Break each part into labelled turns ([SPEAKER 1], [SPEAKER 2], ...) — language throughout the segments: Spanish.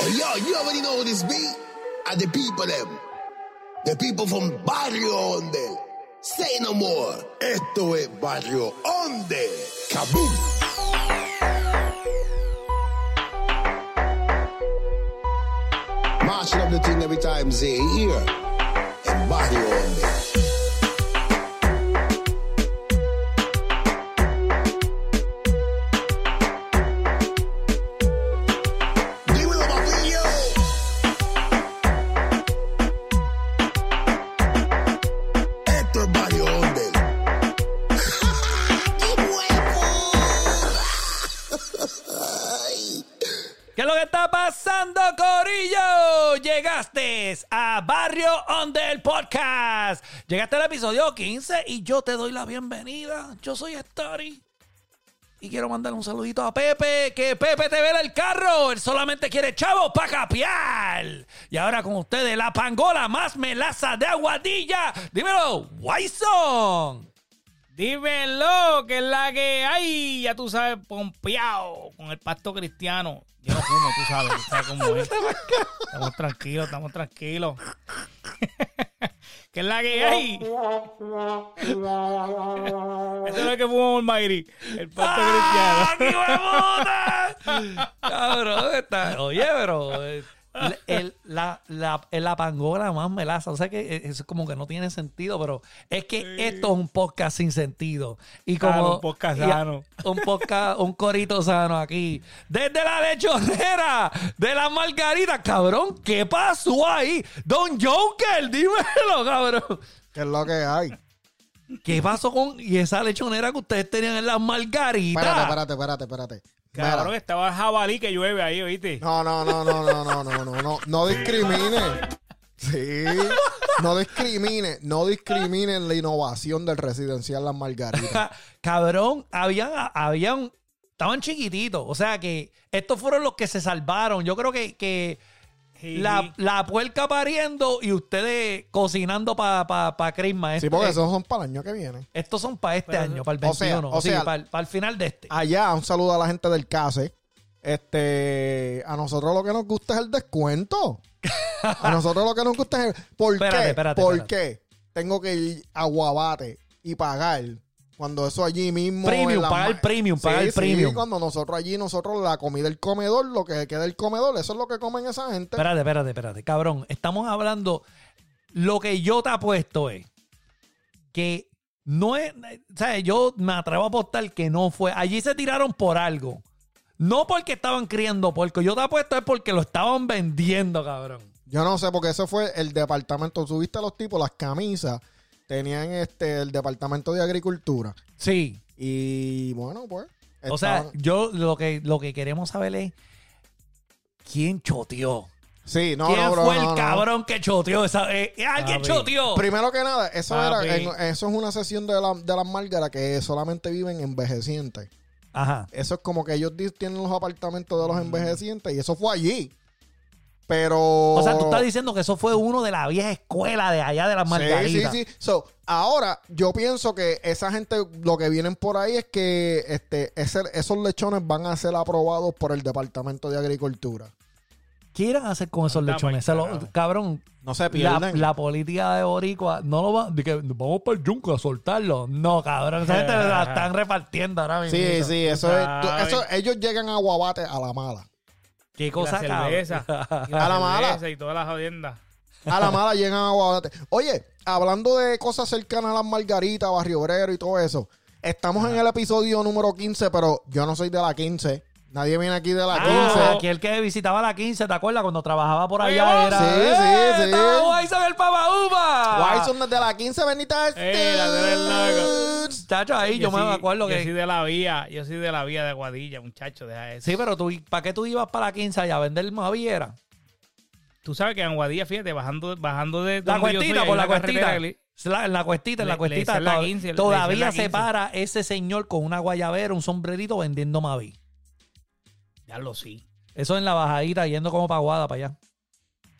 [SPEAKER 1] Hey, yo, you already know this beat? And the people them. The people from Barrio Onde. Say no more. Esto es Barrio Onde. Kaboom. Marching up the thing every time, Zay here. And Barrio Onde. Dímelo, papillo. Esto es Barrio Onde. ¡Qué huevo!
[SPEAKER 2] ¿Qué es lo que está pasando, Corillo? Llegaste a Barrio on el Podcast. Llegaste al episodio 15 y yo te doy la bienvenida. Yo soy Story. Y quiero mandar un saludito a Pepe, que Pepe te vela el carro. Él solamente quiere chavos para capiar. Y ahora con ustedes, la pangola más melaza de aguadilla. Dímelo, Wison.
[SPEAKER 3] Dímelo, que es la que hay. Ya tú sabes, pompeado con el pacto cristiano. Yo no fumo, tú sabes, tú sabes cómo es. Estamos tranquilos, estamos tranquilos. que es la que hay. Eso es lo que fuma Almighty, el pacto
[SPEAKER 2] ¡Ah, qué
[SPEAKER 3] cristiano.
[SPEAKER 2] huevuda! Cabrón, está. Oye, pero. eh, el- el- la, la, el- la pangola más melaza. O sea que eh, eso como que no tiene sentido, pero es que esto es un podcast sin sentido. Y como,
[SPEAKER 3] Claro, un podcast
[SPEAKER 2] y a-
[SPEAKER 3] sano.
[SPEAKER 2] un podcast, un corito sano aquí. Desde la lechonera de la margarita. Cabrón, ¿qué pasó ahí? Don Joker, dímelo, cabrón.
[SPEAKER 4] ¿Qué es lo que hay?
[SPEAKER 2] ¿Qué pasó con y esa lechonera que ustedes tenían en las margaritas?
[SPEAKER 4] Espérate, espérate, espérate, espérate.
[SPEAKER 3] Cabrón,
[SPEAKER 4] Mira.
[SPEAKER 3] estaba el jabalí que llueve ahí, ¿oíste?
[SPEAKER 4] No, no, no, no, no, no, no, no, no, no discrimine. Sí, no discrimine, no discriminen la innovación del residencial Las Margaritas.
[SPEAKER 2] Ca- cabrón, habían, habían, estaban chiquititos. O sea que estos fueron los que se salvaron. Yo creo que, que
[SPEAKER 3] Sí.
[SPEAKER 2] la, la puerca pariendo y ustedes cocinando para pa, pa Christmas.
[SPEAKER 4] Sí,
[SPEAKER 2] Este-
[SPEAKER 4] porque esos son para el año que viene.
[SPEAKER 2] Estos son para este
[SPEAKER 3] Pero-
[SPEAKER 2] año, para el
[SPEAKER 4] o sea,
[SPEAKER 2] 21.
[SPEAKER 4] o
[SPEAKER 2] sí,
[SPEAKER 4] sea-
[SPEAKER 2] para, el final de este.
[SPEAKER 4] Allá, un saludo a la gente del CASE. Este, a nosotros lo que nos gusta es el descuento. A nosotros lo que nos gusta es el... ¿Por
[SPEAKER 2] Espérate,
[SPEAKER 4] qué?
[SPEAKER 2] espérate,
[SPEAKER 4] ¿Por
[SPEAKER 2] espérate.
[SPEAKER 4] qué tengo que ir a Guabate y pagar cuando eso allí mismo...
[SPEAKER 2] Premium,
[SPEAKER 4] en las
[SPEAKER 2] pagar
[SPEAKER 4] ma-
[SPEAKER 2] el premium, pagar el
[SPEAKER 4] sí,
[SPEAKER 2] premium.
[SPEAKER 4] cuando nosotros allí, nosotros la comida del comedor, lo que queda del comedor, eso es lo que comen esa gente.
[SPEAKER 2] Espérate, espérate, espérate. Cabrón, estamos hablando. Lo que yo te apuesto es que no es. ¿Sabes? Yo me atrevo a apostar que no fue. Allí se tiraron por algo. No porque estaban criando puerco. Yo te apuesto es porque lo estaban vendiendo, cabrón.
[SPEAKER 4] Yo no sé, porque eso fue el departamento. Subiste a los tipos, las camisas, tenían este el departamento de agricultura.
[SPEAKER 2] Sí.
[SPEAKER 4] Y bueno, pues...
[SPEAKER 2] O sea,
[SPEAKER 4] estaban-
[SPEAKER 2] yo lo que, lo que queremos saber es quién choteó.
[SPEAKER 4] Sí, no,
[SPEAKER 2] ¿Quién
[SPEAKER 4] no, bro,
[SPEAKER 2] fue
[SPEAKER 4] no,
[SPEAKER 2] el
[SPEAKER 4] no.
[SPEAKER 2] cabrón que choteó? esa- eh, ¿Alguien
[SPEAKER 3] Papi.
[SPEAKER 2] choteó?
[SPEAKER 4] Primero que nada, eso, era,
[SPEAKER 3] Papi.
[SPEAKER 4] en- eso es una sesión de, la- de las márgaras que solamente viven envejecientes.
[SPEAKER 2] Ajá.
[SPEAKER 4] Eso es como que ellos di- tienen los apartamentos
[SPEAKER 2] Mm.
[SPEAKER 4] de los envejecientes y eso fue allí. Pero.
[SPEAKER 2] O sea, tú estás diciendo que eso fue uno de la vieja escuela de allá de las margaritas.
[SPEAKER 4] Oh. Sí, sí, sí. So, ahora yo pienso que esa gente lo que vienen por ahí es que este, ese- esos lechones van a ser aprobados por el Departamento de Agricultura.
[SPEAKER 2] ¿Qué irán a hacer con esos
[SPEAKER 3] Anda
[SPEAKER 2] lechones?
[SPEAKER 3] pa'l
[SPEAKER 2] Se lo-
[SPEAKER 3] carajo.
[SPEAKER 2] cabrón,
[SPEAKER 4] No se
[SPEAKER 2] la, la política de Boricua no lo va. de que vamos para el Junco a soltarlo. No, cabrón, esa gente la están repartiendo ahora mismo.
[SPEAKER 4] Sí, sí, eso es. tú-
[SPEAKER 3] Ay.
[SPEAKER 4] eso- ellos llegan a Guabate a la mala.
[SPEAKER 2] Qué
[SPEAKER 3] Y la
[SPEAKER 2] cosa, cabrón.
[SPEAKER 3] cerveza. y
[SPEAKER 4] A la mala.
[SPEAKER 3] cerveza Y todas las jodiendas.
[SPEAKER 4] A la mala llegan a Guadalajara. Oye, hablando de cosas cercanas a las margaritas, Barrio Obrero y todo eso, estamos en el episodio número 15, pero yo no soy de la 15. Nadie viene aquí de la
[SPEAKER 2] Ah,
[SPEAKER 4] 15.
[SPEAKER 2] aquel que visitaba la 15, ¿te acuerdas? Cuando trabajaba por allá
[SPEAKER 3] Oye,
[SPEAKER 2] era.
[SPEAKER 4] sí,
[SPEAKER 2] ¡Eh,
[SPEAKER 4] sí, sí.
[SPEAKER 2] estaba Wison el Papaúba!
[SPEAKER 4] Why son desde la 15, Benita
[SPEAKER 3] Eh, la de verdad.
[SPEAKER 4] Stoots.
[SPEAKER 2] Chacho, ahí yo, me
[SPEAKER 3] sí-
[SPEAKER 2] acuerdo
[SPEAKER 3] yo
[SPEAKER 2] que.
[SPEAKER 3] soy de la vía, yo soy de la vía de Guadilla, muchacho, deja eso.
[SPEAKER 2] Sí, pero tú, ¿para qué tú ibas para la 15 allá a vender maviera?
[SPEAKER 3] Tú sabes que en Guadilla, fíjate, bajando, bajando de
[SPEAKER 2] La
[SPEAKER 3] donde yo
[SPEAKER 2] cuestita,
[SPEAKER 3] soy,
[SPEAKER 2] por la
[SPEAKER 3] hay una
[SPEAKER 2] cuestita.
[SPEAKER 3] carretera que-
[SPEAKER 2] La- en la cuestita, en la
[SPEAKER 3] Le- le
[SPEAKER 2] cuestita.
[SPEAKER 3] dicen la
[SPEAKER 2] toda-
[SPEAKER 3] 15, le dicen
[SPEAKER 2] todavía
[SPEAKER 3] la
[SPEAKER 2] se
[SPEAKER 3] 15.
[SPEAKER 2] para ese señor con una guayabera, un sombrerito vendiendo Mavi.
[SPEAKER 3] Ya lo sí,
[SPEAKER 2] Eso en la bajadita, yendo como paguada para allá.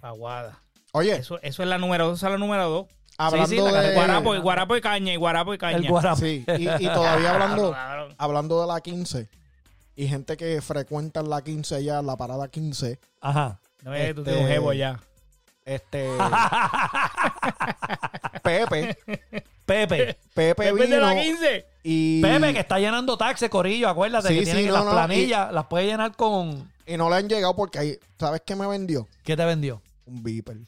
[SPEAKER 3] Paguada.
[SPEAKER 4] Oye,
[SPEAKER 3] Eso, eso es la número dos, esa es la número dos.
[SPEAKER 4] hablando
[SPEAKER 2] sí, la
[SPEAKER 4] de.
[SPEAKER 2] Eh,
[SPEAKER 3] guarapo, y guarapo y caña, y guarapo y caña. Ah,
[SPEAKER 2] El guarapo.
[SPEAKER 4] Sí, y, y todavía hablando,
[SPEAKER 3] Cabrón.
[SPEAKER 4] hablando de la 15 y gente que frecuenta la 15 allá, la parada 15.
[SPEAKER 2] Ajá.
[SPEAKER 3] No es que tú
[SPEAKER 4] Este-
[SPEAKER 3] tienes un jevo ya.
[SPEAKER 4] Este. Pepe.
[SPEAKER 2] Pepe.
[SPEAKER 4] Pepe,
[SPEAKER 3] Pepe de
[SPEAKER 4] vino
[SPEAKER 3] la 15.
[SPEAKER 4] y,
[SPEAKER 2] Pepe que está llenando taxes, Corillo, acuérdate
[SPEAKER 4] Sí,
[SPEAKER 2] que
[SPEAKER 4] sí,
[SPEAKER 2] tienen
[SPEAKER 4] no,
[SPEAKER 2] las
[SPEAKER 4] no,
[SPEAKER 2] planillas, las puede llenar con...
[SPEAKER 4] y no le han llegado porque ahí. ¿Sabes qué me vendió?
[SPEAKER 2] ¿Qué te vendió?
[SPEAKER 4] Un Viper.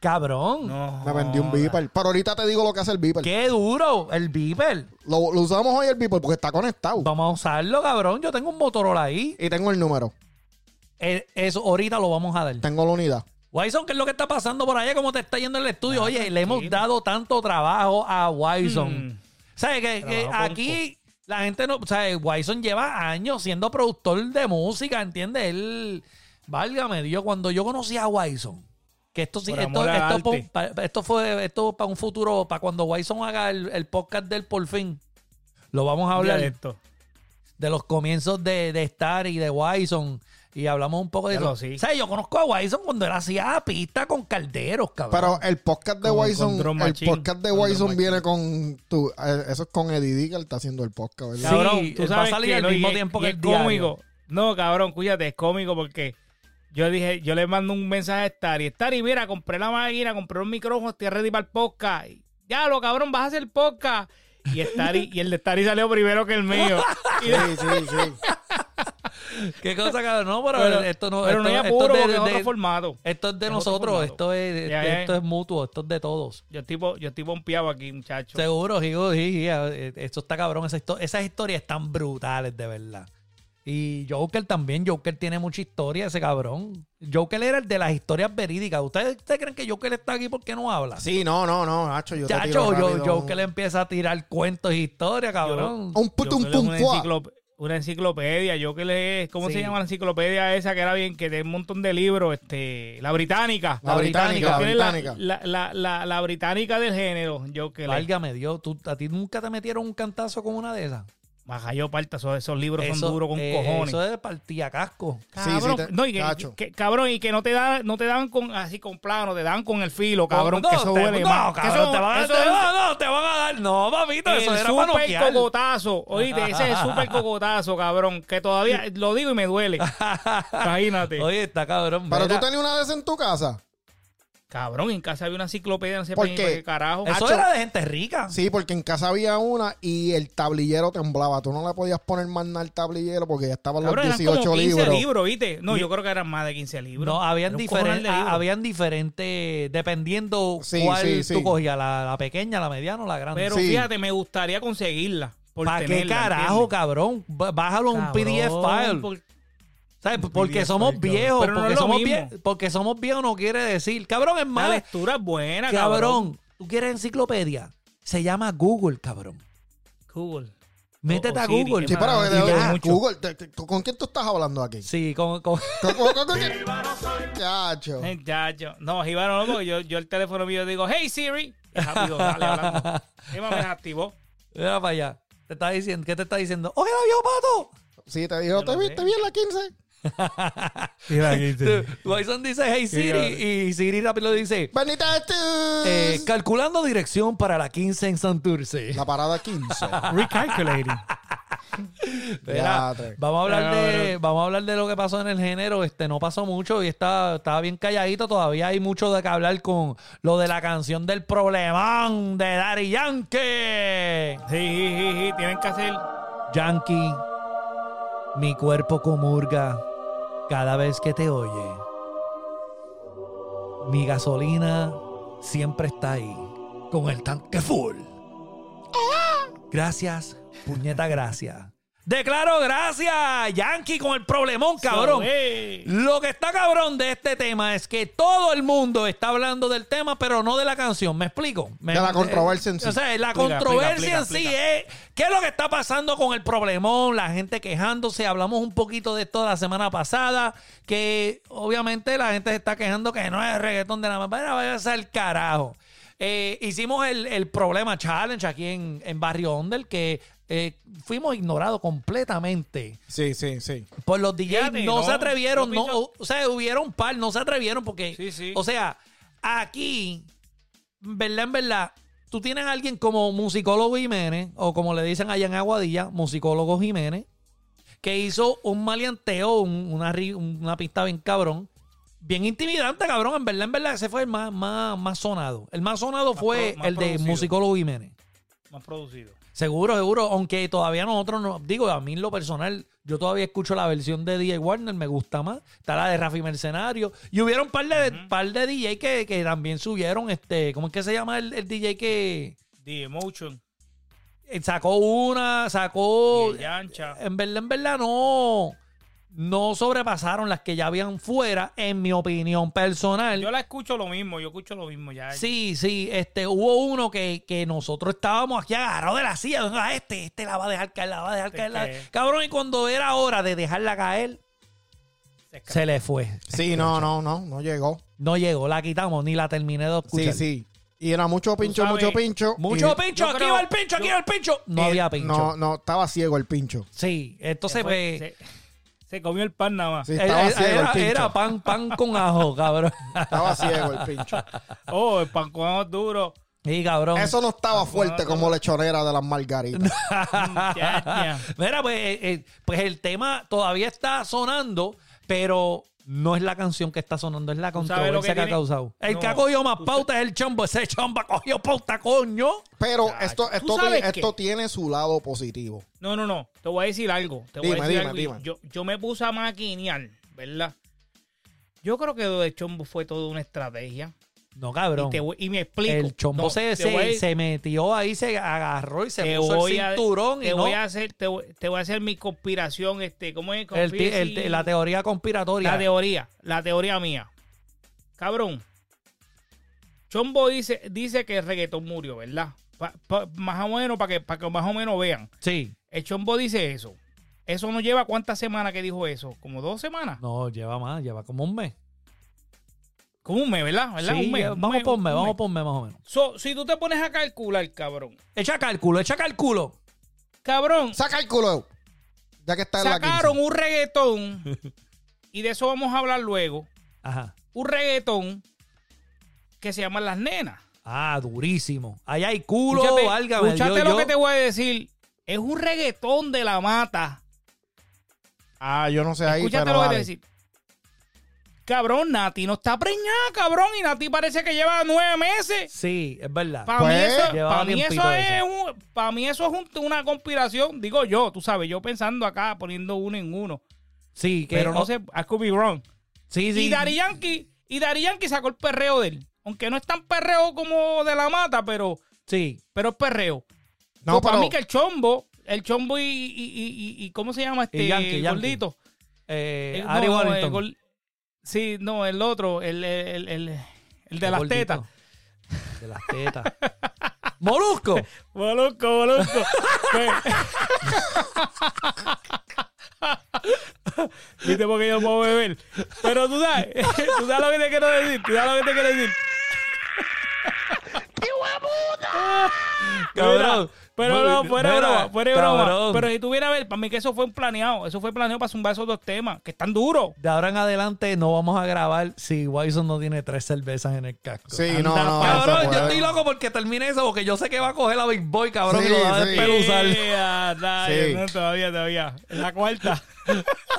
[SPEAKER 2] Cabrón.
[SPEAKER 3] No.
[SPEAKER 4] Me vendió un Viper. Pero ahorita te digo lo que hace el Viper.
[SPEAKER 2] Qué duro, el Viper.
[SPEAKER 4] Lo, lo usamos hoy el Viper porque está conectado.
[SPEAKER 2] Vamos a usarlo, cabrón. Yo tengo un Motorola ahí.
[SPEAKER 4] Y tengo el número.
[SPEAKER 2] Eh, Eso ahorita lo vamos a dar.
[SPEAKER 4] Tengo la unidad.
[SPEAKER 2] Wison, ¿qué es lo que está pasando por allá? ¿Cómo te está yendo en el estudio? Oye, le hemos dado tanto trabajo a Wison.
[SPEAKER 3] Mm.
[SPEAKER 2] ¿Sabes? Que, que
[SPEAKER 3] Trabajo
[SPEAKER 2] aquí la gente no. ¿Sabes? Wison lleva años siendo productor de música, ¿entiendes? Él. Válgame Dios, cuando yo conocí a Wison, que esto sí,
[SPEAKER 3] Por
[SPEAKER 2] esto,
[SPEAKER 3] amor al
[SPEAKER 2] esto,
[SPEAKER 3] arte.
[SPEAKER 2] pa- pa- esto fue esto para un futuro, para cuando Wison haga el, el podcast del por fin. Lo vamos a
[SPEAKER 3] Habla
[SPEAKER 2] hablar
[SPEAKER 3] de esto.
[SPEAKER 2] de los comienzos de, de Star y de Wison. Y hablamos un poco de
[SPEAKER 3] Claro,
[SPEAKER 2] eso.
[SPEAKER 3] sí.
[SPEAKER 2] O sea, yo conozco a Wison cuando él hacía pista con calderos, cabrón.
[SPEAKER 4] Pero el podcast de
[SPEAKER 3] Con- con
[SPEAKER 4] Wison.
[SPEAKER 3] Drum
[SPEAKER 4] El
[SPEAKER 3] Machine.
[SPEAKER 4] podcast de
[SPEAKER 3] Con Drum
[SPEAKER 4] Wison
[SPEAKER 3] Machine.
[SPEAKER 4] viene con. Tu, eh, eso es con Eddie D que él está haciendo el podcast, ¿verdad?
[SPEAKER 2] Sí,
[SPEAKER 3] Cabrón,
[SPEAKER 2] él
[SPEAKER 3] tú
[SPEAKER 2] va a
[SPEAKER 3] sabes
[SPEAKER 2] salir
[SPEAKER 3] que
[SPEAKER 2] al
[SPEAKER 3] no, y
[SPEAKER 2] mismo
[SPEAKER 3] es-
[SPEAKER 2] tiempo
[SPEAKER 3] y
[SPEAKER 2] que
[SPEAKER 3] es
[SPEAKER 2] el diario.
[SPEAKER 3] cómico. No, cabrón, cuídate, es cómico porque yo dije, yo le mando un mensaje a Stari. Stari, mira, compré la máquina, compré un micrófono, estoy ready para el podcast. Y, Ya lo cabrón, vas a hacer podcast. Y Stari, y el de Stari salió primero que el mío. Y de-
[SPEAKER 4] Sí, sí, sí.
[SPEAKER 2] ¿Qué cosa, cabrón? No, pero,
[SPEAKER 3] pero-
[SPEAKER 2] esto no
[SPEAKER 3] pero no hay
[SPEAKER 2] esto,
[SPEAKER 3] apuro
[SPEAKER 2] esto es
[SPEAKER 3] porque
[SPEAKER 2] de,
[SPEAKER 3] es otro
[SPEAKER 2] de-
[SPEAKER 3] formato.
[SPEAKER 2] esto es de
[SPEAKER 3] Es otro
[SPEAKER 2] nosotros,
[SPEAKER 3] formato.
[SPEAKER 2] esto es,
[SPEAKER 3] Ya,
[SPEAKER 2] esto-
[SPEAKER 3] ya.
[SPEAKER 2] esto es mutuo, esto es de todos.
[SPEAKER 3] Yo estoy, po- yo estoy pompeado aquí, muchacho.
[SPEAKER 2] Seguro, Gigo, sí, sí, eh, esto está cabrón. Esa histo- esas historias están brutales, de verdad. Y Joker también, Joker tiene mucha historia, ese cabrón. Joker era el de las historias verídicas. ¿Ustedes, ustedes creen que Joker está aquí porque no habla?
[SPEAKER 4] Sí, no, no, no, Nacho. Yo te tiro
[SPEAKER 2] Chacho, yo,
[SPEAKER 4] rápido
[SPEAKER 2] yo
[SPEAKER 4] un-
[SPEAKER 2] que le empieza a tirar cuentos e historias, cabrón.
[SPEAKER 4] Un
[SPEAKER 3] Yo
[SPEAKER 4] putum
[SPEAKER 3] creo que
[SPEAKER 4] pum
[SPEAKER 3] una,
[SPEAKER 4] fuá.
[SPEAKER 3] enciclop- una enciclopedia, yo que le ¿cómo
[SPEAKER 2] Sí.
[SPEAKER 3] se llama la enciclopedia esa que era bien, que tenía un montón de libros? Este, la británica.
[SPEAKER 4] La británica, la
[SPEAKER 3] Tiene la-
[SPEAKER 4] británica.
[SPEAKER 3] La, la- la- la británica del género, yo que le
[SPEAKER 2] Válgame Dios, ¿tú, ¿a ti nunca te metieron un cantazo con una de esas?
[SPEAKER 3] Majayo parta, esos, esos libros
[SPEAKER 2] Eso-
[SPEAKER 3] son duros con
[SPEAKER 2] eh,
[SPEAKER 3] cojones.
[SPEAKER 2] Eso es de partida casco.
[SPEAKER 4] Sí,
[SPEAKER 3] Cabrón,
[SPEAKER 4] sí, te-
[SPEAKER 3] no, y que,
[SPEAKER 4] cacho.
[SPEAKER 3] que- cabrón, y que no te dan, no te dan con así con plano, te dan con el filo, cabrón,
[SPEAKER 2] No,
[SPEAKER 3] que eso
[SPEAKER 2] te-
[SPEAKER 3] duele
[SPEAKER 2] no,
[SPEAKER 3] más.
[SPEAKER 2] cabrón,
[SPEAKER 3] que eso,
[SPEAKER 2] te van a
[SPEAKER 3] eso
[SPEAKER 2] te
[SPEAKER 3] es-
[SPEAKER 2] van a- no, te van a dar. No, papito, eso
[SPEAKER 3] el
[SPEAKER 2] era para
[SPEAKER 3] super
[SPEAKER 2] noquear.
[SPEAKER 3] cocotazo. Oíste, ese es el super cocotazo, cabrón. Que todavía lo digo y me duele. Imagínate.
[SPEAKER 2] Oye, está cabrón.
[SPEAKER 4] Pero tú
[SPEAKER 2] mira.
[SPEAKER 4] tenías una de esas en tu casa.
[SPEAKER 3] Cabrón, en casa había una enciclopedia, no sé
[SPEAKER 4] ¿Por
[SPEAKER 3] ni para
[SPEAKER 4] qué?
[SPEAKER 3] carajo.
[SPEAKER 2] Eso
[SPEAKER 3] Hacho,
[SPEAKER 2] era de gente rica.
[SPEAKER 4] Sí, porque en casa había una y el tablillero temblaba. Tú no le podías poner más nada al tablillero porque ya estaban los
[SPEAKER 3] cabrón, eran
[SPEAKER 4] 18
[SPEAKER 3] como 15
[SPEAKER 4] libros.
[SPEAKER 3] libros. ¿viste? No, yo creo que eran más de 15 libros.
[SPEAKER 2] No, habían,
[SPEAKER 3] Era un cojonal
[SPEAKER 2] diferentes,
[SPEAKER 3] de libros.
[SPEAKER 2] habían diferentes, dependiendo
[SPEAKER 4] Sí,
[SPEAKER 2] cuál
[SPEAKER 4] sí, sí.
[SPEAKER 2] tú cogías, la, la pequeña, la mediana o la grande.
[SPEAKER 3] Pero
[SPEAKER 4] Sí.
[SPEAKER 3] fíjate, me gustaría conseguirla. por
[SPEAKER 2] ¿Para qué
[SPEAKER 3] tenerla,
[SPEAKER 2] carajo,
[SPEAKER 3] ¿entiendes?
[SPEAKER 2] cabrón? B- Bájalo a un PDF
[SPEAKER 3] Cabrón,
[SPEAKER 2] file.
[SPEAKER 3] por-
[SPEAKER 2] ¿Sabes?
[SPEAKER 3] un
[SPEAKER 2] Porque
[SPEAKER 3] PDF
[SPEAKER 2] somos
[SPEAKER 3] file, cabrón.
[SPEAKER 2] viejos.
[SPEAKER 3] Pero no es
[SPEAKER 2] Porque
[SPEAKER 3] lo
[SPEAKER 2] somos,
[SPEAKER 3] mismo.
[SPEAKER 2] vie- porque somos viejos no quiere decir. Cabrón, es
[SPEAKER 3] La
[SPEAKER 2] más.
[SPEAKER 3] lectura es buena, cabrón.
[SPEAKER 2] Cabrón, tú quieres enciclopedia. Se llama Google, cabrón.
[SPEAKER 3] Google.
[SPEAKER 2] Métete
[SPEAKER 3] O- o
[SPEAKER 2] a
[SPEAKER 3] Siri,
[SPEAKER 2] Google.
[SPEAKER 3] es
[SPEAKER 4] Sí, pero
[SPEAKER 3] Ah,
[SPEAKER 4] de-
[SPEAKER 3] y
[SPEAKER 4] de-
[SPEAKER 3] ya. mucho.
[SPEAKER 4] Google, te- te- ¿con quién tú estás hablando aquí?
[SPEAKER 2] Sí, con, con-
[SPEAKER 4] ¿Con- con- con- con- Chacho.
[SPEAKER 3] Eh, Ya, yo. No, Jíbaro no, porque yo, yo el teléfono mío digo, hey Siri. Y rápido, dale hablando. Emma me activó.
[SPEAKER 2] Mira para allá. Te está diciendo, ¿qué te está diciendo? ¡Oye, la vio, pato!
[SPEAKER 4] Sí, te dijo,
[SPEAKER 3] Yo
[SPEAKER 4] te
[SPEAKER 3] no
[SPEAKER 4] vi,
[SPEAKER 3] sé.
[SPEAKER 4] te vi en la 15.
[SPEAKER 2] Wison dice Hey Siri y Siri rápido le dice
[SPEAKER 4] Benita
[SPEAKER 2] eh,
[SPEAKER 4] tú.
[SPEAKER 2] calculando dirección para la 15 en Santurce.
[SPEAKER 4] La parada 15.
[SPEAKER 3] Recalculating.
[SPEAKER 2] Mira,
[SPEAKER 4] Diatre.
[SPEAKER 2] vamos a hablar de
[SPEAKER 3] Cabrón.
[SPEAKER 2] vamos a hablar de lo que pasó en el género, este no pasó mucho y está estaba bien calladito, todavía hay mucho de que hablar con lo de la canción del problemón de Daddy Yankee.
[SPEAKER 3] Sí, sí, sí, sí, tienen que hacer.
[SPEAKER 2] Yankee, mi cuerpo comurga cada vez que te oye. Mi gasolina siempre está ahí, con el tanque full. Gracias, puñeta, gracias. Declaro gracias, Yankee, con el problemón, cabrón.
[SPEAKER 3] Hey.
[SPEAKER 2] Lo que está cabrón de este tema es que todo el mundo está hablando del tema, pero no de la canción. ¿Me explico? Me-
[SPEAKER 4] De la controversia en sí.
[SPEAKER 2] O sea, la
[SPEAKER 3] Explica,
[SPEAKER 2] controversia
[SPEAKER 3] explica,
[SPEAKER 2] en sí
[SPEAKER 3] explica.
[SPEAKER 2] es qué es lo que está pasando con el problemón, la gente quejándose. Hablamos un poquito de esto la semana pasada, que obviamente la gente se está quejando que no es reggaetón de la manera, vaya a ser el carajo. Eh, hicimos el, el problema challenge aquí en, en Barrio Ondel, que eh, fuimos ignorados completamente.
[SPEAKER 4] Sí, sí, sí.
[SPEAKER 2] Pues los DJs
[SPEAKER 3] Fíjate,
[SPEAKER 2] no,
[SPEAKER 3] no,
[SPEAKER 2] se atrevieron,
[SPEAKER 3] yo
[SPEAKER 2] no,
[SPEAKER 3] pienso-
[SPEAKER 2] o, o sea, hubieron par, no se atrevieron porque,
[SPEAKER 3] Sí, sí.
[SPEAKER 2] o sea, aquí, en verdad, en verdad, tú tienes a alguien como musicólogo Jiménez, o como le dicen allá en Aguadilla, musicólogo Jiménez, que hizo un maleanteo, un- una, ri- una pista bien cabrón, bien intimidante, cabrón. En verdad, en verdad, ese fue el más, más, más sonado. El más sonado
[SPEAKER 3] Más
[SPEAKER 2] fue
[SPEAKER 3] pro- más
[SPEAKER 2] el de
[SPEAKER 3] producido.
[SPEAKER 2] Musicólogo Jiménez.
[SPEAKER 3] Más producido.
[SPEAKER 2] Seguro, seguro. Aunque todavía nosotros no. Digo, a mí en lo personal, yo todavía escucho la versión de DJ Warner, me gusta más. Está la de Rafi Mercenario. Y hubieron un par de, par de DJ que, que también subieron. este ¿Cómo es que se llama el, el DJ que
[SPEAKER 3] The Emotion,
[SPEAKER 2] eh, sacó una? Sacó.
[SPEAKER 3] The Yancha.
[SPEAKER 2] En verdad, en verdad, no. No sobrepasaron las que ya habían fuera, en mi opinión personal.
[SPEAKER 3] Yo la escucho lo mismo, yo escucho lo mismo ya.
[SPEAKER 2] Sí, sí, este, hubo uno que, que nosotros estábamos aquí agarrados de la silla. "Ah, este, este la va a dejar caer, la va a dejar
[SPEAKER 3] Este
[SPEAKER 2] caer. la-".
[SPEAKER 3] que-
[SPEAKER 2] Cabrón, y cuando era hora de dejarla caer,
[SPEAKER 3] Se escapa.
[SPEAKER 2] se le fue.
[SPEAKER 4] Sí, no, no, no, no llegó.
[SPEAKER 2] No llegó, la quitamos, ni la terminé de escuchar.
[SPEAKER 4] Sí, sí. Y era mucho pincho,
[SPEAKER 3] sabes,
[SPEAKER 4] mucho pincho.
[SPEAKER 2] Mucho
[SPEAKER 4] y-
[SPEAKER 2] pincho,
[SPEAKER 3] yo
[SPEAKER 2] aquí
[SPEAKER 3] creo-
[SPEAKER 2] va el pincho, aquí
[SPEAKER 3] yo-
[SPEAKER 2] va el pincho. No
[SPEAKER 4] y-
[SPEAKER 2] había pincho.
[SPEAKER 4] No, no, estaba ciego el pincho.
[SPEAKER 2] Sí, entonces
[SPEAKER 3] fue-
[SPEAKER 2] pues,
[SPEAKER 3] se- se comió el pan nada más.
[SPEAKER 4] Sí,
[SPEAKER 2] era,
[SPEAKER 4] estaba ciego el
[SPEAKER 2] era-
[SPEAKER 4] pincho.
[SPEAKER 2] era pan, pan con ajo, cabrón.
[SPEAKER 4] Estaba ciego el pincho.
[SPEAKER 3] Oh, el pan con ajo duro.
[SPEAKER 2] Sí, cabrón.
[SPEAKER 4] Eso no estaba fuerte como lechonera de las margaritas.
[SPEAKER 2] Ah.
[SPEAKER 3] Ya,
[SPEAKER 2] Mira, pues, eh, eh, pues el tema todavía está sonando, pero no es la canción que está sonando, es la
[SPEAKER 3] sabes lo
[SPEAKER 2] controversia que,
[SPEAKER 3] que
[SPEAKER 2] ha
[SPEAKER 3] tiene-
[SPEAKER 2] causado. El
[SPEAKER 3] No,
[SPEAKER 2] que ha cogido más
[SPEAKER 3] tú
[SPEAKER 2] pauta es el chombo. Ese chombo cogió pauta, coño.
[SPEAKER 4] Pero
[SPEAKER 3] Chacho,
[SPEAKER 4] esto,
[SPEAKER 3] ¿tú
[SPEAKER 4] esto,
[SPEAKER 3] sabes
[SPEAKER 4] ti-
[SPEAKER 3] qué?
[SPEAKER 4] esto tiene su lado positivo.
[SPEAKER 3] No, no, no. Te voy a decir algo. Te voy
[SPEAKER 4] Dime,
[SPEAKER 3] a decir
[SPEAKER 4] dime,
[SPEAKER 3] algo. Y
[SPEAKER 4] dime.
[SPEAKER 3] Yo, yo me puse a maquinear, ¿verdad? Yo creo que lo de Chombo fue toda una estrategia.
[SPEAKER 2] No,
[SPEAKER 3] Y,
[SPEAKER 2] cabrón.
[SPEAKER 3] te voy- y me explico.
[SPEAKER 2] El chombo
[SPEAKER 3] No,
[SPEAKER 2] se,
[SPEAKER 3] te voy a-
[SPEAKER 2] se, se metió ahí, se agarró y se
[SPEAKER 3] te
[SPEAKER 2] puso
[SPEAKER 3] voy
[SPEAKER 2] el
[SPEAKER 3] a-
[SPEAKER 2] cinturón.
[SPEAKER 3] te
[SPEAKER 2] y no-
[SPEAKER 3] voy a hacer te voy, te voy a hacer mi conspiración este cómo es
[SPEAKER 2] el ti- el ti- la
[SPEAKER 3] Conspiracy-
[SPEAKER 2] teoría conspiratoria.
[SPEAKER 3] la teoría la teoría mía cabrón Chombo dice dice que el reggaetón murió verdad Pa- pa- más o menos para que para que más o menos vean
[SPEAKER 2] Sí.
[SPEAKER 3] el Chombo dice eso eso no lleva cuántas semanas que dijo eso como dos semanas
[SPEAKER 2] No, lleva más, lleva como un mes.
[SPEAKER 3] como un mes verdad ¿Verdad?
[SPEAKER 2] Sí,
[SPEAKER 3] Un mes,
[SPEAKER 2] lleva-
[SPEAKER 3] un
[SPEAKER 2] vamos
[SPEAKER 3] mes,
[SPEAKER 2] por
[SPEAKER 3] un
[SPEAKER 2] mes,
[SPEAKER 3] mes.
[SPEAKER 2] vamos por mes más o menos.
[SPEAKER 3] So, si tú te pones a calcular cabrón
[SPEAKER 2] Echa cálculo, echa cálculo.
[SPEAKER 3] cabrón
[SPEAKER 4] Saca el culo. Ya que está en
[SPEAKER 3] sacaron
[SPEAKER 4] la
[SPEAKER 3] un reggaetón y de eso vamos a hablar luego
[SPEAKER 2] Ajá.
[SPEAKER 3] un reggaetón que se llama Las Nenas.
[SPEAKER 2] Ah, durísimo. Allá hay culo,
[SPEAKER 3] Escúchate-
[SPEAKER 2] válgame Dios,
[SPEAKER 3] escúchate lo
[SPEAKER 2] yo-
[SPEAKER 3] que te voy a decir. Es un reggaetón de la mata.
[SPEAKER 4] Ah, yo no sé ahí,
[SPEAKER 3] Escúchate
[SPEAKER 4] pero
[SPEAKER 3] lo que te voy a
[SPEAKER 4] dale.
[SPEAKER 3] decir. Cabrón, Nati no está preñada, cabrón. Y Nati parece que lleva nueve meses.
[SPEAKER 2] Sí, es verdad.
[SPEAKER 3] Para mí
[SPEAKER 4] Pues,
[SPEAKER 3] eso,
[SPEAKER 2] llevaba
[SPEAKER 3] pa' mí
[SPEAKER 2] tiempito
[SPEAKER 3] eso
[SPEAKER 2] eso.
[SPEAKER 3] es un- pa' mí eso es un- una conspiración. Digo yo, tú sabes, yo pensando acá, poniendo uno en uno.
[SPEAKER 2] sí, que oh,
[SPEAKER 3] Pero no sé, I could be wrong.
[SPEAKER 2] Sí, sí.
[SPEAKER 3] Y Dari Yankee, y Daddy Yankee sacó el perreo de él. Aunque no es tan perreo como de la mata, pero,
[SPEAKER 2] Sí.
[SPEAKER 3] pero es perreo. para
[SPEAKER 4] No, pero
[SPEAKER 3] Pues, mí que el chombo, el chombo y, y, y- y- y- ¿cómo se llama este
[SPEAKER 2] Y Yankee,
[SPEAKER 3] el
[SPEAKER 2] Yankee.
[SPEAKER 3] gordito?
[SPEAKER 2] Eh,
[SPEAKER 3] El-
[SPEAKER 2] Ari
[SPEAKER 3] no,
[SPEAKER 2] Wellington.
[SPEAKER 3] el gol- sí, no, el otro, el, el, el, el- el de
[SPEAKER 2] El
[SPEAKER 3] las
[SPEAKER 2] gordito.
[SPEAKER 3] tetas.
[SPEAKER 2] De las tetas. Molusco.
[SPEAKER 3] Molusco, molusco. Pues- Viste porque yo puedo beber. Pero tú sabes, tú sabes lo que te quiero decir, tú sabes lo que te quiero decir.
[SPEAKER 2] Cabrón.
[SPEAKER 3] Mira, Pero
[SPEAKER 2] Mira,
[SPEAKER 3] no, fuera de
[SPEAKER 2] mira,
[SPEAKER 3] broma, fuera de broma.
[SPEAKER 2] cabrón.
[SPEAKER 3] Pero si tuviera a ver, para mí que eso fue un planeado. Eso fue planeado para zumbar esos dos temas, que están duros.
[SPEAKER 2] De ahora en adelante no vamos a grabar si Wison no tiene tres cervezas en el casco.
[SPEAKER 4] Sí, no,
[SPEAKER 2] Anda,
[SPEAKER 4] no,
[SPEAKER 2] Cabrón,
[SPEAKER 4] eso
[SPEAKER 2] yo
[SPEAKER 4] puede.
[SPEAKER 2] estoy loco porque termine eso, porque yo sé que va a coger la Big Boy, cabrón, y
[SPEAKER 4] Sí,
[SPEAKER 2] lo va a
[SPEAKER 4] sí.
[SPEAKER 2] despeluzar.
[SPEAKER 3] Sí, ah, dale,
[SPEAKER 4] Sí.
[SPEAKER 3] no, todavía, todavía. En La cuarta.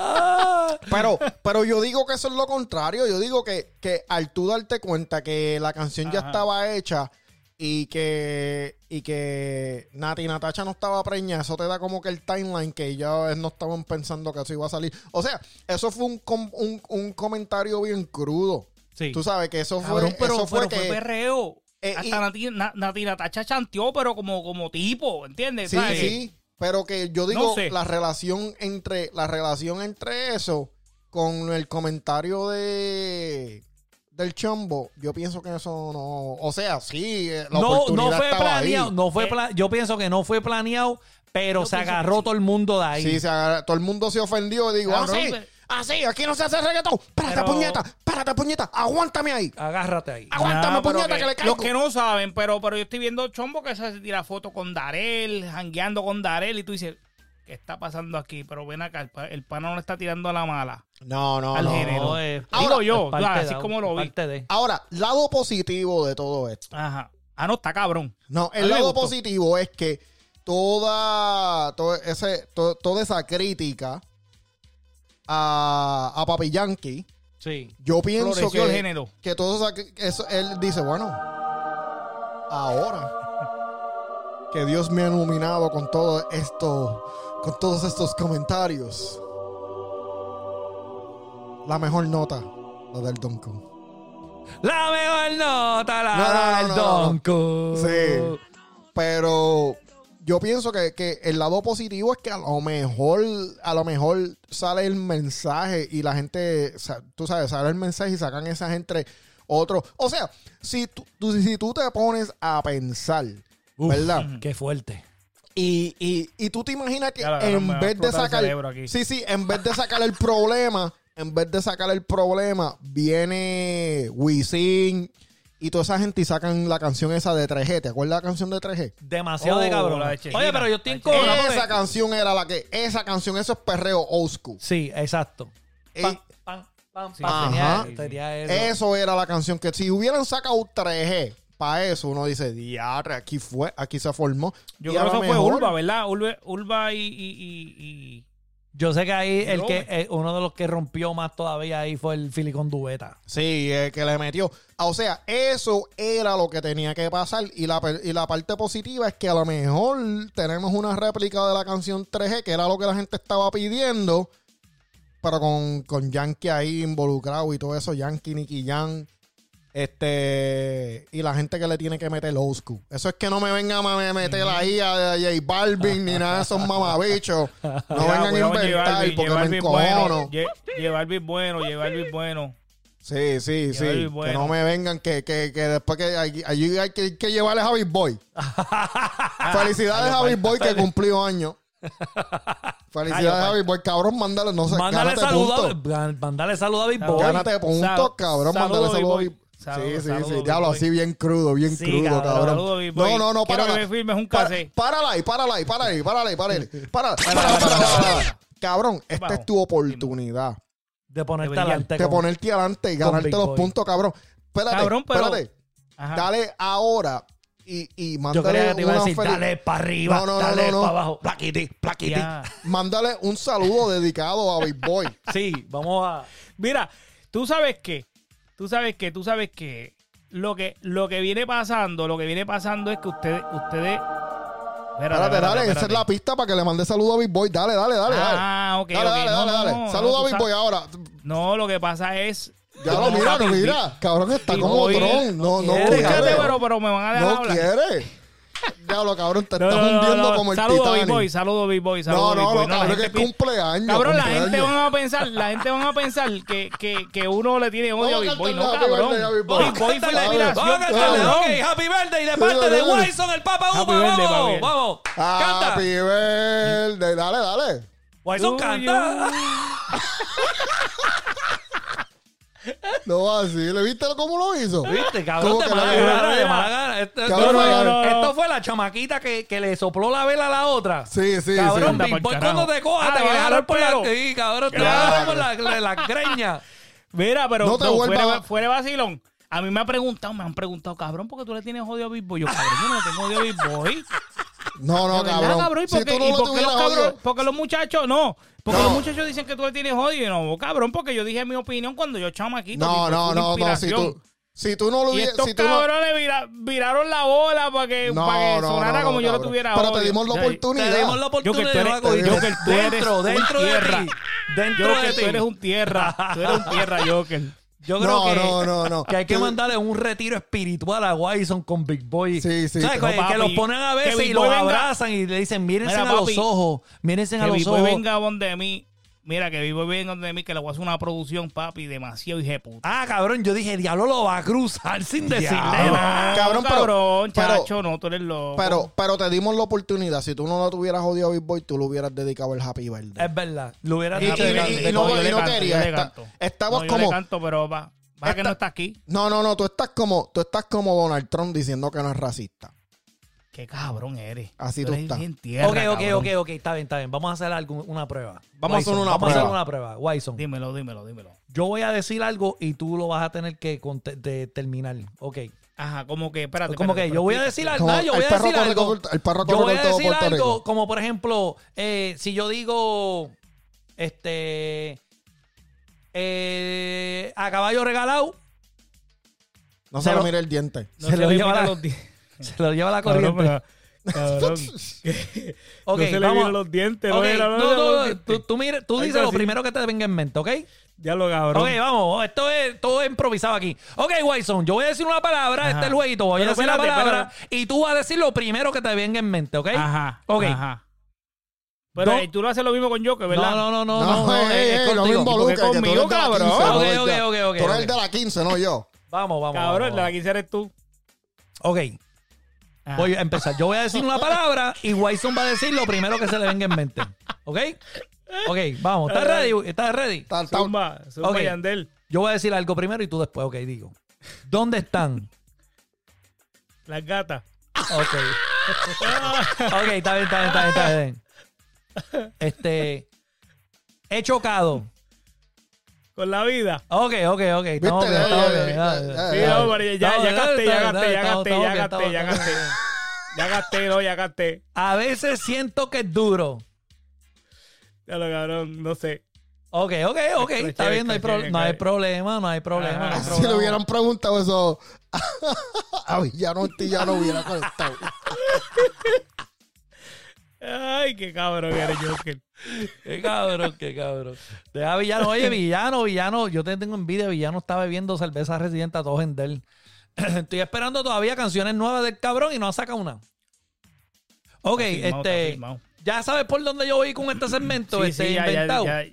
[SPEAKER 2] Ah.
[SPEAKER 4] Pero, pero yo digo que eso es lo contrario. Yo digo que, que al tú darte cuenta que la canción ya
[SPEAKER 3] Ajá.
[SPEAKER 4] estaba hecha y que, y que Nati Natacha no estaba preñada, eso te da como que el timeline que ya no estaban pensando que eso iba a salir. O sea, eso fue un, com- un, un comentario bien crudo.
[SPEAKER 2] Sí.
[SPEAKER 4] Tú sabes que eso fue,
[SPEAKER 3] Cabrón, pero pero
[SPEAKER 4] eso fue
[SPEAKER 3] fue,
[SPEAKER 4] que...
[SPEAKER 3] perreo.
[SPEAKER 4] Eh, y-
[SPEAKER 3] Hasta Nati- Na- Nati Natacha chanteó, pero como, como tipo, ¿entiendes?
[SPEAKER 4] Sí,
[SPEAKER 3] ¿Sabes?
[SPEAKER 4] sí, pero que yo digo
[SPEAKER 3] No sé.
[SPEAKER 4] la relación entre la relación entre eso con el comentario de del chombo, yo pienso que eso no, o sea, sí, eh, la
[SPEAKER 2] no,
[SPEAKER 4] oportunidad
[SPEAKER 2] no fue
[SPEAKER 4] estaba
[SPEAKER 2] planeado.
[SPEAKER 4] ahí.
[SPEAKER 2] No fue
[SPEAKER 3] Eh.
[SPEAKER 2] pla- yo pienso que no fue planeado, pero
[SPEAKER 3] Yo
[SPEAKER 2] se
[SPEAKER 3] pienso
[SPEAKER 2] agarró
[SPEAKER 3] que sí.
[SPEAKER 2] todo el mundo de ahí.
[SPEAKER 4] Sí, se agarra- todo el mundo se ofendió y digo, "Ah,
[SPEAKER 3] Claro,
[SPEAKER 4] así,
[SPEAKER 3] pero-
[SPEAKER 4] así, aquí no se hace reggaetón. Párate
[SPEAKER 3] Ah, pues. Pero-
[SPEAKER 4] puñeta, párate puñeta, aguántame ahí.
[SPEAKER 2] Agárrate ahí.
[SPEAKER 4] Aguántame
[SPEAKER 3] Nah, pero
[SPEAKER 4] puñeta que, le caigo.
[SPEAKER 3] Los que no saben, pero, pero yo estoy viendo Chombo que se tira fotos con Darel, jangueando con Darel, y tú dices, ¿qué está pasando aquí? Pero ven acá, el, pa- el pana no le está tirando a la mala.
[SPEAKER 4] no, no,
[SPEAKER 3] al
[SPEAKER 4] Ah, no.
[SPEAKER 3] género.
[SPEAKER 2] es-
[SPEAKER 3] Digo
[SPEAKER 4] Ahora,
[SPEAKER 2] es
[SPEAKER 3] yo,
[SPEAKER 2] parte
[SPEAKER 3] claro,
[SPEAKER 2] de-
[SPEAKER 3] así como lo vi.
[SPEAKER 2] parte de-
[SPEAKER 4] Ahora, lado positivo de todo esto.
[SPEAKER 3] Ajá. Ah, no, está cabrón.
[SPEAKER 4] No,
[SPEAKER 3] A mí
[SPEAKER 4] el
[SPEAKER 3] me
[SPEAKER 4] lado
[SPEAKER 3] gustó.
[SPEAKER 4] positivo es que toda, todo ese, to- toda esa crítica a, a Papi Yankee
[SPEAKER 2] Sí.
[SPEAKER 4] Yo pienso
[SPEAKER 3] Floreció
[SPEAKER 4] que,
[SPEAKER 3] el género.
[SPEAKER 4] que todo eso, que eso- él dice, bueno, ahora que Dios me ha iluminado con todo esto, con todos estos comentarios, la mejor nota, la del Don Q.
[SPEAKER 2] La mejor nota la
[SPEAKER 4] No, no,
[SPEAKER 2] da
[SPEAKER 4] no,
[SPEAKER 2] el
[SPEAKER 4] no, no.
[SPEAKER 2] Donko.
[SPEAKER 4] Sí. Pero yo pienso que, que el lado positivo es que a lo mejor, a lo mejor sale el mensaje y la gente, sa- tú sabes, sale el mensaje y sacan esas entre otros. O sea, si tú, tú- si tú te pones a pensar,
[SPEAKER 2] Uf,
[SPEAKER 4] ¿verdad?
[SPEAKER 2] Qué fuerte.
[SPEAKER 4] Y, y, y tú te imaginas que
[SPEAKER 3] Ya, la verdad,
[SPEAKER 4] en
[SPEAKER 3] me va a
[SPEAKER 4] vez de
[SPEAKER 3] explotar el
[SPEAKER 4] sacar.
[SPEAKER 3] cerebro aquí.
[SPEAKER 4] Sí, sí, en vez de sacar el problema, en vez de sacar el problema, viene Wisin y toda esa gente y sacan la canción esa de 3G. ¿Te acuerdas la canción de 3G?
[SPEAKER 2] Demasiado
[SPEAKER 3] Oh,
[SPEAKER 2] de cabrón.
[SPEAKER 3] la de Shakira.
[SPEAKER 2] Oye, pero yo estoy en
[SPEAKER 3] La de
[SPEAKER 2] cobra.
[SPEAKER 4] esa canción era la que. Esa canción, eso es perreo old school.
[SPEAKER 2] Sí, exacto.
[SPEAKER 4] Eh,
[SPEAKER 2] Pam, pam, pam,
[SPEAKER 3] Sí,
[SPEAKER 2] pam.
[SPEAKER 4] Ajá.
[SPEAKER 2] Tenía- tenía eso.
[SPEAKER 4] eso era la canción que si hubieran sacado 3G. Para eso uno dice, diatre, aquí fue, aquí se formó.
[SPEAKER 3] Yo
[SPEAKER 4] Y
[SPEAKER 3] creo que
[SPEAKER 4] a lo
[SPEAKER 3] eso fue
[SPEAKER 4] mejor-
[SPEAKER 3] Urba, ¿verdad? Urbe- Urba y, y- y-
[SPEAKER 2] Yo sé que ahí el
[SPEAKER 3] Yo,
[SPEAKER 2] que,
[SPEAKER 3] eh.
[SPEAKER 2] eh, uno de los que rompió más todavía ahí fue el Filicón Dubeta.
[SPEAKER 4] Sí, eh, que le metió. Ah, O sea, eso era lo que tenía que pasar. Y la, per- y la parte positiva es que a lo mejor tenemos una réplica de la canción 3G, que era lo que la gente estaba pidiendo, pero con, con Yankee ahí involucrado y todo eso, Yankee, Nicky Yan, este, y la gente que le tiene que meter old school. Eso es que no me vengan a meter ahí a, a J Balvin ni nada de esos mamabichos. No
[SPEAKER 3] y- Cuidado,
[SPEAKER 4] vengan
[SPEAKER 3] cuidado
[SPEAKER 4] a
[SPEAKER 3] con J
[SPEAKER 4] inventar
[SPEAKER 3] Balvin,
[SPEAKER 4] porque
[SPEAKER 3] J
[SPEAKER 4] me
[SPEAKER 3] Balvin
[SPEAKER 4] encojono.
[SPEAKER 3] bueno, J- J Balvin bueno, J Balvin bueno.
[SPEAKER 4] Sí, sí, sí.
[SPEAKER 3] Javi,
[SPEAKER 4] Que
[SPEAKER 3] bueno.
[SPEAKER 4] no me vengan que, que, que después que allí allí hay que, que llevarle a Javi Boy.
[SPEAKER 3] Ah,
[SPEAKER 4] Felicidades a Javi Boy que cumplió años. Felicidades
[SPEAKER 3] Ay,
[SPEAKER 4] a Javi Boy, cabrón, mándale, no sé,
[SPEAKER 2] Mándale
[SPEAKER 4] gánate
[SPEAKER 2] saludos.
[SPEAKER 4] puntos.
[SPEAKER 2] Mándale saludos a Big
[SPEAKER 3] Saludos.
[SPEAKER 2] Boy.
[SPEAKER 4] Gánate puntos,
[SPEAKER 3] Sal-
[SPEAKER 4] cabrón, mándale
[SPEAKER 3] saludos,
[SPEAKER 4] saludos a
[SPEAKER 3] Big
[SPEAKER 4] Big
[SPEAKER 3] Boy.
[SPEAKER 4] Sí,
[SPEAKER 3] Saludos,
[SPEAKER 4] sí,
[SPEAKER 3] saludos,
[SPEAKER 4] sí,
[SPEAKER 3] Big
[SPEAKER 4] diablo,
[SPEAKER 3] Boy.
[SPEAKER 4] así bien crudo, bien
[SPEAKER 2] Sí,
[SPEAKER 4] crudo,
[SPEAKER 2] cabrón.
[SPEAKER 4] cabrón.
[SPEAKER 3] Saludos, Big Boy.
[SPEAKER 4] No, no, no,
[SPEAKER 3] Quiero
[SPEAKER 4] para.
[SPEAKER 3] que me firmes un cassette.
[SPEAKER 4] Párala ahí, párala ahí, párala ahí, párala ahí, párala ahí. Párala,
[SPEAKER 3] Para,
[SPEAKER 4] párala,
[SPEAKER 3] para,
[SPEAKER 4] párala,
[SPEAKER 3] para.
[SPEAKER 4] párala. Cabrón, esta es tu oportunidad.
[SPEAKER 2] De ponerte
[SPEAKER 3] De
[SPEAKER 2] adelante.
[SPEAKER 4] De
[SPEAKER 2] con-
[SPEAKER 4] ponerte adelante y ganarte
[SPEAKER 2] Big
[SPEAKER 4] los
[SPEAKER 2] Boy.
[SPEAKER 4] puntos, cabrón. Espérate,
[SPEAKER 3] Cabrón, pero-
[SPEAKER 4] espérate.
[SPEAKER 3] ah, Ajá.
[SPEAKER 4] Dale ahora y, y
[SPEAKER 2] Yo creía
[SPEAKER 4] mándale
[SPEAKER 2] que te iba a
[SPEAKER 4] una
[SPEAKER 2] decir,
[SPEAKER 4] fel-
[SPEAKER 2] dale para arriba,
[SPEAKER 4] No, no, no,
[SPEAKER 2] dale
[SPEAKER 4] no, no.
[SPEAKER 2] para abajo. Plaquiti, plaquiti.
[SPEAKER 3] Ya.
[SPEAKER 4] mándale un saludo dedicado a Big Boy.
[SPEAKER 2] Sí, vamos a.
[SPEAKER 3] Mira, tú sabes que, tú sabes que, tú sabes que lo que lo que viene pasando, lo que viene pasando es que ustedes ustedes Espérate,
[SPEAKER 4] Espérate,
[SPEAKER 3] espérate,
[SPEAKER 4] dale, esa es
[SPEAKER 3] espérate.
[SPEAKER 4] la pista para que le mande saludo a Big Boy. Dale, dale, dale, dale.
[SPEAKER 3] Ah, ok,
[SPEAKER 4] dale,
[SPEAKER 3] ok.
[SPEAKER 4] dale,
[SPEAKER 3] No,
[SPEAKER 4] dale,
[SPEAKER 3] no,
[SPEAKER 4] dale.
[SPEAKER 3] no,
[SPEAKER 4] Saludo
[SPEAKER 3] no,
[SPEAKER 4] a
[SPEAKER 3] tú
[SPEAKER 4] Big Boy
[SPEAKER 3] sabes-
[SPEAKER 4] ahora.
[SPEAKER 3] No, lo que pasa es
[SPEAKER 4] Ya lo mira, lo
[SPEAKER 3] Papi,
[SPEAKER 4] mira. Cabrón, está
[SPEAKER 3] Big
[SPEAKER 4] como
[SPEAKER 3] Boy
[SPEAKER 4] tron. No, no,
[SPEAKER 2] quiere,
[SPEAKER 4] quiere.
[SPEAKER 3] Búscate, pero, pero me van a dejar
[SPEAKER 4] No
[SPEAKER 3] hablar.
[SPEAKER 4] quiere. Diablo, cabrón, te
[SPEAKER 3] No,
[SPEAKER 4] estás
[SPEAKER 3] no, no,
[SPEAKER 4] hundiendo
[SPEAKER 3] no.
[SPEAKER 4] como el
[SPEAKER 3] Saludo Big Boy,
[SPEAKER 4] Titanic.
[SPEAKER 3] saludo Big Boy, saludo
[SPEAKER 4] No,
[SPEAKER 3] Big
[SPEAKER 4] no,
[SPEAKER 3] Boy.
[SPEAKER 4] no,
[SPEAKER 3] la
[SPEAKER 4] cabrón, que es
[SPEAKER 3] gente pi-
[SPEAKER 4] cumpleaños.
[SPEAKER 3] Cabrón, la
[SPEAKER 4] cumpleaños.
[SPEAKER 3] gente van a pensar, la gente van a pensar que, que, que uno le tiene odio a
[SPEAKER 4] Vamos a
[SPEAKER 3] Big Boy. No,
[SPEAKER 4] cantarle Happy
[SPEAKER 3] cabrón.
[SPEAKER 4] Birthday a Big Boy.
[SPEAKER 3] Big Boy fue la
[SPEAKER 4] Dale.
[SPEAKER 2] Vamos a
[SPEAKER 3] inspiración,
[SPEAKER 2] cantarle,
[SPEAKER 3] cabrón.
[SPEAKER 2] ok, Happy Birthday de parte de Wilson, el Papa
[SPEAKER 3] Happy
[SPEAKER 2] Upa,
[SPEAKER 3] birthday,
[SPEAKER 2] vamos,
[SPEAKER 3] papi.
[SPEAKER 2] vamos. Canta.
[SPEAKER 4] Happy birthday. Ah, Dale, dale.
[SPEAKER 2] Wilson
[SPEAKER 3] Tuyo.
[SPEAKER 2] canta.
[SPEAKER 4] No, así. ¿Le viste cómo lo hizo?
[SPEAKER 2] Viste, cabrón,
[SPEAKER 4] Tuvo
[SPEAKER 2] de
[SPEAKER 4] que
[SPEAKER 2] mala
[SPEAKER 4] la-
[SPEAKER 2] gana, de
[SPEAKER 3] Mira.
[SPEAKER 2] mala gana. Esto, esto
[SPEAKER 4] Cabrón,
[SPEAKER 2] fue,
[SPEAKER 4] no, no,
[SPEAKER 3] no.
[SPEAKER 2] esto fue la chamaquita que, que le sopló la vela a la otra.
[SPEAKER 4] Sí, sí,
[SPEAKER 2] Cabrón,
[SPEAKER 4] sí.
[SPEAKER 3] Anda
[SPEAKER 2] Big
[SPEAKER 3] pa'l
[SPEAKER 2] Boy,
[SPEAKER 3] carajo.
[SPEAKER 2] cuando te coja,
[SPEAKER 3] Ah,
[SPEAKER 2] te
[SPEAKER 3] te
[SPEAKER 2] va a
[SPEAKER 3] va a
[SPEAKER 2] agarrar
[SPEAKER 3] jalar
[SPEAKER 2] por la...
[SPEAKER 3] pelo.
[SPEAKER 2] Sí, cabrón, te va a
[SPEAKER 4] Claro.
[SPEAKER 2] agarrar por la, la, la greña.
[SPEAKER 3] Mira, pero
[SPEAKER 4] No te
[SPEAKER 3] no,
[SPEAKER 4] vuelvas-
[SPEAKER 3] fuera, fuera de vacilón. A mí me han preguntado, me han preguntado, cabrón, ¿por qué tú le tienes odio a Big Boy? Yo, cabrón, yo no le tengo odio a Big Boy.
[SPEAKER 4] No, no,
[SPEAKER 3] De verdad,
[SPEAKER 4] cabrón.
[SPEAKER 3] cabrón, ¿y por
[SPEAKER 4] si
[SPEAKER 3] qué,
[SPEAKER 4] tú no
[SPEAKER 3] y
[SPEAKER 4] lo
[SPEAKER 3] por qué
[SPEAKER 4] tuvieras
[SPEAKER 3] los cabros-
[SPEAKER 4] odio-
[SPEAKER 3] porque los muchachos, no, porque
[SPEAKER 4] No.
[SPEAKER 3] los muchachos dicen que tú le tienes odio. Y No, cabrón, porque yo dije mi opinión cuando yo chamaquito. Big
[SPEAKER 4] No,
[SPEAKER 3] Boy fue
[SPEAKER 4] no,
[SPEAKER 3] una
[SPEAKER 4] no, no. Si
[SPEAKER 3] inspiración.
[SPEAKER 4] tú, si tú no lo
[SPEAKER 3] Y
[SPEAKER 4] hubieras.
[SPEAKER 3] estos
[SPEAKER 4] si tú no-
[SPEAKER 3] cabrones vira- viraron la bola para que,
[SPEAKER 4] No,
[SPEAKER 3] para que
[SPEAKER 4] no,
[SPEAKER 3] sonara
[SPEAKER 4] no,
[SPEAKER 3] como yo lo
[SPEAKER 4] cabrón.
[SPEAKER 3] tuviera
[SPEAKER 4] Pero te
[SPEAKER 3] odio.
[SPEAKER 4] dimos la
[SPEAKER 3] Ya,
[SPEAKER 4] oportunidad.
[SPEAKER 2] Te dimos la oportunidad.
[SPEAKER 3] Joker, tú
[SPEAKER 2] no
[SPEAKER 3] eres-
[SPEAKER 2] la cogiste.
[SPEAKER 3] Joker, tú eres
[SPEAKER 2] dentro,
[SPEAKER 3] un
[SPEAKER 2] dentro de
[SPEAKER 3] tierra.
[SPEAKER 2] ti. Dentro
[SPEAKER 3] Joker, tú
[SPEAKER 2] de ti.
[SPEAKER 3] eres un tierra. Tú eres un tierra, Joker.
[SPEAKER 2] Yo creo
[SPEAKER 4] No,
[SPEAKER 2] que,
[SPEAKER 4] no, no, no.
[SPEAKER 2] que hay que
[SPEAKER 4] Tú-
[SPEAKER 2] mandarle un retiro espiritual a Wison con Big Boy.
[SPEAKER 4] Sí, sí,
[SPEAKER 2] ¿Sabes?
[SPEAKER 4] no,
[SPEAKER 2] que, que
[SPEAKER 3] papi.
[SPEAKER 2] los ponen a
[SPEAKER 3] Que
[SPEAKER 2] veces
[SPEAKER 3] Big
[SPEAKER 2] y los
[SPEAKER 3] Boy venga.
[SPEAKER 2] abrazan y le dicen, mírense
[SPEAKER 3] Mira,
[SPEAKER 2] a los
[SPEAKER 3] papi,
[SPEAKER 2] ojos, mírense a
[SPEAKER 3] Que
[SPEAKER 2] los
[SPEAKER 3] Big Boy
[SPEAKER 2] ojos.
[SPEAKER 3] venga donde mí. Mira, que Big Boy venga donde mí, que le voy a hacer una producción, papi, demasiado hijeputa.
[SPEAKER 2] Ah, cabrón, yo dije, diablo, lo va a cruzar sin decirle
[SPEAKER 3] Ah,
[SPEAKER 4] Diablo.
[SPEAKER 2] nada.
[SPEAKER 4] Cabrón, pero-
[SPEAKER 3] cabrón,
[SPEAKER 4] pero-
[SPEAKER 3] chacho, no, tú eres loco.
[SPEAKER 4] Pero, pero te dimos la oportunidad. Si tú no lo tuvieras odio a Big Boy, tú lo hubieras dedicado el Happy Birthday.
[SPEAKER 2] Es verdad, lo hubiera
[SPEAKER 3] Y-
[SPEAKER 4] Y,
[SPEAKER 2] dicho.
[SPEAKER 4] y- y- y no,
[SPEAKER 3] Yo le
[SPEAKER 4] y no
[SPEAKER 3] canto,
[SPEAKER 4] querías.
[SPEAKER 3] yo le
[SPEAKER 4] esta-
[SPEAKER 3] canto.
[SPEAKER 4] estabas
[SPEAKER 3] No, yo le
[SPEAKER 4] como.
[SPEAKER 3] canto, pero va. Va que
[SPEAKER 4] Esta-
[SPEAKER 3] no está aquí.
[SPEAKER 4] No, no, no. Tú estás como, tú estás como Donald Trump diciendo que no es racista.
[SPEAKER 3] Qué cabrón eres.
[SPEAKER 4] Así tú
[SPEAKER 3] eres
[SPEAKER 4] estás.
[SPEAKER 3] bien tierra,
[SPEAKER 2] Ok, ok,
[SPEAKER 3] cabrón.
[SPEAKER 2] ok, ok, está bien, está bien. Vamos a hacer algo, una prueba.
[SPEAKER 4] Vamos a hacer
[SPEAKER 2] Wison,
[SPEAKER 4] una
[SPEAKER 2] Vamos a hacer
[SPEAKER 4] prueba.
[SPEAKER 2] una prueba, Wison.
[SPEAKER 3] Dímelo, dímelo, dímelo.
[SPEAKER 2] Yo voy a decir algo y tú lo vas a tener que conte- de- terminar. Ok.
[SPEAKER 3] Ajá, como que, espérate.
[SPEAKER 2] Como
[SPEAKER 3] espérate,
[SPEAKER 2] que yo voy a
[SPEAKER 3] espérate.
[SPEAKER 2] decir algo.
[SPEAKER 4] Como
[SPEAKER 2] no, yo
[SPEAKER 4] el
[SPEAKER 2] voy a
[SPEAKER 4] perro
[SPEAKER 2] decir
[SPEAKER 4] corre
[SPEAKER 2] algo.
[SPEAKER 4] con- el perro
[SPEAKER 2] yo
[SPEAKER 4] corre
[SPEAKER 2] voy
[SPEAKER 4] con
[SPEAKER 2] a
[SPEAKER 4] todo
[SPEAKER 2] decir
[SPEAKER 4] Puerto
[SPEAKER 2] algo,
[SPEAKER 4] Rico.
[SPEAKER 2] como por ejemplo, eh, si yo digo, este, eh, a caballo regalado,
[SPEAKER 4] No
[SPEAKER 2] Se
[SPEAKER 4] se
[SPEAKER 2] lo-
[SPEAKER 4] lo mire el diente.
[SPEAKER 3] No
[SPEAKER 2] Se
[SPEAKER 3] se
[SPEAKER 2] lo
[SPEAKER 3] le
[SPEAKER 2] lleva
[SPEAKER 3] mira
[SPEAKER 2] la-
[SPEAKER 3] los dientes.
[SPEAKER 2] se lo lleva la corriente.
[SPEAKER 3] Cabrón, pero- cabrón.
[SPEAKER 2] Ok,
[SPEAKER 3] no se le
[SPEAKER 2] vamos.
[SPEAKER 3] mira los dientes.
[SPEAKER 2] Ok, no,
[SPEAKER 3] no, no,
[SPEAKER 2] no,
[SPEAKER 3] no,
[SPEAKER 2] no, tú, tú mira- tú
[SPEAKER 3] Algo
[SPEAKER 2] dices lo
[SPEAKER 3] así.
[SPEAKER 2] primero que te venga en mente, ¿ok?
[SPEAKER 3] Diablo, cabrón.
[SPEAKER 2] Ok, vamos, esto es todo es improvisado aquí. Ok, Watson, yo voy a decir una palabra,
[SPEAKER 3] Ajá.
[SPEAKER 2] este es el jueguito, voy
[SPEAKER 3] Pero
[SPEAKER 2] a decir
[SPEAKER 3] espérate,
[SPEAKER 2] la palabra
[SPEAKER 3] espérate.
[SPEAKER 2] y tú vas a decir lo primero que te venga en mente, ¿ok?
[SPEAKER 3] Ajá.
[SPEAKER 2] Ok.
[SPEAKER 3] Ajá. Pero
[SPEAKER 2] Do-
[SPEAKER 3] eh, tú lo haces lo mismo con Joker, ¿verdad?
[SPEAKER 2] No, no, no, no,
[SPEAKER 4] No, eh,
[SPEAKER 2] no, no,
[SPEAKER 4] ey,
[SPEAKER 2] es-
[SPEAKER 4] ey,
[SPEAKER 2] es
[SPEAKER 4] no me
[SPEAKER 2] contigo.
[SPEAKER 3] involucres.
[SPEAKER 4] involucres. que tú eres
[SPEAKER 3] conmigo,
[SPEAKER 4] de la
[SPEAKER 3] cabrón.
[SPEAKER 4] 15, no
[SPEAKER 2] Ok,
[SPEAKER 4] eres
[SPEAKER 2] ok,
[SPEAKER 4] de-
[SPEAKER 2] ok, ok,
[SPEAKER 4] Tú eres
[SPEAKER 2] ok.
[SPEAKER 4] el de la 15, no yo.
[SPEAKER 2] Vamos, vamos.
[SPEAKER 3] Cabrón,
[SPEAKER 2] vamos,
[SPEAKER 3] la
[SPEAKER 2] vamos.
[SPEAKER 3] que eres tú.
[SPEAKER 2] Ok,
[SPEAKER 3] Ajá.
[SPEAKER 2] voy a empezar. Yo voy a decir una palabra y Watson va a decir lo primero que se le venga en mente. ¿Ok? Ok, vamos. ¿Estás ready? ¿Estás ready?
[SPEAKER 4] Tal, tal.
[SPEAKER 3] Zumba, zumba
[SPEAKER 2] Ok.
[SPEAKER 3] Yandel.
[SPEAKER 2] Yo voy a decir algo primero y tú después. Ok, digo. ¿Dónde están?
[SPEAKER 3] Las gatas.
[SPEAKER 2] Ok. ok, está bien, está bien, está bien, está bien. Este. He chocado.
[SPEAKER 3] Con la vida.
[SPEAKER 2] Ok, ok, ok. Estamos bien,
[SPEAKER 4] Viste,
[SPEAKER 2] estamos
[SPEAKER 4] ya, ya,
[SPEAKER 2] bien,
[SPEAKER 4] ya,
[SPEAKER 2] ya,
[SPEAKER 4] ya,
[SPEAKER 3] Sí,
[SPEAKER 4] ya,
[SPEAKER 2] ya.
[SPEAKER 3] no, pero ya, ya
[SPEAKER 2] Estamos
[SPEAKER 3] gasté,
[SPEAKER 2] bien,
[SPEAKER 3] ya
[SPEAKER 2] estamos
[SPEAKER 3] gasté,
[SPEAKER 2] bien,
[SPEAKER 3] ya
[SPEAKER 2] estamos
[SPEAKER 3] gasté,
[SPEAKER 2] bien,
[SPEAKER 3] ya
[SPEAKER 2] estamos
[SPEAKER 3] gasté, ya
[SPEAKER 2] bien, estamos
[SPEAKER 3] gasté. Ya gasté, no, ya gasté.
[SPEAKER 2] A veces siento que es duro.
[SPEAKER 3] Ya lo cabrón, no sé.
[SPEAKER 2] Ok, ok, ok.
[SPEAKER 3] Escuché,
[SPEAKER 2] Está bien, no hay,
[SPEAKER 3] escuché,
[SPEAKER 2] pro- no hay
[SPEAKER 3] escuché.
[SPEAKER 2] problema, no hay problema. no hay
[SPEAKER 3] Ah,
[SPEAKER 4] Si
[SPEAKER 2] problema.
[SPEAKER 4] le hubieran preguntado eso a Villano Ortiz ya no hubiera conectado.
[SPEAKER 3] Ay, qué cabrón eres Joker.
[SPEAKER 2] Qué cabrón, qué cabrón. Deja villano. Oye, villano, villano. Yo te tengo envidia. Villano está bebiendo cerveza residente a todo él. Estoy esperando todavía canciones nuevas del cabrón y no ha sacado una. Ok,
[SPEAKER 3] Está firmado, está
[SPEAKER 2] este.
[SPEAKER 3] firmado.
[SPEAKER 2] Ya sabes por dónde yo voy con este segmento.
[SPEAKER 3] Sí,
[SPEAKER 2] este
[SPEAKER 3] sí, ya, ya,
[SPEAKER 2] inventado.
[SPEAKER 3] ya,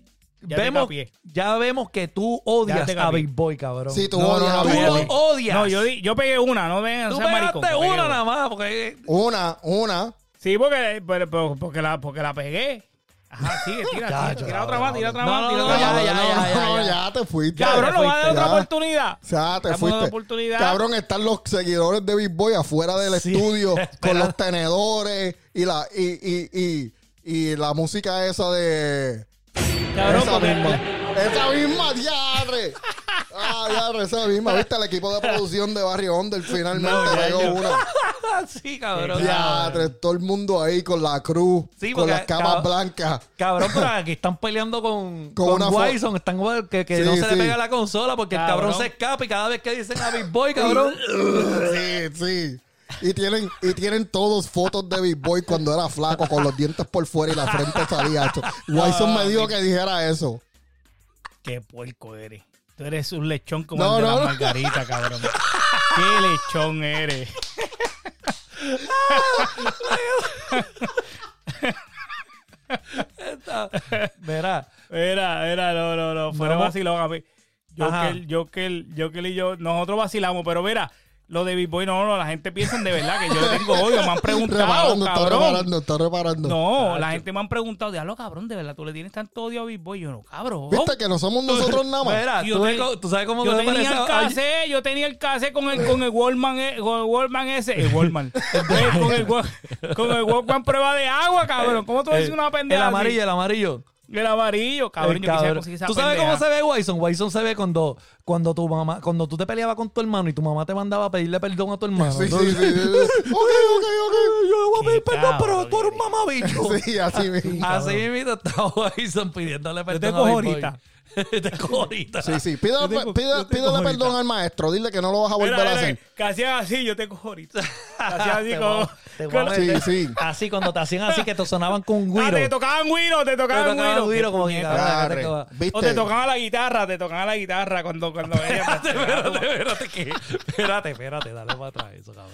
[SPEAKER 3] ya te
[SPEAKER 2] vemos,
[SPEAKER 3] capié.
[SPEAKER 2] ya vemos que tú
[SPEAKER 3] Ya
[SPEAKER 2] odias
[SPEAKER 3] te
[SPEAKER 2] a
[SPEAKER 3] capié.
[SPEAKER 2] Big Boy, cabrón.
[SPEAKER 4] Sí, tú
[SPEAKER 3] No, no, no,
[SPEAKER 4] odias a
[SPEAKER 2] tú
[SPEAKER 4] Big
[SPEAKER 2] lo
[SPEAKER 4] Boy.
[SPEAKER 3] cállate.
[SPEAKER 2] odias.
[SPEAKER 3] No, yo, di- yo pegué una, no ven,
[SPEAKER 2] tú
[SPEAKER 3] no
[SPEAKER 2] pegaste
[SPEAKER 3] seas maricón. pegué
[SPEAKER 2] una nada más. Porque...
[SPEAKER 4] Una, una.
[SPEAKER 3] Sí, porque, pero- pero- porque, la, porque la pegué. Ajá, sigue, tira, tira,
[SPEAKER 2] Chacho,
[SPEAKER 3] tira otra más, tira otra
[SPEAKER 2] no,
[SPEAKER 3] más,
[SPEAKER 2] no,
[SPEAKER 3] tira
[SPEAKER 2] no,
[SPEAKER 3] otra
[SPEAKER 2] ya,
[SPEAKER 3] más.
[SPEAKER 2] ya, ya, ya,
[SPEAKER 4] no,
[SPEAKER 2] ya.
[SPEAKER 4] ya te fuiste.
[SPEAKER 3] Cabrón,
[SPEAKER 2] te
[SPEAKER 3] nos va a dar
[SPEAKER 2] fuiste,
[SPEAKER 3] otra
[SPEAKER 4] ya.
[SPEAKER 3] oportunidad.
[SPEAKER 4] O sea,
[SPEAKER 3] Dame
[SPEAKER 4] te
[SPEAKER 3] una
[SPEAKER 4] fuiste.
[SPEAKER 3] oportunidad.
[SPEAKER 4] Cabrón, están los seguidores de Big Boy afuera del estudio con los tenedores y la, y, y, y, y la música esa de.
[SPEAKER 3] Cabrón,
[SPEAKER 4] esa
[SPEAKER 3] porque-
[SPEAKER 4] misma. Esa misma, diarre. Ah, diarre, esa misma. Viste, el equipo de producción de Barrio Under finalmente
[SPEAKER 3] No, ya,
[SPEAKER 4] pegó
[SPEAKER 3] ya.
[SPEAKER 4] una.
[SPEAKER 2] sí, cabrón.
[SPEAKER 4] Diadre, todo el mundo ahí con la cruz,
[SPEAKER 2] Sí,
[SPEAKER 4] con
[SPEAKER 2] porque,
[SPEAKER 4] las camas
[SPEAKER 2] cab-
[SPEAKER 4] blancas.
[SPEAKER 2] Cabrón, pero aquí están peleando con,
[SPEAKER 4] Con
[SPEAKER 2] con,
[SPEAKER 4] una fo-
[SPEAKER 2] Wison, están gu- que, que
[SPEAKER 4] Sí,
[SPEAKER 2] no se le
[SPEAKER 4] sí.
[SPEAKER 2] pega la consola porque el cabrón
[SPEAKER 3] Cabrón.
[SPEAKER 2] se escapa y cada vez que dicen a Big Boy, cabrón.
[SPEAKER 4] Sí, sí. Y tienen, y tienen todos fotos de Big Boy cuando era flaco, con los dientes por fuera y la frente salía esto. Wison me dijo que dijera eso.
[SPEAKER 3] Qué puerco eres. Tú eres un lechón como
[SPEAKER 4] No,
[SPEAKER 3] el de
[SPEAKER 4] no,
[SPEAKER 3] la
[SPEAKER 4] no.
[SPEAKER 3] margarita, cabrón. Qué lechón eres.
[SPEAKER 2] Está- Mira,
[SPEAKER 3] Era, era, no, no, no. Fueron
[SPEAKER 2] No.
[SPEAKER 3] vacilón a mí.
[SPEAKER 2] Ajá.
[SPEAKER 3] Joker, Joker, Joker y yo, nosotros vacilamos, pero mira, lo de Big Boy, no, no, la gente piensa de verdad que yo le tengo odio, me han preguntado,
[SPEAKER 4] Reparando, está
[SPEAKER 3] cabrón.
[SPEAKER 4] reparando, está reparando.
[SPEAKER 3] No, la gente me han preguntado, diablo, cabrón, de verdad, tú le tienes tanto odio a Big Boy. Yo no, cabrón.
[SPEAKER 4] Viste que no somos nosotros nada más.
[SPEAKER 2] mira,
[SPEAKER 3] Yo
[SPEAKER 2] tú,
[SPEAKER 3] te-
[SPEAKER 2] ves- tú sabes cómo
[SPEAKER 3] Yo
[SPEAKER 2] se
[SPEAKER 3] tenía
[SPEAKER 2] parece
[SPEAKER 3] el
[SPEAKER 2] a-
[SPEAKER 3] casé, yo tenía el casé con el, con el Wallman, eh, con el Wallman ese, el Wallman, Eh, con, el, Wal- con el Walkman prueba de agua, cabrón. ¿Cómo tú dices una pendeja?
[SPEAKER 2] Eh, El
[SPEAKER 3] así?
[SPEAKER 2] amarillo, el amarillo.
[SPEAKER 3] El amarillo, cabrón.
[SPEAKER 2] El
[SPEAKER 3] Yo quisiera
[SPEAKER 2] cabrón.
[SPEAKER 3] conseguir esa
[SPEAKER 2] ¿Tú sabes
[SPEAKER 3] pendeja.
[SPEAKER 2] cómo se ve Wison? Wison se ve cuando, cuando tu mamá, cuando tú te peleabas con tu hermano y tu mamá te mandaba a pedirle perdón a tu hermano.
[SPEAKER 4] Sí, sí,
[SPEAKER 2] Entonces,
[SPEAKER 4] sí, sí. Ok,
[SPEAKER 2] Yo le voy a pedir
[SPEAKER 3] Qué
[SPEAKER 2] perdón, pero
[SPEAKER 3] cabrón,
[SPEAKER 2] tú eres un
[SPEAKER 3] eres.
[SPEAKER 2] mamabicho.
[SPEAKER 4] ok, ok. Sí,
[SPEAKER 3] Ah,
[SPEAKER 4] así mismo.
[SPEAKER 2] Así mismo está Wison pidiéndole perdón.
[SPEAKER 3] te
[SPEAKER 2] a
[SPEAKER 3] cojo
[SPEAKER 2] Big Boy.
[SPEAKER 3] ahorita.
[SPEAKER 2] te cojo ahorita.
[SPEAKER 4] Sí, sí. Pídele,
[SPEAKER 3] Yo tengo- yo
[SPEAKER 4] pídele-
[SPEAKER 3] tengo
[SPEAKER 4] pídele
[SPEAKER 3] ahorita.
[SPEAKER 4] perdón al maestro. Dile que no lo vas a volver
[SPEAKER 3] Mira,
[SPEAKER 4] a
[SPEAKER 3] mira,
[SPEAKER 4] hacer.
[SPEAKER 3] que hacían así, yo te cojo ahorita. Hacían así
[SPEAKER 2] Te
[SPEAKER 3] como.
[SPEAKER 2] voy a- te voy a
[SPEAKER 3] con-
[SPEAKER 4] Sí,
[SPEAKER 2] meter.
[SPEAKER 4] sí.
[SPEAKER 2] Así, cuando te hacían así, que te sonaban con un
[SPEAKER 3] Ah,
[SPEAKER 2] guiro.
[SPEAKER 3] te tocaban Wiro, te
[SPEAKER 2] Te
[SPEAKER 3] tocaban
[SPEAKER 2] tocaban
[SPEAKER 3] Wiro.
[SPEAKER 2] un guiro como que, cabrón, que
[SPEAKER 4] Arre,
[SPEAKER 2] te coja.
[SPEAKER 4] ¿Viste?
[SPEAKER 3] O te tocaban la guitarra, te tocaban la guitarra cuando, cuando ella.
[SPEAKER 2] Espérate, espérate, espérate, que- espérate, espérate, dale para atrás eso, cabrón.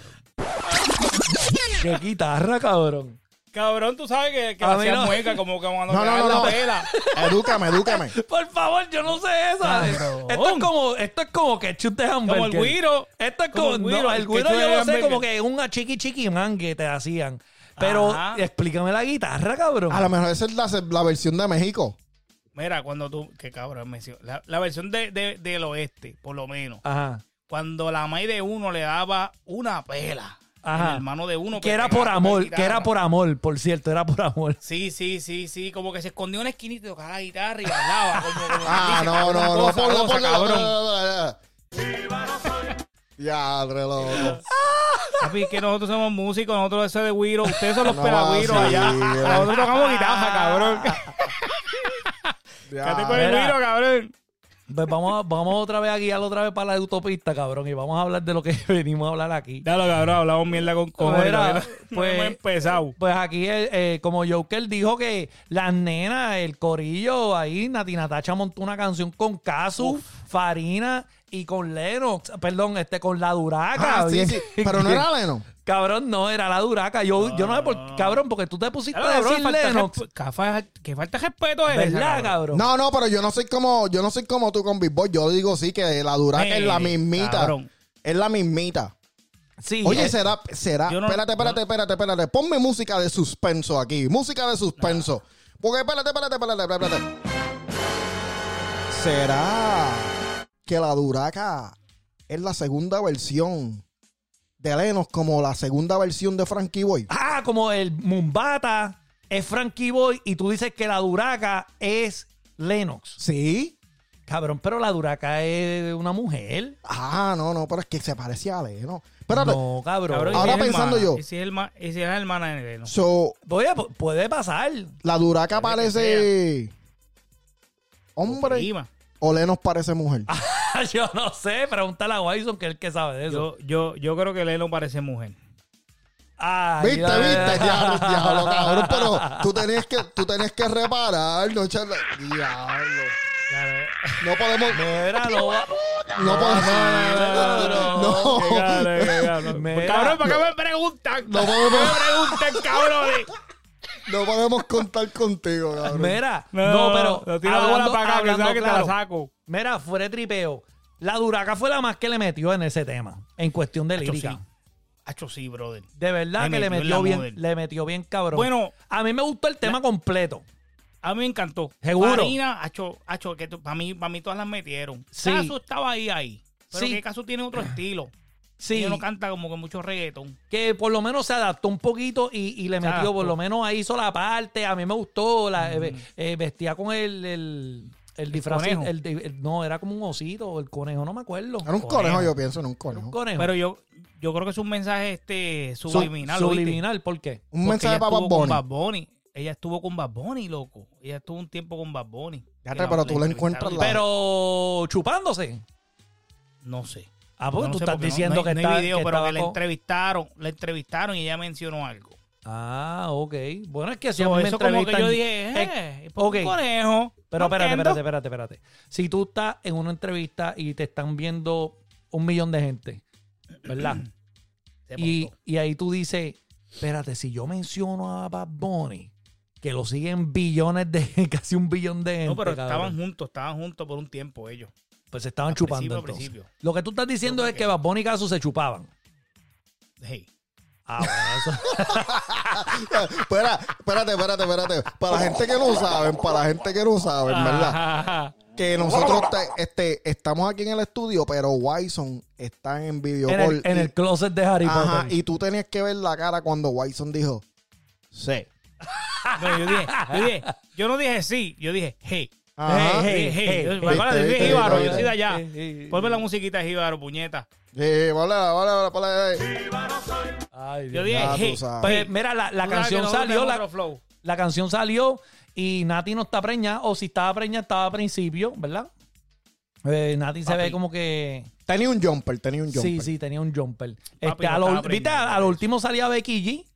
[SPEAKER 2] Qué guitarra, cabrón.
[SPEAKER 3] Cabrón, tú sabes que, que
[SPEAKER 2] A mí
[SPEAKER 3] hacían
[SPEAKER 2] no.
[SPEAKER 3] mueca como que cuando
[SPEAKER 4] No, no,
[SPEAKER 3] pegaban
[SPEAKER 4] no, no.
[SPEAKER 3] la vela.
[SPEAKER 4] Edúcame, edúcame.
[SPEAKER 2] Por favor, yo no sé eso.
[SPEAKER 3] Cabrón.
[SPEAKER 2] Esto es como, esto es como que chute hamburger.
[SPEAKER 3] Como el guiro.
[SPEAKER 2] Esto es
[SPEAKER 3] Como
[SPEAKER 2] como,
[SPEAKER 3] el
[SPEAKER 2] no, el
[SPEAKER 3] guiro,
[SPEAKER 2] guiro,
[SPEAKER 3] el ketchup
[SPEAKER 2] yo
[SPEAKER 3] de
[SPEAKER 2] lo sé
[SPEAKER 3] hamburger.
[SPEAKER 2] como que un chiqui chiqui man que te hacían. Pero
[SPEAKER 3] Ajá.
[SPEAKER 2] explícame la guitarra, cabrón.
[SPEAKER 4] A lo mejor esa es la, la versión de México.
[SPEAKER 3] Mira, cuando tú. Qué cabrón, me hicieron- la, la versión de, de- del oeste, por lo menos.
[SPEAKER 2] Ajá.
[SPEAKER 3] Cuando la madre de uno le daba una pela.
[SPEAKER 2] Ajá.
[SPEAKER 3] El hermano de uno.
[SPEAKER 2] Que
[SPEAKER 3] pues,
[SPEAKER 2] era por
[SPEAKER 3] pegaba con la
[SPEAKER 2] amor, que
[SPEAKER 3] guitarra.
[SPEAKER 2] era por amor, por cierto, era por amor.
[SPEAKER 3] Sí, sí, sí, sí. Como que se escondió en una esquinita y tocaba la guitarra y bailaba. como- como
[SPEAKER 4] Ah,
[SPEAKER 3] dice,
[SPEAKER 4] no,
[SPEAKER 3] cabrón,
[SPEAKER 4] no,
[SPEAKER 3] una
[SPEAKER 4] no.
[SPEAKER 3] cosa,
[SPEAKER 4] Ponla,
[SPEAKER 3] cosa,
[SPEAKER 4] ponla,
[SPEAKER 3] cabrón.
[SPEAKER 4] ponla. Ya, re loco.
[SPEAKER 3] Papi, es que nosotros somos músicos, nosotros eso de Wiro, ustedes son los
[SPEAKER 4] No
[SPEAKER 3] pelagüiros
[SPEAKER 4] va a
[SPEAKER 3] allá.
[SPEAKER 4] seguir.
[SPEAKER 3] Nosotros
[SPEAKER 4] Ah,
[SPEAKER 3] tocamos guitarra, cabrón.
[SPEAKER 4] Ya,
[SPEAKER 3] Quédate con el
[SPEAKER 2] mira.
[SPEAKER 3] Wiro, cabrón.
[SPEAKER 2] Pues vamos, vamos otra vez a guiar otra vez para la autopista, cabrón, y vamos a hablar de lo que venimos a hablar aquí.
[SPEAKER 3] Ya lo cabrón, hablamos mierda con cojones.
[SPEAKER 2] Mira,
[SPEAKER 3] cabrón. No
[SPEAKER 2] pues-
[SPEAKER 3] hemos empezado.
[SPEAKER 2] Pues aquí, eh, eh, como Joker dijo que las nenas, el corillo ahí, Nati Natacha montó una canción con Casu, Farina y con Lennox. Perdón, este, con La Duraca.
[SPEAKER 4] Ah, sí,
[SPEAKER 2] Bien-
[SPEAKER 4] sí. Pero no era Leno.
[SPEAKER 2] Cabrón, no, era La Duraca. Yo, yo no sé por qué, cabrón, porque tú te pusiste
[SPEAKER 3] Ya lo
[SPEAKER 2] a
[SPEAKER 3] cabrón,
[SPEAKER 2] decir
[SPEAKER 3] falta
[SPEAKER 2] Lennox.
[SPEAKER 3] resp- que fa- Que falta respeto es esa,
[SPEAKER 2] ¿Verdad, cabrón?
[SPEAKER 4] No, no, pero yo no soy como, yo no soy como tú con Big Boy. Yo digo sí que la Duraca
[SPEAKER 3] Eh,
[SPEAKER 4] es la mismita.
[SPEAKER 3] cabrón.
[SPEAKER 4] Es la mismita.
[SPEAKER 2] Sí,
[SPEAKER 4] Oye,
[SPEAKER 2] eh,
[SPEAKER 4] será, será.
[SPEAKER 3] yo no-
[SPEAKER 4] espérate, espérate, espérate, espérate. Ponme música de suspenso aquí. Música de suspenso. Porque espérate, espérate, espérate, espérate, espérate. ¿Será que la Duraca es la segunda versión de Lenos como la segunda versión de Frankie Boy?
[SPEAKER 2] Ah, como el Mumbata es Frankie Boy y tú dices que La Duraca es Lennox.
[SPEAKER 4] Sí.
[SPEAKER 2] Cabrón, pero La Duraca es una mujer.
[SPEAKER 4] Ah, no, no, pero es que se parecía a Leno. Espérate.
[SPEAKER 2] No, cabrón.
[SPEAKER 3] Cabrón, y
[SPEAKER 4] Ahora
[SPEAKER 3] si es
[SPEAKER 4] pensando
[SPEAKER 3] hermana,
[SPEAKER 4] yo.
[SPEAKER 3] y si es herma- y si es la hermana de Leno.
[SPEAKER 4] So,
[SPEAKER 2] Oye, pu- puede pasar.
[SPEAKER 4] La Duraca
[SPEAKER 3] Puede que
[SPEAKER 4] parece hombre
[SPEAKER 3] Prima.
[SPEAKER 4] o Lenos parece mujer.
[SPEAKER 2] Yo no sé, pregúntale a Wison que es el que sabe de eso.
[SPEAKER 3] Yo, yo, yo creo que Leno parece mujer.
[SPEAKER 2] Ay,
[SPEAKER 4] viste,
[SPEAKER 2] ay,
[SPEAKER 4] viste,
[SPEAKER 2] ay.
[SPEAKER 4] diablo, diablo, cabrón, pero tú tenías que, tú tenías que reparar, no charla- Diablo.
[SPEAKER 3] Claro, eh.
[SPEAKER 4] No podemos,
[SPEAKER 2] Mira, no va-
[SPEAKER 4] no
[SPEAKER 2] no,
[SPEAKER 4] podemos.
[SPEAKER 3] Qué
[SPEAKER 4] No,
[SPEAKER 3] cabrón, qué cabrón.
[SPEAKER 2] Mira.
[SPEAKER 3] Cabrón, ¿para qué me preguntan?
[SPEAKER 4] No,
[SPEAKER 3] No,
[SPEAKER 4] no, no.
[SPEAKER 3] me preguntan, cabrón.
[SPEAKER 4] no podemos contar contigo, cabrón.
[SPEAKER 2] mira. No, pero.
[SPEAKER 3] No tiro la bola
[SPEAKER 2] hablando-
[SPEAKER 3] para acá, que
[SPEAKER 2] hablando
[SPEAKER 3] sabes que te la
[SPEAKER 2] claro,
[SPEAKER 3] saco.
[SPEAKER 2] Mira, fuera de tripeo. La Duraca fue la más que le metió en ese tema, en cuestión de
[SPEAKER 3] Hacho sí.
[SPEAKER 2] lírica.
[SPEAKER 3] Hacho sí, brother.
[SPEAKER 2] De verdad
[SPEAKER 3] Le
[SPEAKER 2] que le
[SPEAKER 3] metió en
[SPEAKER 2] metió
[SPEAKER 3] la
[SPEAKER 2] bien,
[SPEAKER 3] model.
[SPEAKER 2] le metió bien cabrón.
[SPEAKER 3] Bueno.
[SPEAKER 2] a mí me gustó el tema completo.
[SPEAKER 3] A mí me encantó.
[SPEAKER 2] Seguro.
[SPEAKER 3] Farina, hacho, hacho, que para mí, para mí todas las metieron.
[SPEAKER 2] Sí.
[SPEAKER 3] Caso estaba ahí, ahí. Pero
[SPEAKER 2] Sí.
[SPEAKER 3] que Caso tiene otro estilo.
[SPEAKER 2] Sí,
[SPEAKER 3] Ella no canta como que mucho reggaetón.
[SPEAKER 2] que por lo menos se adaptó un poquito y, y le metió,
[SPEAKER 3] Exacto.
[SPEAKER 2] por lo menos ahí hizo la parte. A mí me gustó, la, eh, eh, vestía con el, el, el disfraz.
[SPEAKER 3] conejo.
[SPEAKER 2] el- el- no, era como un osito o el conejo, no me acuerdo.
[SPEAKER 4] Era un conejo, yo pienso, en un conejo.
[SPEAKER 2] Un conejo.
[SPEAKER 3] Pero yo, yo creo que es un mensaje este subliminal. ¿oíste?
[SPEAKER 2] Subliminal, ¿por qué?
[SPEAKER 4] Un
[SPEAKER 3] Porque
[SPEAKER 4] mensaje
[SPEAKER 3] ella
[SPEAKER 4] para Bad
[SPEAKER 3] estuvo con
[SPEAKER 4] Bunny.
[SPEAKER 3] Bad Bunny. Ella estuvo con Bad Bunny, loco. Ella estuvo un tiempo con Bad Bunny.
[SPEAKER 4] Ya
[SPEAKER 3] Que
[SPEAKER 4] te- pero tú la
[SPEAKER 3] entrevistaron.
[SPEAKER 4] encuentras la-
[SPEAKER 2] Pero chupándose.
[SPEAKER 3] No sé.
[SPEAKER 2] Ah, porque
[SPEAKER 3] No
[SPEAKER 2] tú
[SPEAKER 3] sé,
[SPEAKER 2] estás
[SPEAKER 3] porque no-
[SPEAKER 2] diciendo
[SPEAKER 3] no hay-
[SPEAKER 2] que
[SPEAKER 3] no hay
[SPEAKER 2] está-
[SPEAKER 3] video,
[SPEAKER 2] que
[SPEAKER 3] pero
[SPEAKER 2] estaba
[SPEAKER 3] que la
[SPEAKER 2] con-
[SPEAKER 3] entrevistaron, la entrevistaron y ella mencionó algo.
[SPEAKER 2] Ah, ok. Bueno, es que si a
[SPEAKER 3] So,
[SPEAKER 2] mí me
[SPEAKER 3] eso como que
[SPEAKER 2] entrevistan-
[SPEAKER 3] yo dije, eh,
[SPEAKER 2] Eh,
[SPEAKER 3] ¿por
[SPEAKER 2] ok.
[SPEAKER 3] qué un conejo.
[SPEAKER 2] Pero
[SPEAKER 3] No
[SPEAKER 2] espérate,
[SPEAKER 3] entiendo.
[SPEAKER 2] espérate, espérate, espérate. Si tú estás en una entrevista y te están viendo un millón de gente, ¿verdad?
[SPEAKER 3] Se
[SPEAKER 2] y,
[SPEAKER 3] montó.
[SPEAKER 2] y ahí tú dices, espérate, si yo menciono a Bad Bunny, que lo siguen billones de, casi un billón de gente.
[SPEAKER 3] no, pero
[SPEAKER 2] cabrón,
[SPEAKER 3] estaban juntos, estaban juntos por un tiempo ellos.
[SPEAKER 2] Pues se estaban
[SPEAKER 3] al
[SPEAKER 2] chupando
[SPEAKER 3] principio, al
[SPEAKER 2] entonces.
[SPEAKER 3] principio.
[SPEAKER 2] Lo que tú estás diciendo
[SPEAKER 3] Yo
[SPEAKER 2] es
[SPEAKER 3] creo
[SPEAKER 2] que
[SPEAKER 3] que-
[SPEAKER 2] Bad Bunny y Casu se chupaban.
[SPEAKER 3] Hey.
[SPEAKER 2] Ah, bueno, eso.
[SPEAKER 4] Espera, espérate, espérate, espérate. Para la gente que no saben, para la gente que no saben, ¿verdad? que nosotros te- este, estamos aquí en el estudio, pero Wyson está en video
[SPEAKER 2] en, el,
[SPEAKER 4] call.
[SPEAKER 2] en
[SPEAKER 4] y,
[SPEAKER 2] el closet de Harry
[SPEAKER 4] ajá,
[SPEAKER 2] Potter.
[SPEAKER 4] y tú tenías que ver la cara cuando Wyson dijo, sí.
[SPEAKER 2] Ah.
[SPEAKER 3] No, yo dije, yo dije, yo no dije sí, yo dije hey.
[SPEAKER 4] Ajá.
[SPEAKER 3] Hey, hey, hey. Yo-
[SPEAKER 2] hey.
[SPEAKER 3] acuérdate, yo soy
[SPEAKER 4] Viste,
[SPEAKER 3] de Jíbaro,
[SPEAKER 4] viste,
[SPEAKER 3] yo soy de allá.
[SPEAKER 2] Hey, hey.
[SPEAKER 3] Ponme la musiquita de Jíbaro, puñeta.
[SPEAKER 4] Sí, vale, vale, vale, vale.
[SPEAKER 2] Ay, Dios.
[SPEAKER 3] Yo dije,
[SPEAKER 4] Ya tú
[SPEAKER 3] hey.
[SPEAKER 4] sabes.
[SPEAKER 2] Pues mira, la, la
[SPEAKER 3] Tú sabes que
[SPEAKER 2] canción
[SPEAKER 3] nosotros
[SPEAKER 2] salió.
[SPEAKER 3] tenemos
[SPEAKER 2] La,
[SPEAKER 3] otro flow.
[SPEAKER 2] la canción salió y Nati no está preñada. O si estaba preñada, estaba a principio, ¿verdad? Eh, Nati se
[SPEAKER 3] Papi.
[SPEAKER 2] ve como que.
[SPEAKER 4] Tenía un jumper, tenía un jumper.
[SPEAKER 2] Sí, sí, tenía un jumper. Este,
[SPEAKER 3] no
[SPEAKER 2] a lo-
[SPEAKER 3] estaba
[SPEAKER 2] ¿Viste?
[SPEAKER 3] preñada,
[SPEAKER 2] A- Al
[SPEAKER 3] por
[SPEAKER 2] último salía Becky G.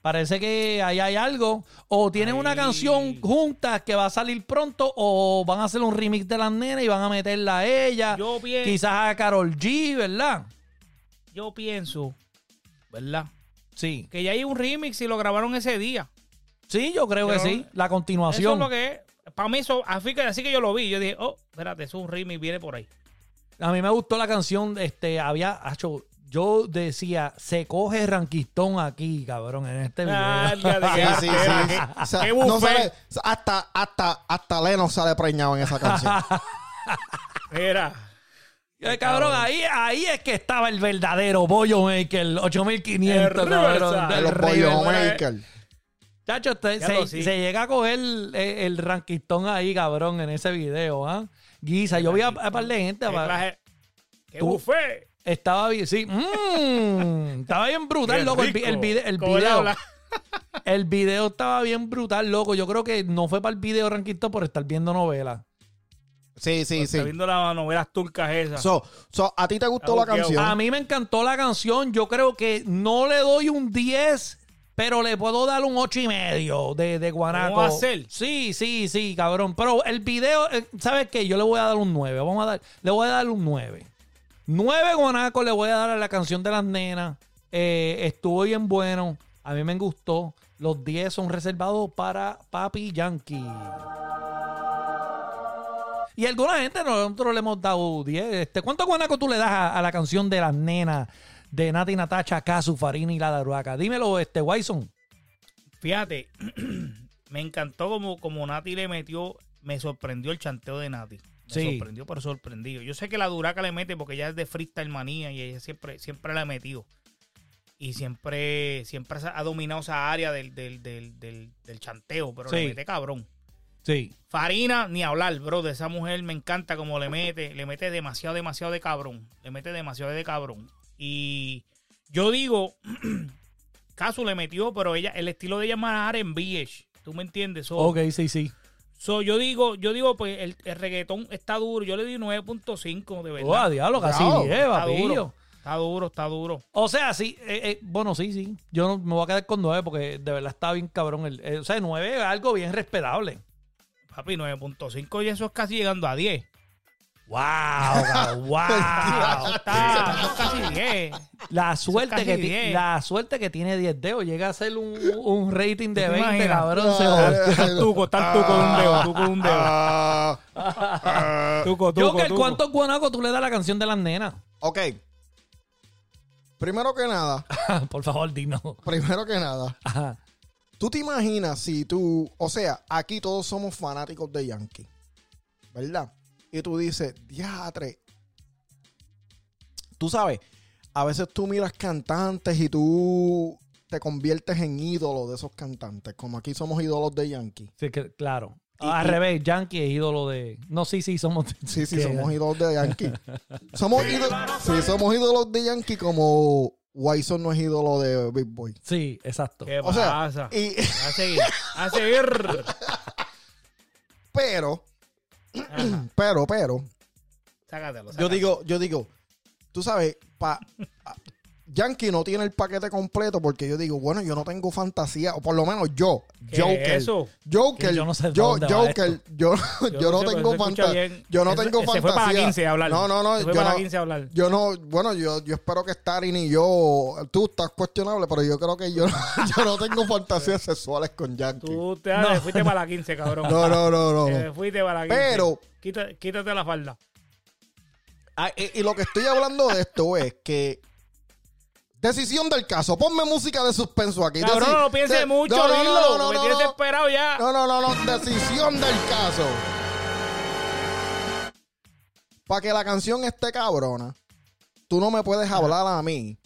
[SPEAKER 2] Parece que ahí hay algo. O tienen una
[SPEAKER 3] Ahí.
[SPEAKER 2] canción juntas que va a salir pronto. O van a hacer un remix de las nenas y van a meterla a ella.
[SPEAKER 3] Yo pienso.
[SPEAKER 2] Quizás a Carol G, ¿verdad?
[SPEAKER 3] Yo pienso, ¿verdad?
[SPEAKER 2] Sí.
[SPEAKER 3] Que ya hay un remix y lo grabaron ese día.
[SPEAKER 2] Sí, yo creo
[SPEAKER 3] Pero
[SPEAKER 2] que sí. La continuación.
[SPEAKER 3] Eso es lo que es. Para mí eso, así que, así que yo lo vi. Yo dije, oh, espérate, eso es un remix, viene por ahí.
[SPEAKER 2] A mí me gustó la canción, este, había, acho, yo decía, se coge ranquistón aquí, cabrón, en este video.
[SPEAKER 3] Ah,
[SPEAKER 4] Sí, sí, sí. O sea,
[SPEAKER 3] Qué
[SPEAKER 4] no
[SPEAKER 3] buffet.
[SPEAKER 4] sale- hasta, hasta, hasta Leno sale preñado en esa canción.
[SPEAKER 3] Mira.
[SPEAKER 2] Eh, cabrón, ahí, ahí es que estaba el verdadero Bollo Maker, 8500,
[SPEAKER 3] El
[SPEAKER 2] cabrón,
[SPEAKER 3] Riverside.
[SPEAKER 2] del
[SPEAKER 4] los
[SPEAKER 2] River.
[SPEAKER 4] bollos Maker.
[SPEAKER 2] Chacho, te-
[SPEAKER 3] Ya
[SPEAKER 2] se,
[SPEAKER 3] lo sí.
[SPEAKER 2] se llega a coger el, el ranquistón ahí, cabrón, en ese video, ¿ah? Guisa, yo vi a, a par de gente,
[SPEAKER 3] Qué
[SPEAKER 2] pa-
[SPEAKER 3] clase- qué
[SPEAKER 2] Tú-
[SPEAKER 3] buffet.
[SPEAKER 2] estaba bien, sí, mm, estaba bien brutal,
[SPEAKER 3] Qué
[SPEAKER 2] loco, el, vi- el
[SPEAKER 3] rico.
[SPEAKER 2] vide- el
[SPEAKER 3] Como él
[SPEAKER 2] video.
[SPEAKER 3] habla.
[SPEAKER 2] El video estaba bien brutal, loco. Yo creo que no fue para el video Ranquito por estar viendo novelas.
[SPEAKER 4] Sí, sí,
[SPEAKER 3] Está
[SPEAKER 4] sí.
[SPEAKER 3] viendo las novelas turcas esas.
[SPEAKER 4] So, so, ¿a ti te gustó la
[SPEAKER 3] Ah, ok, ok.
[SPEAKER 4] canción?
[SPEAKER 2] A mí me encantó la canción. Yo creo que no le doy un 10, pero le puedo dar un 8 y medio de, de Guanaco.
[SPEAKER 3] ¿Cómo va a ser?
[SPEAKER 2] Sí, sí, sí, cabrón. Pero el video, eh, ¿sabes qué? Yo le voy a dar un 9. Vamos a dar, le voy a dar un 9. 9 Guanaco le voy a dar a la canción de las nenas. Eh, estuvo bien bueno. A mí me gustó. Los 10 son reservados para Papi Yankee. Y alguna gente nosotros le hemos dado 10. Este, ¿Cuánto guanaco tú le das a, a la canción de las nenas de Nati Natacha, Casu, Farini y la Daruaca? Dímelo, este, Wyson.
[SPEAKER 3] Fíjate, me encantó como, como Nati le metió, me sorprendió el chanteo de Nati. Me
[SPEAKER 2] Sí.
[SPEAKER 3] sorprendió, pero sorprendido. Yo sé que la Duraca le mete porque ella es de freestyle manía y ella siempre, siempre la ha metido. Y siempre, siempre ha dominado esa área del, del, del, del, del chanteo, pero
[SPEAKER 2] Sí.
[SPEAKER 3] le mete cabrón.
[SPEAKER 2] Sí.
[SPEAKER 3] Farina, ni hablar, bro. De esa mujer me encanta como le mete. Le mete demasiado, demasiado de cabrón. Le mete demasiado de cabrón. Y yo digo, Casu le metió, pero ella, el estilo de ella es más R&B. -ish. ¿Tú me entiendes? So,
[SPEAKER 2] Ok, sí, sí.
[SPEAKER 3] so, yo digo, yo digo, pues el, el reggaetón está duro. Yo le di 9.5, de verdad.
[SPEAKER 2] Oh, a diablo, casi
[SPEAKER 4] Bravo,
[SPEAKER 2] 10,
[SPEAKER 3] está
[SPEAKER 2] papillo.
[SPEAKER 3] duro. Está duro, está duro.
[SPEAKER 2] O sea, sí, eh, eh, bueno, sí, sí. Yo no- me voy a quedar con 9 porque de verdad está bien cabrón. El, eh, o sea, 9 es algo bien respetable.
[SPEAKER 3] Papi, 9.5 y eso es casi llegando a 10.
[SPEAKER 2] ¡Wow! cabrón, ¡Wow!
[SPEAKER 4] Ah,
[SPEAKER 3] Eso está, eso es casi 10.
[SPEAKER 2] La suerte,
[SPEAKER 3] casi
[SPEAKER 2] que, ti-
[SPEAKER 3] 10.
[SPEAKER 2] la suerte que tiene 10 dedos. Llega a ser un, un rating de
[SPEAKER 3] ¿Tú te
[SPEAKER 2] 20,
[SPEAKER 3] imaginas?
[SPEAKER 2] cabrón. se jodió.
[SPEAKER 4] Ah,
[SPEAKER 3] Tuco, está el tuco de un dedo, tuco de un dedo.
[SPEAKER 4] ah, ah.
[SPEAKER 3] Tuco, tuco,
[SPEAKER 2] Joker,
[SPEAKER 3] tuco.
[SPEAKER 2] ¿cuántos guanacos tú le das a la canción de las nenas?
[SPEAKER 4] Ok. Primero que nada,
[SPEAKER 2] Ah, Por favor, dino.
[SPEAKER 4] primero que nada,
[SPEAKER 2] Ajá.
[SPEAKER 4] ¿Tú te imaginas si tú, o sea, aquí todos somos fanáticos de Yankee, ¿verdad? Y tú dices, diatre. Tú sabes, a veces tú miras cantantes y tú te conviertes en ídolo de esos cantantes, como aquí somos ídolos de Yankee.
[SPEAKER 2] Sí, que- claro.
[SPEAKER 4] Y-
[SPEAKER 2] Al
[SPEAKER 4] y-
[SPEAKER 2] revés, Yankee es ídolo de. No, sí, sí, somos.
[SPEAKER 4] Sí, sí,
[SPEAKER 2] que-
[SPEAKER 4] somos ídolos de Yankee. Somos ídolos, sí, somos ídolos de Yankee como Wyson no es ídolo de Big Boy.
[SPEAKER 2] Sí, exacto.
[SPEAKER 3] ¿Qué
[SPEAKER 4] O sea,
[SPEAKER 3] pasa?
[SPEAKER 4] y-
[SPEAKER 3] A seguir, a seguir.
[SPEAKER 4] pero, pero, pero,
[SPEAKER 3] Sácatelo,
[SPEAKER 4] Yo
[SPEAKER 3] sácatelo.
[SPEAKER 4] digo, yo digo, tú sabes, pa, a- Yankee no tiene el paquete completo porque yo digo, bueno, yo no tengo fantasía, o por lo menos yo,
[SPEAKER 3] ¿Qué es
[SPEAKER 4] Joker.
[SPEAKER 3] eso?
[SPEAKER 4] Joker,
[SPEAKER 2] Que yo no sé
[SPEAKER 4] yo,
[SPEAKER 2] dónde va
[SPEAKER 4] Joker, yo, yo, no
[SPEAKER 3] sé, pero
[SPEAKER 4] tengo
[SPEAKER 3] se escucha
[SPEAKER 4] fantasía.
[SPEAKER 3] bien.
[SPEAKER 4] Yo no
[SPEAKER 3] Eso-
[SPEAKER 4] tengo
[SPEAKER 3] se
[SPEAKER 4] fantasía.
[SPEAKER 3] fue para la 15 a hablar.
[SPEAKER 4] No, no, no.
[SPEAKER 3] Se fue
[SPEAKER 4] yo
[SPEAKER 3] para la
[SPEAKER 4] no-
[SPEAKER 3] 15 a hablar.
[SPEAKER 4] Yo no, bueno, yo, yo espero que Starin y yo, tú estás cuestionable, pero yo creo que yo, yo no tengo fantasías sexuales con Yankee.
[SPEAKER 3] Tú te te fuiste para la 15, cabrón.
[SPEAKER 4] No, no, no, no.
[SPEAKER 3] Te fuiste para la 15.
[SPEAKER 4] Pero-
[SPEAKER 3] Quita- quítate la falda.
[SPEAKER 4] Ah, y, y lo que estoy hablando de esto es que. Decisión del caso. Ponme música de suspenso aquí.
[SPEAKER 3] Cabrón,
[SPEAKER 4] Deci-
[SPEAKER 3] no lo pienses
[SPEAKER 4] de-
[SPEAKER 3] mucho,
[SPEAKER 4] no, no,
[SPEAKER 3] dilo.
[SPEAKER 4] no, no,
[SPEAKER 3] me
[SPEAKER 4] no,
[SPEAKER 3] tienes
[SPEAKER 4] no.
[SPEAKER 3] desesperado ya.
[SPEAKER 4] No, no, no, no. Decisión del caso. Para que la canción esté cabrona, tú no me puedes hablar a mí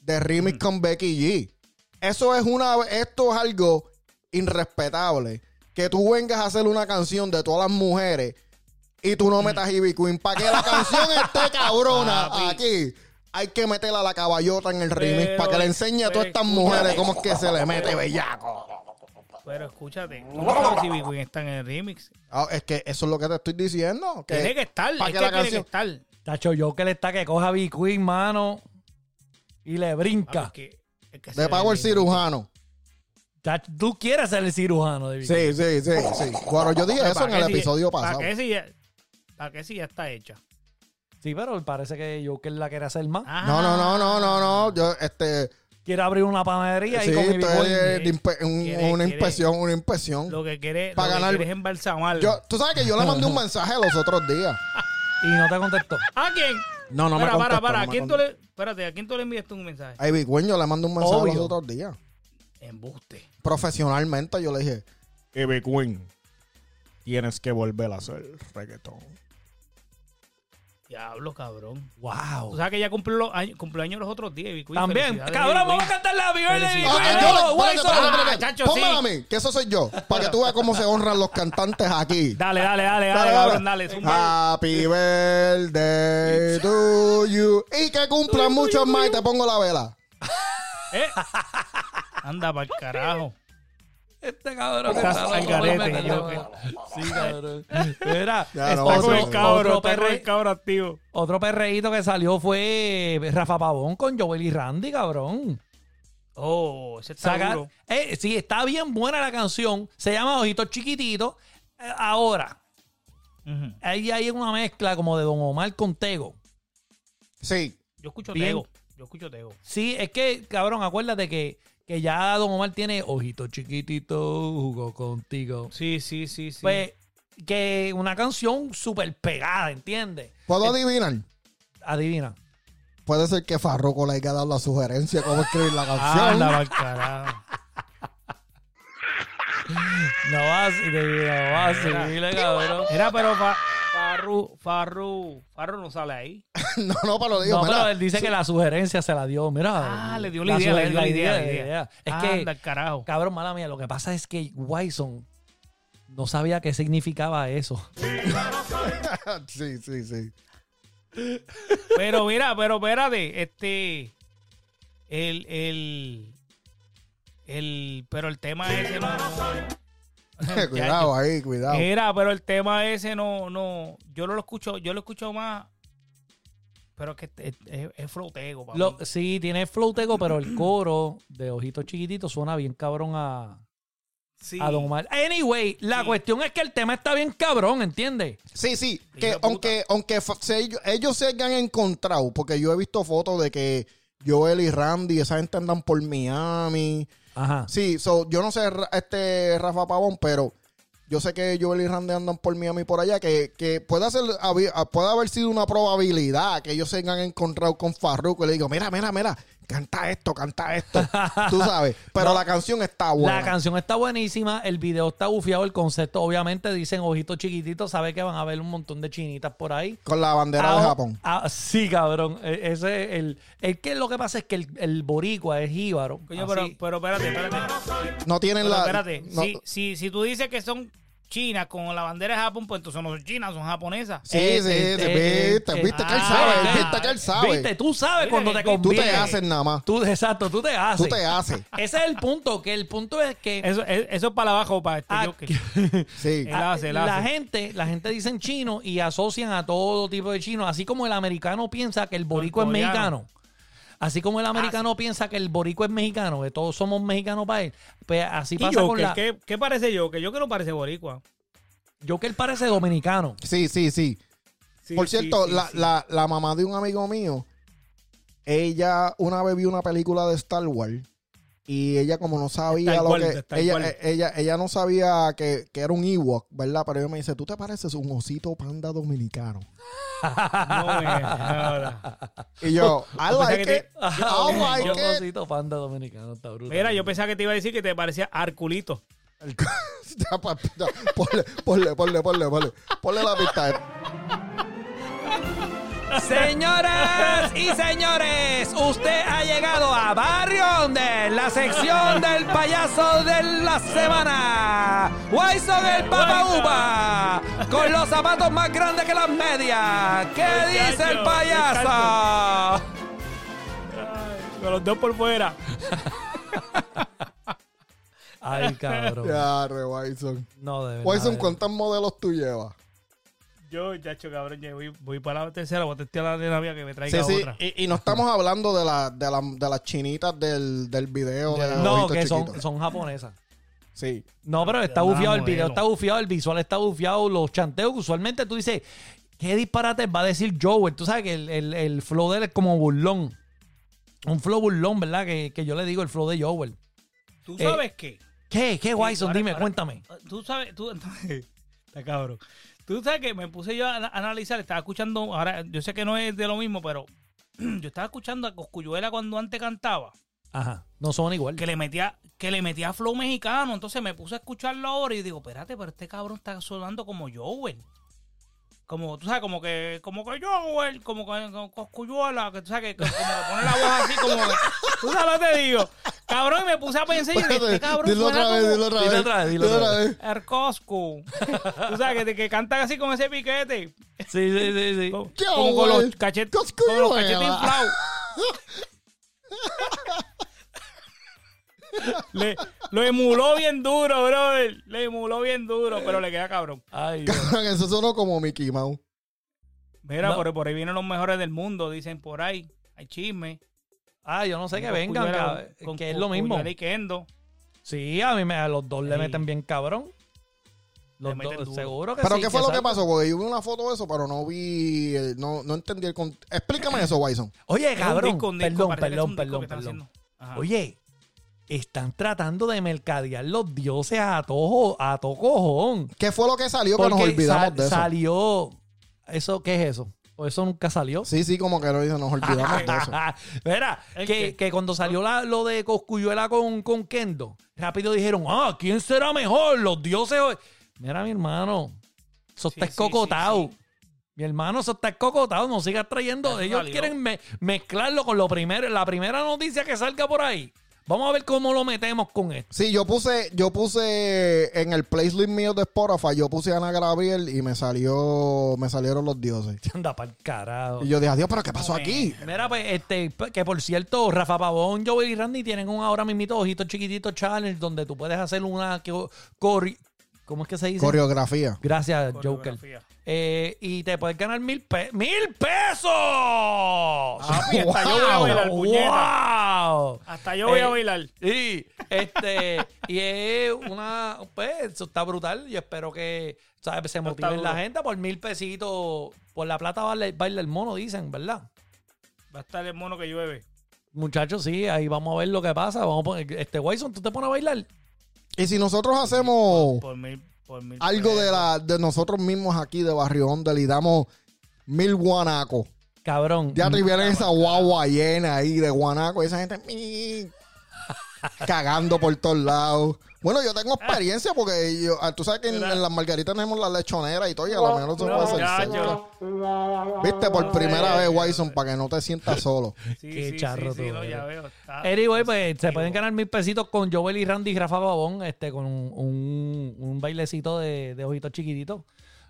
[SPEAKER 4] de remix con Becky G. Eso es una. Esto es algo irrespetable. Que tú vengas a hacer una canción de todas las mujeres y tú no metas Ivy Queen. Para que la canción esté cabrona
[SPEAKER 3] Papi.
[SPEAKER 4] aquí. Hay que meterla a la caballota en el remix
[SPEAKER 3] Pero-
[SPEAKER 4] para que le enseñe a todas estas
[SPEAKER 3] escúchame.
[SPEAKER 4] mujeres cómo es que se le mete bellaco.
[SPEAKER 3] Pero escúchate, tú no sabes si Big Win está en el remix.
[SPEAKER 4] Ah, es que eso es lo que te estoy diciendo. Que
[SPEAKER 3] Tiene que estar,
[SPEAKER 4] pa'
[SPEAKER 3] es
[SPEAKER 4] que
[SPEAKER 3] que tiene
[SPEAKER 4] la
[SPEAKER 3] que
[SPEAKER 4] canción-
[SPEAKER 3] estar.
[SPEAKER 2] Tacho Joker está que coja B Queen, mano. Y le
[SPEAKER 3] Papi,
[SPEAKER 2] brinca.
[SPEAKER 3] es que- es que se
[SPEAKER 4] de pago
[SPEAKER 3] ve
[SPEAKER 4] el
[SPEAKER 3] bien.
[SPEAKER 4] cirujano.
[SPEAKER 2] Tacho, tú quieres ser el cirujano de B. Queen.
[SPEAKER 4] Sí, sí, sí, sí. Bueno, yo dije eso en el episodio pasado.
[SPEAKER 3] ¿Para qué si ya, pa' que si ya está hecha?
[SPEAKER 2] Sí, pero parece que Joker la quiere hacer más.
[SPEAKER 3] Ah,
[SPEAKER 4] No, no, no, no, no, no. Yo, este,
[SPEAKER 2] Quiere abrir una panadería
[SPEAKER 4] sí,
[SPEAKER 2] y con Ivy
[SPEAKER 4] estoy
[SPEAKER 2] Queen.
[SPEAKER 4] eh, de impe- un-
[SPEAKER 3] Quiere- quiere-
[SPEAKER 4] una inspección, una inspección.
[SPEAKER 3] Lo que quiere,
[SPEAKER 4] Pa'
[SPEAKER 3] lo que
[SPEAKER 4] ganar-
[SPEAKER 3] quiere es embalsamar.
[SPEAKER 4] Yo, tú sabes que yo le mandé un mensaje los otros días.
[SPEAKER 2] Y no te contestó.
[SPEAKER 3] ¿A quién?
[SPEAKER 4] No, no me
[SPEAKER 3] para,
[SPEAKER 4] contestó,
[SPEAKER 3] para, para.
[SPEAKER 4] no
[SPEAKER 3] ¿A
[SPEAKER 4] me
[SPEAKER 3] quién tú le,
[SPEAKER 4] contestó.
[SPEAKER 3] espérate, ¿a quién tú le enviaste un mensaje?
[SPEAKER 4] A Ivy Queen yo le mandé un mensaje
[SPEAKER 2] Obvio.
[SPEAKER 4] los otros días.
[SPEAKER 3] Embuste.
[SPEAKER 4] Profesionalmente yo le dije, Ivy Queen, tienes que volver a hacer reggaetón.
[SPEAKER 3] Diablo, cabrón. O
[SPEAKER 2] Wow.
[SPEAKER 3] sea que ya cumplió los años, cumplió años los otros días, Ivy Queen.
[SPEAKER 2] También.
[SPEAKER 3] Felicidades,
[SPEAKER 2] Cabrón,
[SPEAKER 3] Ivy Queen.
[SPEAKER 2] vamos a cantar la Viva de
[SPEAKER 4] Ok,
[SPEAKER 2] Ivy
[SPEAKER 3] Felicidades.
[SPEAKER 4] yo
[SPEAKER 2] Queen.
[SPEAKER 3] Ah,
[SPEAKER 4] le-
[SPEAKER 2] Wilson.
[SPEAKER 4] espérate, espérate,
[SPEAKER 3] ah,
[SPEAKER 4] espérate.
[SPEAKER 3] chacho,
[SPEAKER 4] Pónmela
[SPEAKER 3] sí.
[SPEAKER 4] a mí, que eso soy yo, para que tú veas cómo se honran los cantantes aquí.
[SPEAKER 3] Dale, dale, dale, dale, cabrón, dale. zumba.
[SPEAKER 4] Happy birthday to you. Y que cumplan muchos más y te pongo la vela.
[SPEAKER 3] Eh. Anda, para el carajo.
[SPEAKER 2] Este cabrón
[SPEAKER 3] Estás
[SPEAKER 2] está
[SPEAKER 3] al
[SPEAKER 2] loco por la
[SPEAKER 3] garete,
[SPEAKER 2] mente,
[SPEAKER 3] yo-
[SPEAKER 2] loco.
[SPEAKER 4] Sí, cabrón.
[SPEAKER 2] Mira,
[SPEAKER 4] Ya,
[SPEAKER 2] está
[SPEAKER 4] no,
[SPEAKER 3] Está con
[SPEAKER 2] otro-
[SPEAKER 4] sí,
[SPEAKER 3] el cabro,
[SPEAKER 2] otro
[SPEAKER 3] está con
[SPEAKER 2] perre-
[SPEAKER 3] el cabro activo.
[SPEAKER 2] Otro perreíto que salió fue Rafa Pavón con Joel y Randy, cabrón.
[SPEAKER 3] Oh, ese está
[SPEAKER 2] Saca-
[SPEAKER 3] duro.
[SPEAKER 2] Eh, sí, está bien buena la canción. Se llama Ojitos Chiquititos. Eh, ahora,
[SPEAKER 3] Ujú.
[SPEAKER 2] ahí hay una mezcla como de Don Omar con Tego.
[SPEAKER 4] Sí.
[SPEAKER 3] Yo escucho
[SPEAKER 2] Bien.
[SPEAKER 3] Tego. Yo escucho Tego.
[SPEAKER 2] Sí, es que, cabrón, acuérdate que, que ya Don Omar tiene Ojitos Chiquititos, jugó contigo.
[SPEAKER 3] Sí, sí, sí, sí.
[SPEAKER 2] Pues, que una canción súper pegada, ¿entiendes?
[SPEAKER 3] Eh.
[SPEAKER 4] ¿Puedo adivinar?
[SPEAKER 2] Adivina.
[SPEAKER 4] Puede ser que Farruko le haya dado la sugerencia de cómo escribir
[SPEAKER 3] Ah,
[SPEAKER 4] la canción.
[SPEAKER 3] Anda, pa'l carajo.
[SPEAKER 2] No vas, y te digo, no vas,
[SPEAKER 3] Mira.
[SPEAKER 2] dile, cabrón.
[SPEAKER 3] Era, pero fa, Farru, Farru, Farru no sale ahí.
[SPEAKER 4] no, no, pero lo digo.
[SPEAKER 2] no,
[SPEAKER 4] mira,
[SPEAKER 2] pero él dice que la sugerencia se la dio. Mira.
[SPEAKER 3] Ah, le dio la idea, le dio la idea, la idea.
[SPEAKER 2] Es
[SPEAKER 3] Ah,
[SPEAKER 2] que,
[SPEAKER 3] anda, al carajo.
[SPEAKER 2] cabrón, mala mía, lo que pasa es que Wison no sabía qué significaba eso.
[SPEAKER 4] sí, sí, sí.
[SPEAKER 3] Pero mira, pero espérate, este. El, el. El. Pero el tema ese no. no-
[SPEAKER 4] cuidado ahí, cuidado.
[SPEAKER 3] Mira, pero el tema ese no, no. Yo no lo escucho, yo lo escucho más. Pero que es, es, es flotego, papi.
[SPEAKER 2] Lo- sí, tiene flowteco, pero el coro de ojitos chiquititos suena bien cabrón a,
[SPEAKER 3] Sí.
[SPEAKER 2] a Don Omar. Anyway, la
[SPEAKER 3] Sí.
[SPEAKER 2] cuestión es que el tema está bien cabrón, ¿entiendes?
[SPEAKER 4] Sí, sí,
[SPEAKER 3] Hijo de
[SPEAKER 4] que
[SPEAKER 3] puta.
[SPEAKER 4] aunque, aunque fa- se- ellos, ellos se hayan encontrado, porque yo he visto fotos de que Joel y Randy, esa gente andan por Miami.
[SPEAKER 2] Ajá.
[SPEAKER 4] Sí, so, yo no sé Ra- este Rafa Pavón, pero yo sé que Joel y Randy andan por Miami por allá, que, que puede, hacer, habi- ah, puede haber sido una probabilidad que ellos se hayan encontrado con Farruko y le digo, mira, mira, mira, canta esto, canta esto, tú sabes, pero la canción está buena.
[SPEAKER 2] La canción está buenísima, el video está bufiado, el concepto obviamente dicen ojitos chiquititos, sabe que van a ver un montón de chinitas por ahí.
[SPEAKER 4] con la bandera de
[SPEAKER 2] Ah,
[SPEAKER 4] Japón.
[SPEAKER 2] ah, sí, cabrón. E- Ese es el, el que lo que pasa es que el, el boricua es jíbaro.
[SPEAKER 3] Coño,
[SPEAKER 2] así.
[SPEAKER 3] pero, pero espérate, espérate.
[SPEAKER 4] No tienen
[SPEAKER 3] Pero
[SPEAKER 4] la...
[SPEAKER 3] espérate,
[SPEAKER 4] no-
[SPEAKER 3] si, si, si tú dices que son chinas con la bandera de Japón, pues entonces no son chinas, son japonesas.
[SPEAKER 4] Sí,
[SPEAKER 2] Eh,
[SPEAKER 4] sí,
[SPEAKER 2] eh,
[SPEAKER 4] sí,
[SPEAKER 2] eh,
[SPEAKER 4] viste,
[SPEAKER 2] eh,
[SPEAKER 4] viste que él
[SPEAKER 3] ah,
[SPEAKER 4] sabe,
[SPEAKER 3] eh,
[SPEAKER 4] viste que él sabe.
[SPEAKER 2] Viste, tú sabes
[SPEAKER 3] Mira,
[SPEAKER 2] cuando te
[SPEAKER 3] viste, tú
[SPEAKER 4] Tú te
[SPEAKER 2] conviene.
[SPEAKER 4] haces nada más,
[SPEAKER 2] Tú, exacto, tú te haces.
[SPEAKER 4] tú te haces.
[SPEAKER 2] Ese es el punto, que el punto es que...
[SPEAKER 3] Eso, es- eso es para abajo para este
[SPEAKER 2] ah,
[SPEAKER 3] Joker.
[SPEAKER 2] que-
[SPEAKER 4] Sí,
[SPEAKER 3] Él hace, él
[SPEAKER 2] la
[SPEAKER 3] hace.
[SPEAKER 2] gente, la gente dice en chino y asocian a todo tipo de chino, así como el americano piensa que el boricua es
[SPEAKER 3] coreano.
[SPEAKER 2] mexicano. Así como el americano piensa que el boricua es mexicano, que todos somos mexicanos para él. Pues así
[SPEAKER 3] ¿Y
[SPEAKER 2] pasa
[SPEAKER 3] Joker?
[SPEAKER 2] con la.
[SPEAKER 3] ¿Qué, qué parece Joker? Joker no parece boricua.
[SPEAKER 2] Yo que él parece dominicano.
[SPEAKER 4] sí, sí, sí.
[SPEAKER 3] Sí,
[SPEAKER 4] Por
[SPEAKER 3] sí,
[SPEAKER 4] cierto,
[SPEAKER 3] sí,
[SPEAKER 4] la,
[SPEAKER 3] sí.
[SPEAKER 4] La, la mamá de un amigo mío, ella una vez vio una película de Star Wars y ella como no sabía
[SPEAKER 3] Star
[SPEAKER 4] lo
[SPEAKER 3] Wars,
[SPEAKER 4] que...
[SPEAKER 3] Star
[SPEAKER 4] Ella,
[SPEAKER 3] Wars.
[SPEAKER 4] eh, ella, ella no sabía que, que era un Ewok, ¿verdad? Pero ella me dice, tú te pareces un osito panda dominicano.
[SPEAKER 3] No eh, me jodas.
[SPEAKER 4] Y yo, I
[SPEAKER 3] pensaba
[SPEAKER 4] like
[SPEAKER 3] que Ah,
[SPEAKER 4] it,
[SPEAKER 3] te-
[SPEAKER 4] I
[SPEAKER 2] Yo
[SPEAKER 4] like it.
[SPEAKER 2] cosito panda dominicano, está brutal.
[SPEAKER 3] Mira, yo pensaba que te iba a decir que te parecía Arculito.
[SPEAKER 4] El co- Ya, pa- ya, ponle, ponle, ponle, ponle, ponle. Ponle la pista.
[SPEAKER 2] Señoras y señores, usted ha llegado a Barrio Donde, la sección del payaso de la semana. Wison el Papa
[SPEAKER 3] Guayson.
[SPEAKER 2] Upa, con los zapatos más grandes que las medias. ¿Qué
[SPEAKER 3] Muchacho,
[SPEAKER 2] dice el payaso?
[SPEAKER 3] Con los dos por fuera.
[SPEAKER 2] Ay, cabrón.
[SPEAKER 4] Ya, re, Wison.
[SPEAKER 2] No, de verdad.
[SPEAKER 4] Wison,
[SPEAKER 2] de-
[SPEAKER 4] ¿cuántos modelos tú llevas?
[SPEAKER 3] Yo, chacho, cabrón, ya voy, voy para la tercera, voy a testear a la nena mía que me
[SPEAKER 4] Sí,
[SPEAKER 3] traiga
[SPEAKER 4] sí.
[SPEAKER 3] otra.
[SPEAKER 4] Y, y no estamos hablando de, la, de, la, de las chinitas del, del video. De
[SPEAKER 2] No,
[SPEAKER 4] ojitos
[SPEAKER 2] que son,
[SPEAKER 4] chiquitos.
[SPEAKER 2] son japonesas.
[SPEAKER 4] Sí.
[SPEAKER 2] No, pero está
[SPEAKER 3] Nada,
[SPEAKER 2] bufiado, el
[SPEAKER 3] modelo.
[SPEAKER 2] video está bufiado, el visual está bufiado, los chanteos que usualmente tú dices, ¿qué disparate va a decir Joel? Tú sabes que el, el- el flow de él es como burlón. Un flow burlón, ¿verdad? Que, que yo le digo el flow de Joel.
[SPEAKER 3] ¿Tú
[SPEAKER 2] eh,
[SPEAKER 3] sabes qué?
[SPEAKER 2] ¿Qué? ¿Qué, Wison?
[SPEAKER 3] ahora-
[SPEAKER 2] Dime,
[SPEAKER 3] ahora-
[SPEAKER 2] cuéntame.
[SPEAKER 3] Tú sabes, tú. Está cabrón. Tú sabes que me puse yo a ana- analizar, estaba escuchando, ahora yo sé que no es de lo mismo, pero yo estaba escuchando a Coscuyuela cuando antes cantaba,
[SPEAKER 2] Ajá, no son igual.
[SPEAKER 3] que le metía que le metía flow mexicano, entonces me puse a escucharlo ahora y digo, espérate, pero este cabrón está sonando como Joel. Como, tú sabes, como que, como que Joel, como que como Coscuyuela, que tú sabes que, que como que pone la voz así, como que, tú sabes lo que te digo. Cabrón, y me puse a pensar y dije, este cabrón
[SPEAKER 4] dilo
[SPEAKER 3] suena
[SPEAKER 4] otra vez,
[SPEAKER 3] como-
[SPEAKER 4] dilo otra vez.
[SPEAKER 2] Dilo otra vez, dilo otra vez.
[SPEAKER 3] el Coscu. Tú sabes que, que cantan así con ese piquete.
[SPEAKER 2] Sí, sí, sí, sí.
[SPEAKER 3] Como,
[SPEAKER 4] Yo,
[SPEAKER 3] como con
[SPEAKER 4] güey.
[SPEAKER 3] los cachetes.
[SPEAKER 4] Coscu,
[SPEAKER 3] Con los
[SPEAKER 4] güey,
[SPEAKER 3] cachetes
[SPEAKER 4] va.
[SPEAKER 3] inflados. Le- lo emuló bien duro, brother. Le emuló bien duro, pero le queda cabrón.
[SPEAKER 2] Ay, Dios.
[SPEAKER 4] Eso sonó como Mickey Mouse.
[SPEAKER 3] Mira,
[SPEAKER 2] No.
[SPEAKER 3] por, por ahí vienen los mejores del mundo, dicen por ahí. Hay chisme.
[SPEAKER 2] Ah, yo no sé que
[SPEAKER 3] Con
[SPEAKER 2] vengan,
[SPEAKER 3] Cuyuela-
[SPEAKER 2] cab-
[SPEAKER 3] con-
[SPEAKER 2] que es
[SPEAKER 3] con
[SPEAKER 2] lo mismo.
[SPEAKER 3] Cuyuela y Kendo.
[SPEAKER 2] Sí, a mí me, a los dos le
[SPEAKER 3] Sí.
[SPEAKER 2] meten bien cabrón. Los
[SPEAKER 3] meten
[SPEAKER 2] dos,
[SPEAKER 3] duro.
[SPEAKER 2] seguro que
[SPEAKER 4] ¿Pero
[SPEAKER 2] sí.
[SPEAKER 4] qué fue lo que
[SPEAKER 2] salga.
[SPEAKER 4] pasó? Porque yo vi una foto de eso, pero no vi. el- No, no entendí el. cont- Explícame eso, Wyson.
[SPEAKER 2] Oye,
[SPEAKER 3] Es un
[SPEAKER 2] cabrón,
[SPEAKER 3] disco, un disco,
[SPEAKER 2] perdón,
[SPEAKER 3] parece que es
[SPEAKER 2] perdón,
[SPEAKER 3] un disco
[SPEAKER 2] perdón,
[SPEAKER 3] que están
[SPEAKER 2] perdón.
[SPEAKER 3] haciendo. Ajá.
[SPEAKER 2] Oye, están tratando de mercadear los dioses a tojo, a to cojón.
[SPEAKER 4] ¿Qué fue lo que salió que nos olvidamos
[SPEAKER 2] sal-
[SPEAKER 4] de eso?
[SPEAKER 2] salió... ¿Eso qué es eso? ¿O eso nunca salió?
[SPEAKER 4] Sí, sí, como que nos dicen, nos olvidamos de eso.
[SPEAKER 2] Mira,
[SPEAKER 3] ¿El
[SPEAKER 2] Ah, que,
[SPEAKER 3] qué?
[SPEAKER 2] que cuando salió la- lo de Coscuyuela con, con Kendo, rápido dijeron, ah, ¿quién será mejor? Los dioses hoy. Mira, mi hermano, eso
[SPEAKER 3] Sí,
[SPEAKER 2] está
[SPEAKER 3] sí,
[SPEAKER 2] escocotado.
[SPEAKER 3] sí, sí.
[SPEAKER 2] Mi hermano, eso está escocotado. No sigas trayendo.
[SPEAKER 3] Eso
[SPEAKER 2] Ellos
[SPEAKER 3] salió.
[SPEAKER 2] quieren me- mezclarlo con lo primero, la primera noticia que salga por ahí. Vamos a ver cómo lo metemos con esto.
[SPEAKER 4] Sí, yo puse, yo puse en el playlist mío de Spotify, yo puse Ana Gabriel y me salió, me salieron los dioses.
[SPEAKER 2] Anda para el carajo.
[SPEAKER 4] Y yo dije, adiós, pero ¿qué pasó aquí?
[SPEAKER 2] Mira, pues, este, que por cierto, Rafa Pavón, Joel y Randy tienen un ahora mismito ojito chiquitito challenge donde tú puedes hacer una que- corri- ¿cómo es que se dice?
[SPEAKER 4] Coreografía.
[SPEAKER 2] Gracias, Joker.
[SPEAKER 3] Coreografía.
[SPEAKER 2] Eh, y te puedes ganar mil pesos. ¡Mil pesos!
[SPEAKER 3] Papi, hasta pues, yo Ah, voy a
[SPEAKER 4] Wow.
[SPEAKER 3] bailar, puñeta.
[SPEAKER 2] ¡Wow!
[SPEAKER 3] Hasta yo voy
[SPEAKER 2] Eh,
[SPEAKER 3] a bailar.
[SPEAKER 2] Y este, y es una, pues, eso está brutal. Yo espero que ¿sabes? se motiven
[SPEAKER 3] duro.
[SPEAKER 2] la gente por mil pesitos. Por la plata baila, baila el mono, dicen, ¿verdad?
[SPEAKER 3] Va a estar el mono que llueve.
[SPEAKER 2] Muchachos, sí, ahí vamos a ver lo que pasa. Vamos a poner, este Wyson, tú te pones a bailar.
[SPEAKER 4] Y si nosotros hacemos
[SPEAKER 3] Por mil, por mil
[SPEAKER 4] algo de la, de nosotros mismos aquí de Barrio Onda, le damos mil guanacos.
[SPEAKER 2] Cabrón.
[SPEAKER 4] Ya te vieron esa guagua llena ahí de guanaco y esa gente "Mi", cagando por todos lados. Bueno, yo tengo experiencia porque yo- ah, tú sabes que en, en las margaritas tenemos las lechoneras y todo, y a lo mejor se puede hacer.
[SPEAKER 3] Muchacho.
[SPEAKER 4] Viste, por primera vez, Wyson, para que no te sientas solo.
[SPEAKER 3] Sí,
[SPEAKER 2] Qué
[SPEAKER 3] sí,
[SPEAKER 2] charro
[SPEAKER 3] sí,
[SPEAKER 2] tú
[SPEAKER 3] sí, no,
[SPEAKER 2] eres.
[SPEAKER 3] ya veo. Está-
[SPEAKER 2] Anyway, pues se pueden ganar mil pesitos con Joel y Randy y Rafa Babón, este, con un, un bailecito de, de ojitos chiquititos.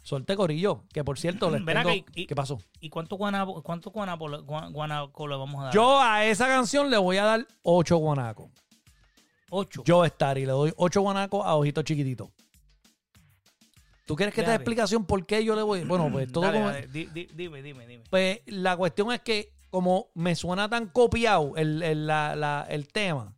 [SPEAKER 2] Suerte, Corillo. Que por cierto, les
[SPEAKER 3] Ven
[SPEAKER 2] tengo-
[SPEAKER 3] acá, y- y-
[SPEAKER 2] ¿Qué pasó?
[SPEAKER 3] ¿Y cuánto guanaco, cuánto guanaco, le- guan- guanaco le vamos a dar?
[SPEAKER 2] Yo a esa canción le voy a dar 8 guanacos.
[SPEAKER 3] Ocho.
[SPEAKER 2] Yo estar y le doy 8 guanacos a ojitos chiquititos. ¿Tú quieres que te dé
[SPEAKER 3] Dale.
[SPEAKER 2] explicación por qué yo le voy? Bueno, pues todo
[SPEAKER 3] Dale,
[SPEAKER 2] como-
[SPEAKER 3] dale, di- di- dime, dime, dime.
[SPEAKER 2] Pues la cuestión es que como me suena tan copiado el, el- la- la- el tema,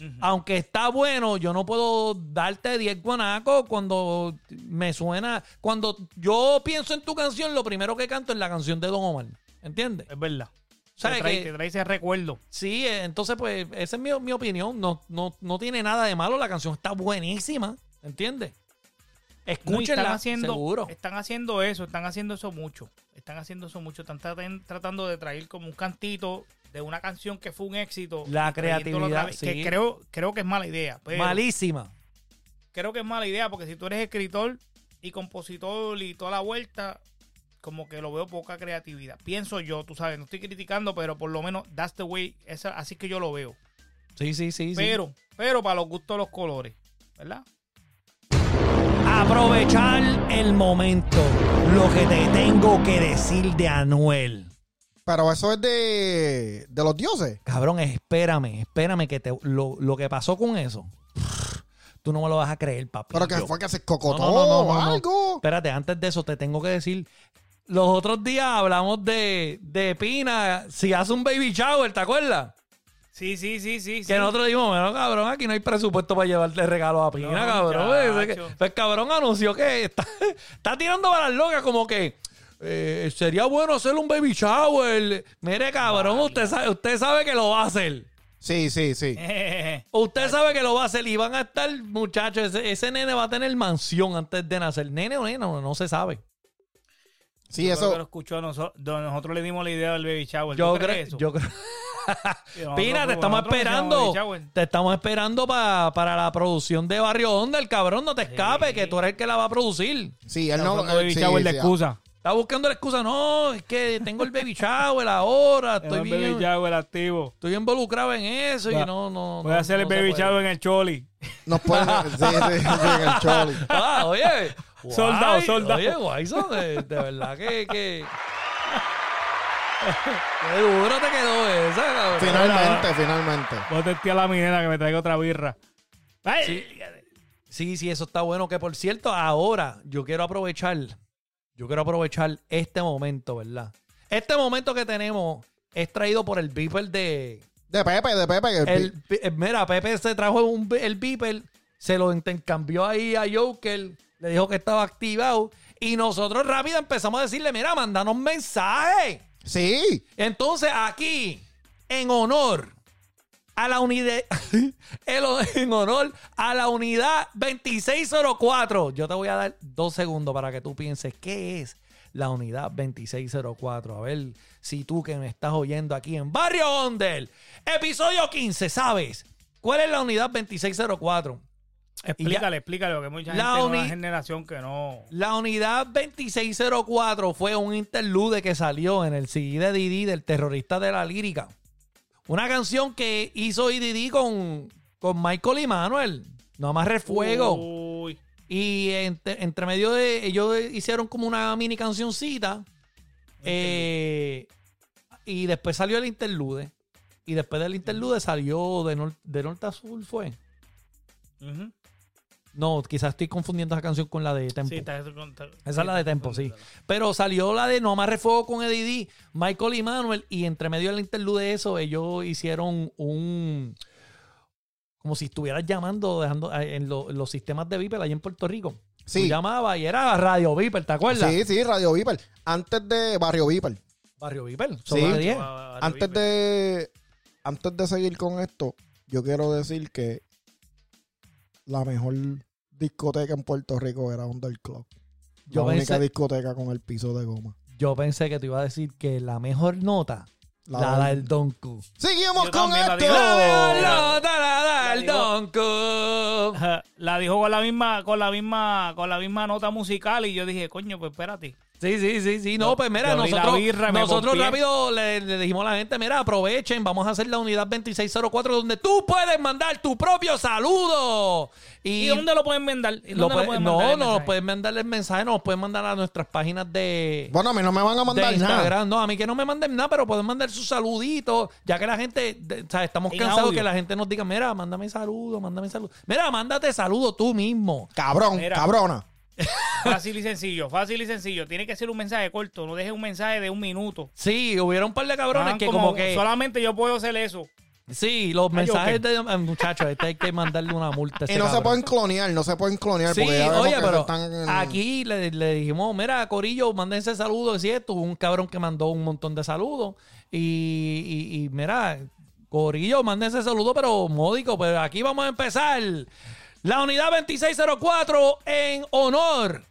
[SPEAKER 3] Ujú.
[SPEAKER 2] aunque está bueno, yo no puedo darte 10 guanacos cuando me suena, cuando yo pienso en tu canción, lo primero que canto es la canción de Don Omar, ¿entiendes?
[SPEAKER 3] Es verdad.
[SPEAKER 2] ¿Sabes
[SPEAKER 3] te, trae,
[SPEAKER 2] que-
[SPEAKER 3] te trae ese recuerdo.
[SPEAKER 2] Sí, eh, entonces pues esa es mi, mi opinión, no, no, no tiene nada de malo, la canción está buenísima, ¿entiendes?
[SPEAKER 3] No, y
[SPEAKER 2] Escúchenla,
[SPEAKER 3] están haciendo,
[SPEAKER 2] seguro.
[SPEAKER 3] Están haciendo eso, están haciendo eso mucho. Están haciendo eso mucho. Están traten- tratando de traer como un cantito de una canción que fue un éxito.
[SPEAKER 2] La
[SPEAKER 3] y trayéndolo otra
[SPEAKER 2] creatividad,
[SPEAKER 3] vez,
[SPEAKER 2] sí.
[SPEAKER 3] Que creo, creo que es mala idea. pero
[SPEAKER 2] Malísima.
[SPEAKER 3] Creo que es mala idea porque si tú eres escritor y compositor y toda la vuelta, como que lo veo poca creatividad. Pienso yo, tú sabes, no estoy criticando, pero por lo menos that's the way, esa- así que yo lo veo.
[SPEAKER 2] Sí, sí, sí. sí.
[SPEAKER 3] Pero, pero para los gustos los colores, ¿verdad?
[SPEAKER 2] Aprovechar el momento. Lo que te tengo que decir de Anuel.
[SPEAKER 4] Pero eso es de, de los dioses.
[SPEAKER 2] Cabrón, espérame, espérame que te, lo, lo que pasó con eso. Tú no me lo vas a creer, papi.
[SPEAKER 4] Pero que
[SPEAKER 2] Yo-
[SPEAKER 4] fue que se cocotó
[SPEAKER 2] No, no, no, no,
[SPEAKER 4] o
[SPEAKER 2] no.
[SPEAKER 4] algo.
[SPEAKER 2] Espérate, antes de eso te tengo que decir. Los otros días hablamos de, de Pina, si hace un baby shower, ¿te acuerdas?
[SPEAKER 3] Sí, sí, sí, sí.
[SPEAKER 2] Que nosotros dijimos, bueno, cabrón, aquí no hay presupuesto para llevarle regalo a Pina,
[SPEAKER 3] No,
[SPEAKER 2] cabrón.
[SPEAKER 3] muchacho.
[SPEAKER 2] Ese que- pues cabrón anunció que está, está tirando balas locas, como que eh, sería bueno hacer un baby shower. Mire, cabrón, usted sabe, usted sabe que lo va a hacer.
[SPEAKER 4] Sí, sí, sí.
[SPEAKER 2] Usted sabe que lo va a hacer y van a estar, muchachos, ese, ese nene va a tener mansión antes de nacer. Nene o nena, no, no se sabe.
[SPEAKER 4] Sí,
[SPEAKER 3] Eso lo
[SPEAKER 4] eso.
[SPEAKER 3] escuchó a nosotros. Nosotros le dimos la idea del baby shower. ¿Tú
[SPEAKER 2] Yo
[SPEAKER 3] crees
[SPEAKER 2] creo,
[SPEAKER 3] eso?
[SPEAKER 2] yo creo.
[SPEAKER 3] Y
[SPEAKER 2] Pina,
[SPEAKER 3] nosotros
[SPEAKER 2] te
[SPEAKER 3] fuimos,
[SPEAKER 2] estamos
[SPEAKER 3] nosotros hicimos
[SPEAKER 2] esperando.
[SPEAKER 3] baby shower.
[SPEAKER 2] Te estamos esperando pa- para la producción de Barrio Onda. El cabrón, no te escapes,
[SPEAKER 3] Sí.
[SPEAKER 2] que tú eres el que la va a producir.
[SPEAKER 4] Sí, él no.
[SPEAKER 3] Nosotros
[SPEAKER 4] eh,
[SPEAKER 3] baby
[SPEAKER 4] sí,
[SPEAKER 3] shower de
[SPEAKER 4] sí,
[SPEAKER 3] excusa.
[SPEAKER 2] Está buscando la excusa. No, es que tengo el baby shower ahora. Estoy
[SPEAKER 3] Tengo el baby
[SPEAKER 2] bien.
[SPEAKER 3] shower activo.
[SPEAKER 2] Estoy involucrado en eso y
[SPEAKER 3] Va-
[SPEAKER 2] no, no.
[SPEAKER 3] Voy
[SPEAKER 2] no-
[SPEAKER 3] a hacer el
[SPEAKER 2] no se
[SPEAKER 3] baby
[SPEAKER 2] puede.
[SPEAKER 3] shower en el choli.
[SPEAKER 4] Nos pueden. sí, sí, sí, en el choli.
[SPEAKER 2] Ah, oye.
[SPEAKER 3] Soldado,
[SPEAKER 2] guay, eh,
[SPEAKER 3] soldado.
[SPEAKER 2] Oye, Guayson, de, de verdad que, que- Qué duro te quedó esa, cabrón.
[SPEAKER 4] Finalmente, finalmente.
[SPEAKER 3] Voy a a la minera que me traiga otra birra. Ay,
[SPEAKER 2] Sí, sí, eso está bueno. Que por cierto, ahora yo quiero aprovechar, yo quiero aprovechar este momento, ¿verdad? Este momento que tenemos es traído por el Beeper de.
[SPEAKER 4] De Pepe, de Pepe. que-
[SPEAKER 2] El, eh, mira, Pepe se trajo un, be- el Beeper, se lo intercambió ahí a Joker, le dijo que estaba activado. Y nosotros rápido empezamos a decirle: Mira, mandanos mensajes.
[SPEAKER 4] Sí.
[SPEAKER 2] Entonces, aquí, en honor a la unidad, en honor a la unidad 2604, yo te voy a dar dos segundos para que tú pienses qué es la unidad 2604. A ver si tú que me estás oyendo aquí en Barrio Ondel, episodio 15, ¿sabes? ¿Cuál es la unidad 2604?
[SPEAKER 3] explícale, explícale, porque mucha
[SPEAKER 2] La
[SPEAKER 3] gente de
[SPEAKER 2] uni-
[SPEAKER 3] una generación que no.
[SPEAKER 2] La unidad 2604 fue un interlude que salió en el CD de Didi del terrorista de la lírica. Una canción que hizo Didi con, con Michael y Manuel. No amarre fuego.
[SPEAKER 3] Uy.
[SPEAKER 2] Y entre, entre medio de ellos hicieron como una mini cancioncita. eh, y después salió el interlude. Y después del interlude salió de, nor- de Norte a Sur, ¿fue?
[SPEAKER 3] Ujú.
[SPEAKER 2] No, quizás estoy confundiendo esa canción con la de Tempo.
[SPEAKER 3] Sí, está- está-
[SPEAKER 2] Esa es la de Tempo, sí.
[SPEAKER 3] está-
[SPEAKER 2] Pero salió la de No Amarre Fuego con Eddie D, Michael y Manuel, y entre medio del interlude de eso, ellos hicieron un. Como si estuvieras llamando dejando eh, en, lo- en los sistemas de Viper allá en Puerto Rico.
[SPEAKER 4] Sí.
[SPEAKER 2] Tú llamabas y era Radio Viper, ¿te acuerdas?
[SPEAKER 4] Sí, sí, Radio Viper. Antes de Barrio Viper.
[SPEAKER 2] Barrio Viper,
[SPEAKER 4] Sí.
[SPEAKER 2] sobre 10.
[SPEAKER 3] Va- va- va-
[SPEAKER 4] Antes de, antes de seguir con esto, yo quiero decir que la mejor discoteca en Puerto Rico era Under Club. La
[SPEAKER 2] Yo
[SPEAKER 4] única
[SPEAKER 2] pensé-
[SPEAKER 4] discoteca con el piso de goma.
[SPEAKER 2] Yo pensé que te iba a decir que la mejor nota
[SPEAKER 4] La Oh.
[SPEAKER 2] la,
[SPEAKER 4] del-
[SPEAKER 2] da el Don Q.
[SPEAKER 4] Seguimos
[SPEAKER 3] Yo
[SPEAKER 4] con
[SPEAKER 3] también la
[SPEAKER 4] esto.
[SPEAKER 3] digo.
[SPEAKER 2] La mejor
[SPEAKER 3] La-
[SPEAKER 2] nota la da
[SPEAKER 3] la
[SPEAKER 2] el
[SPEAKER 3] digo-
[SPEAKER 2] Don Q.
[SPEAKER 3] Ajá, La dijo con la misma, con la misma, con la misma nota musical y yo dije, coño, pues espérate.
[SPEAKER 2] Sí, sí, sí, sí. No, pues mira,
[SPEAKER 3] yo abrí la
[SPEAKER 2] nosotros,
[SPEAKER 3] birra, me
[SPEAKER 2] nosotros
[SPEAKER 3] pompié.
[SPEAKER 2] rápido le, le dijimos a la gente, mira, aprovechen, vamos a hacer la unidad 2604 donde tú puedes mandar tu propio saludo.
[SPEAKER 3] ¿Y,
[SPEAKER 2] Y,
[SPEAKER 3] dónde lo pueden mandar? ¿Y
[SPEAKER 2] lo
[SPEAKER 3] dónde
[SPEAKER 2] puede- no,
[SPEAKER 3] mandar el
[SPEAKER 2] no,
[SPEAKER 3] mensaje?
[SPEAKER 2] nos pueden mandar el mensaje, nos pueden mandar a nuestras páginas de,
[SPEAKER 4] Bueno, a mí no me van a mandar
[SPEAKER 2] de
[SPEAKER 4] nada.
[SPEAKER 2] Instagram. No, a mí que no me manden nada, pero pueden mandar sus saluditos, ya que la gente, de- o sea, estamos
[SPEAKER 3] En
[SPEAKER 2] cansados
[SPEAKER 3] audio.
[SPEAKER 2] que la gente nos diga, mira, mándame saludo, mándame saludo. Mira, mándate saludo tú mismo.
[SPEAKER 4] Cabrón,
[SPEAKER 3] Mira.
[SPEAKER 4] cabrona.
[SPEAKER 3] Fácil y sencillo, fácil y sencillo. Tiene que ser un mensaje corto, no dejes un mensaje de un minuto.
[SPEAKER 2] Sí, hubiera un par de cabrones
[SPEAKER 3] Hagan
[SPEAKER 2] que
[SPEAKER 3] como-
[SPEAKER 2] como, que...
[SPEAKER 3] Solamente yo puedo hacer eso.
[SPEAKER 2] Sí, los
[SPEAKER 3] Ay,
[SPEAKER 2] mensajes de eh, muchachos, este hay que mandarle una multa. a
[SPEAKER 4] Ah, Y
[SPEAKER 2] ese
[SPEAKER 4] no se
[SPEAKER 2] cabrón.
[SPEAKER 4] pueden clonear, no se pueden clonear.
[SPEAKER 2] Sí,
[SPEAKER 4] porque ya vemos
[SPEAKER 2] oye,
[SPEAKER 4] que se
[SPEAKER 2] pero
[SPEAKER 4] están-
[SPEAKER 2] aquí le, le dijimos, mira, Corillo, mándense saludos, es cierto, hubo un cabrón que mandó un montón de saludos y, y- y mira, Corillo, mándense saludos, pero módico, pero aquí vamos a empezar la unidad 2604 en honor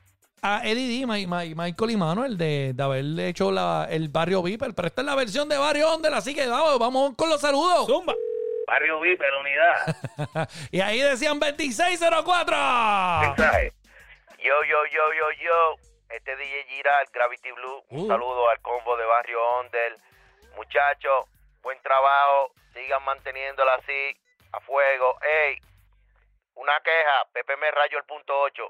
[SPEAKER 2] a Eddie D, Ma- Ma- Michael y Manuel de, de haber hecho la- el Barrio Viper, pero esta es la versión de Barrio Ondel, así que vamos, vamos con los saludos.
[SPEAKER 3] Zumba.
[SPEAKER 5] Barrio Viper, unidad.
[SPEAKER 2] y ahí decían 2604.
[SPEAKER 5] Mensaje. Yo, yo, yo, yo, yo. Este DJ Giral, Gravity Blue. Un
[SPEAKER 2] Uh.
[SPEAKER 5] saludo al combo de Barrio Ondel. Muchachos, buen trabajo. Sigan manteniéndola así, a fuego. Ey, una queja. Pepe me rayo el punto 8.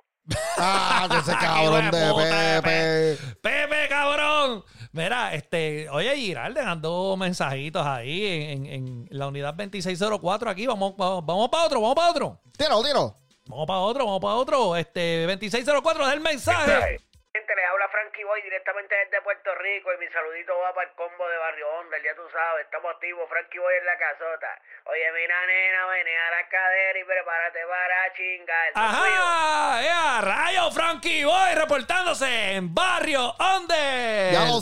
[SPEAKER 4] Ah, de ese cabrón
[SPEAKER 2] Hijo de
[SPEAKER 4] de
[SPEAKER 2] puta, de
[SPEAKER 4] Pepe.
[SPEAKER 2] Pepe, cabrón. Mira, este, oye, Giral, dejando mensajitos ahí en, en- en la unidad 2604 aquí. Vamos, vamos, vamos para otro, vamos para otro.
[SPEAKER 4] Tiro, tiro.
[SPEAKER 2] Vamos para otro, vamos para otro. Este, 2604, es el mensaje.
[SPEAKER 5] Gente, les habla Frankie Boy directamente desde Puerto Rico y mi saludito va para el combo de Barrio Onda, ya tú sabes, estamos activos, Frankie Boy en la casota. Oye, mira nena, menea la cadera y prepárate para chingar.
[SPEAKER 2] Ajá, ¡Ea! Rayo Frankie Boy reportándose en Barrio Onde.
[SPEAKER 4] Ya lo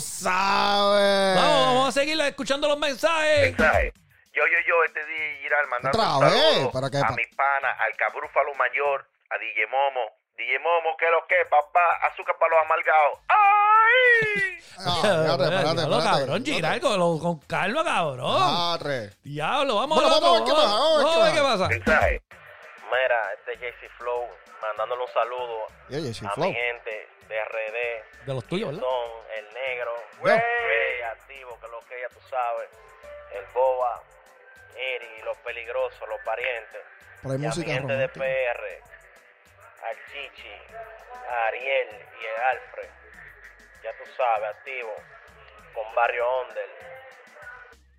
[SPEAKER 2] Eh,
[SPEAKER 4] sabes.
[SPEAKER 2] Vamos, vamos a seguir escuchando los mensajes.
[SPEAKER 5] Mensaje. Yo, yo, yo, este DJ Giral mandando
[SPEAKER 4] Otra
[SPEAKER 5] un
[SPEAKER 4] vez,
[SPEAKER 5] saludo
[SPEAKER 4] ¿para qué,
[SPEAKER 5] a
[SPEAKER 4] pa-
[SPEAKER 5] mis panas, al Cabrúfalo Mayor, a DJ Momo. DJ Momo, ¿qué lo que, papá? Azúcar para los amargados. ¡Ay!
[SPEAKER 4] Ah, espérate, espérate,
[SPEAKER 2] Diablo,
[SPEAKER 4] espérate. Ah,
[SPEAKER 2] cabrón, Giral,
[SPEAKER 4] Espérate.
[SPEAKER 2] con, lo- con calma, cabrón.
[SPEAKER 4] Espérate.
[SPEAKER 2] Diablo, vamos,
[SPEAKER 4] Bueno,
[SPEAKER 2] al otro,
[SPEAKER 4] vamos a ver qué pasa, vamos
[SPEAKER 2] vamos a ver qué pasa.
[SPEAKER 5] Mensaje. Mira, este JC Flow mandándole un saludo
[SPEAKER 4] Y Oye, sí,
[SPEAKER 5] a
[SPEAKER 4] flow.
[SPEAKER 5] mi gente de RD,
[SPEAKER 2] De los tuyos, ¿verdad?
[SPEAKER 5] son el negro,
[SPEAKER 4] Yo.
[SPEAKER 5] Rey activo, que es lo que ya tú sabes, el boba, Eri, los peligrosos, los parientes,
[SPEAKER 4] Pero hay
[SPEAKER 5] y a mi
[SPEAKER 4] música
[SPEAKER 5] gente de
[SPEAKER 4] romántica.
[SPEAKER 5] PR, al Chichi, a Ariel y el Alfred, ya tú sabes, activo.
[SPEAKER 6] con Barrio Ondel.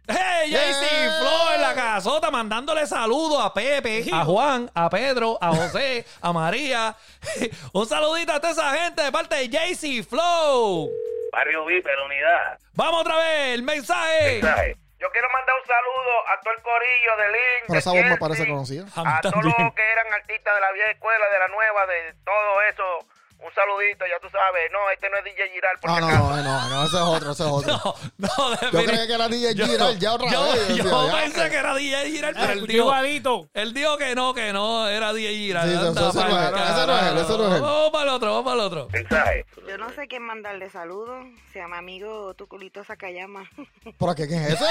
[SPEAKER 2] ¡Hey, JC
[SPEAKER 4] Yeah.
[SPEAKER 2] Flow en la casota! Mandándole saludos a Pepe, a Juan, a Pedro, a José, a María. Un saludito a toda esa gente de parte de JC Flow.
[SPEAKER 6] Barrio VIP, la unidad.
[SPEAKER 2] Vamos otra vez, el mensaje.
[SPEAKER 6] ¿sabes?
[SPEAKER 5] Yo quiero mandar un saludo a todo el corillo de Link.
[SPEAKER 4] Pero
[SPEAKER 5] de
[SPEAKER 4] esa voz me
[SPEAKER 5] Chelsea,
[SPEAKER 4] parece conocida.
[SPEAKER 2] A mí
[SPEAKER 5] A todos
[SPEAKER 2] también.
[SPEAKER 5] los que eran artistas de la vieja escuela, de la nueva, de todo eso. Un saludito, ya tú sabes. No, este no es DJ Giral, por
[SPEAKER 4] No,
[SPEAKER 5] si
[SPEAKER 4] Ah, no,
[SPEAKER 5] acaso.
[SPEAKER 4] no, no, no, ese es otro, ese es otro.
[SPEAKER 2] No, no,
[SPEAKER 4] Yo
[SPEAKER 2] definitivamente.
[SPEAKER 4] creía que era DJ
[SPEAKER 2] Yo-
[SPEAKER 4] Giral, ya otra
[SPEAKER 2] yo,
[SPEAKER 4] vez.
[SPEAKER 2] Yo,
[SPEAKER 4] yo decía, ya.
[SPEAKER 2] pensé que era DJ Giral, pero el
[SPEAKER 3] Escuché
[SPEAKER 2] tío,
[SPEAKER 3] igualito.
[SPEAKER 2] él dijo que no, que no, era DJ Giral.
[SPEAKER 4] Sí, sí,
[SPEAKER 2] Anda
[SPEAKER 4] ese no
[SPEAKER 2] pa'l
[SPEAKER 4] es él, ese no es él, ese no es él.
[SPEAKER 2] Vamos para el otro, vamos para el otro.
[SPEAKER 6] Mensaje.
[SPEAKER 7] Yo no sé quién mandarle saludos. Se llama amigo tu culito Sakayama.
[SPEAKER 4] ¿Pero qué, qué es ese?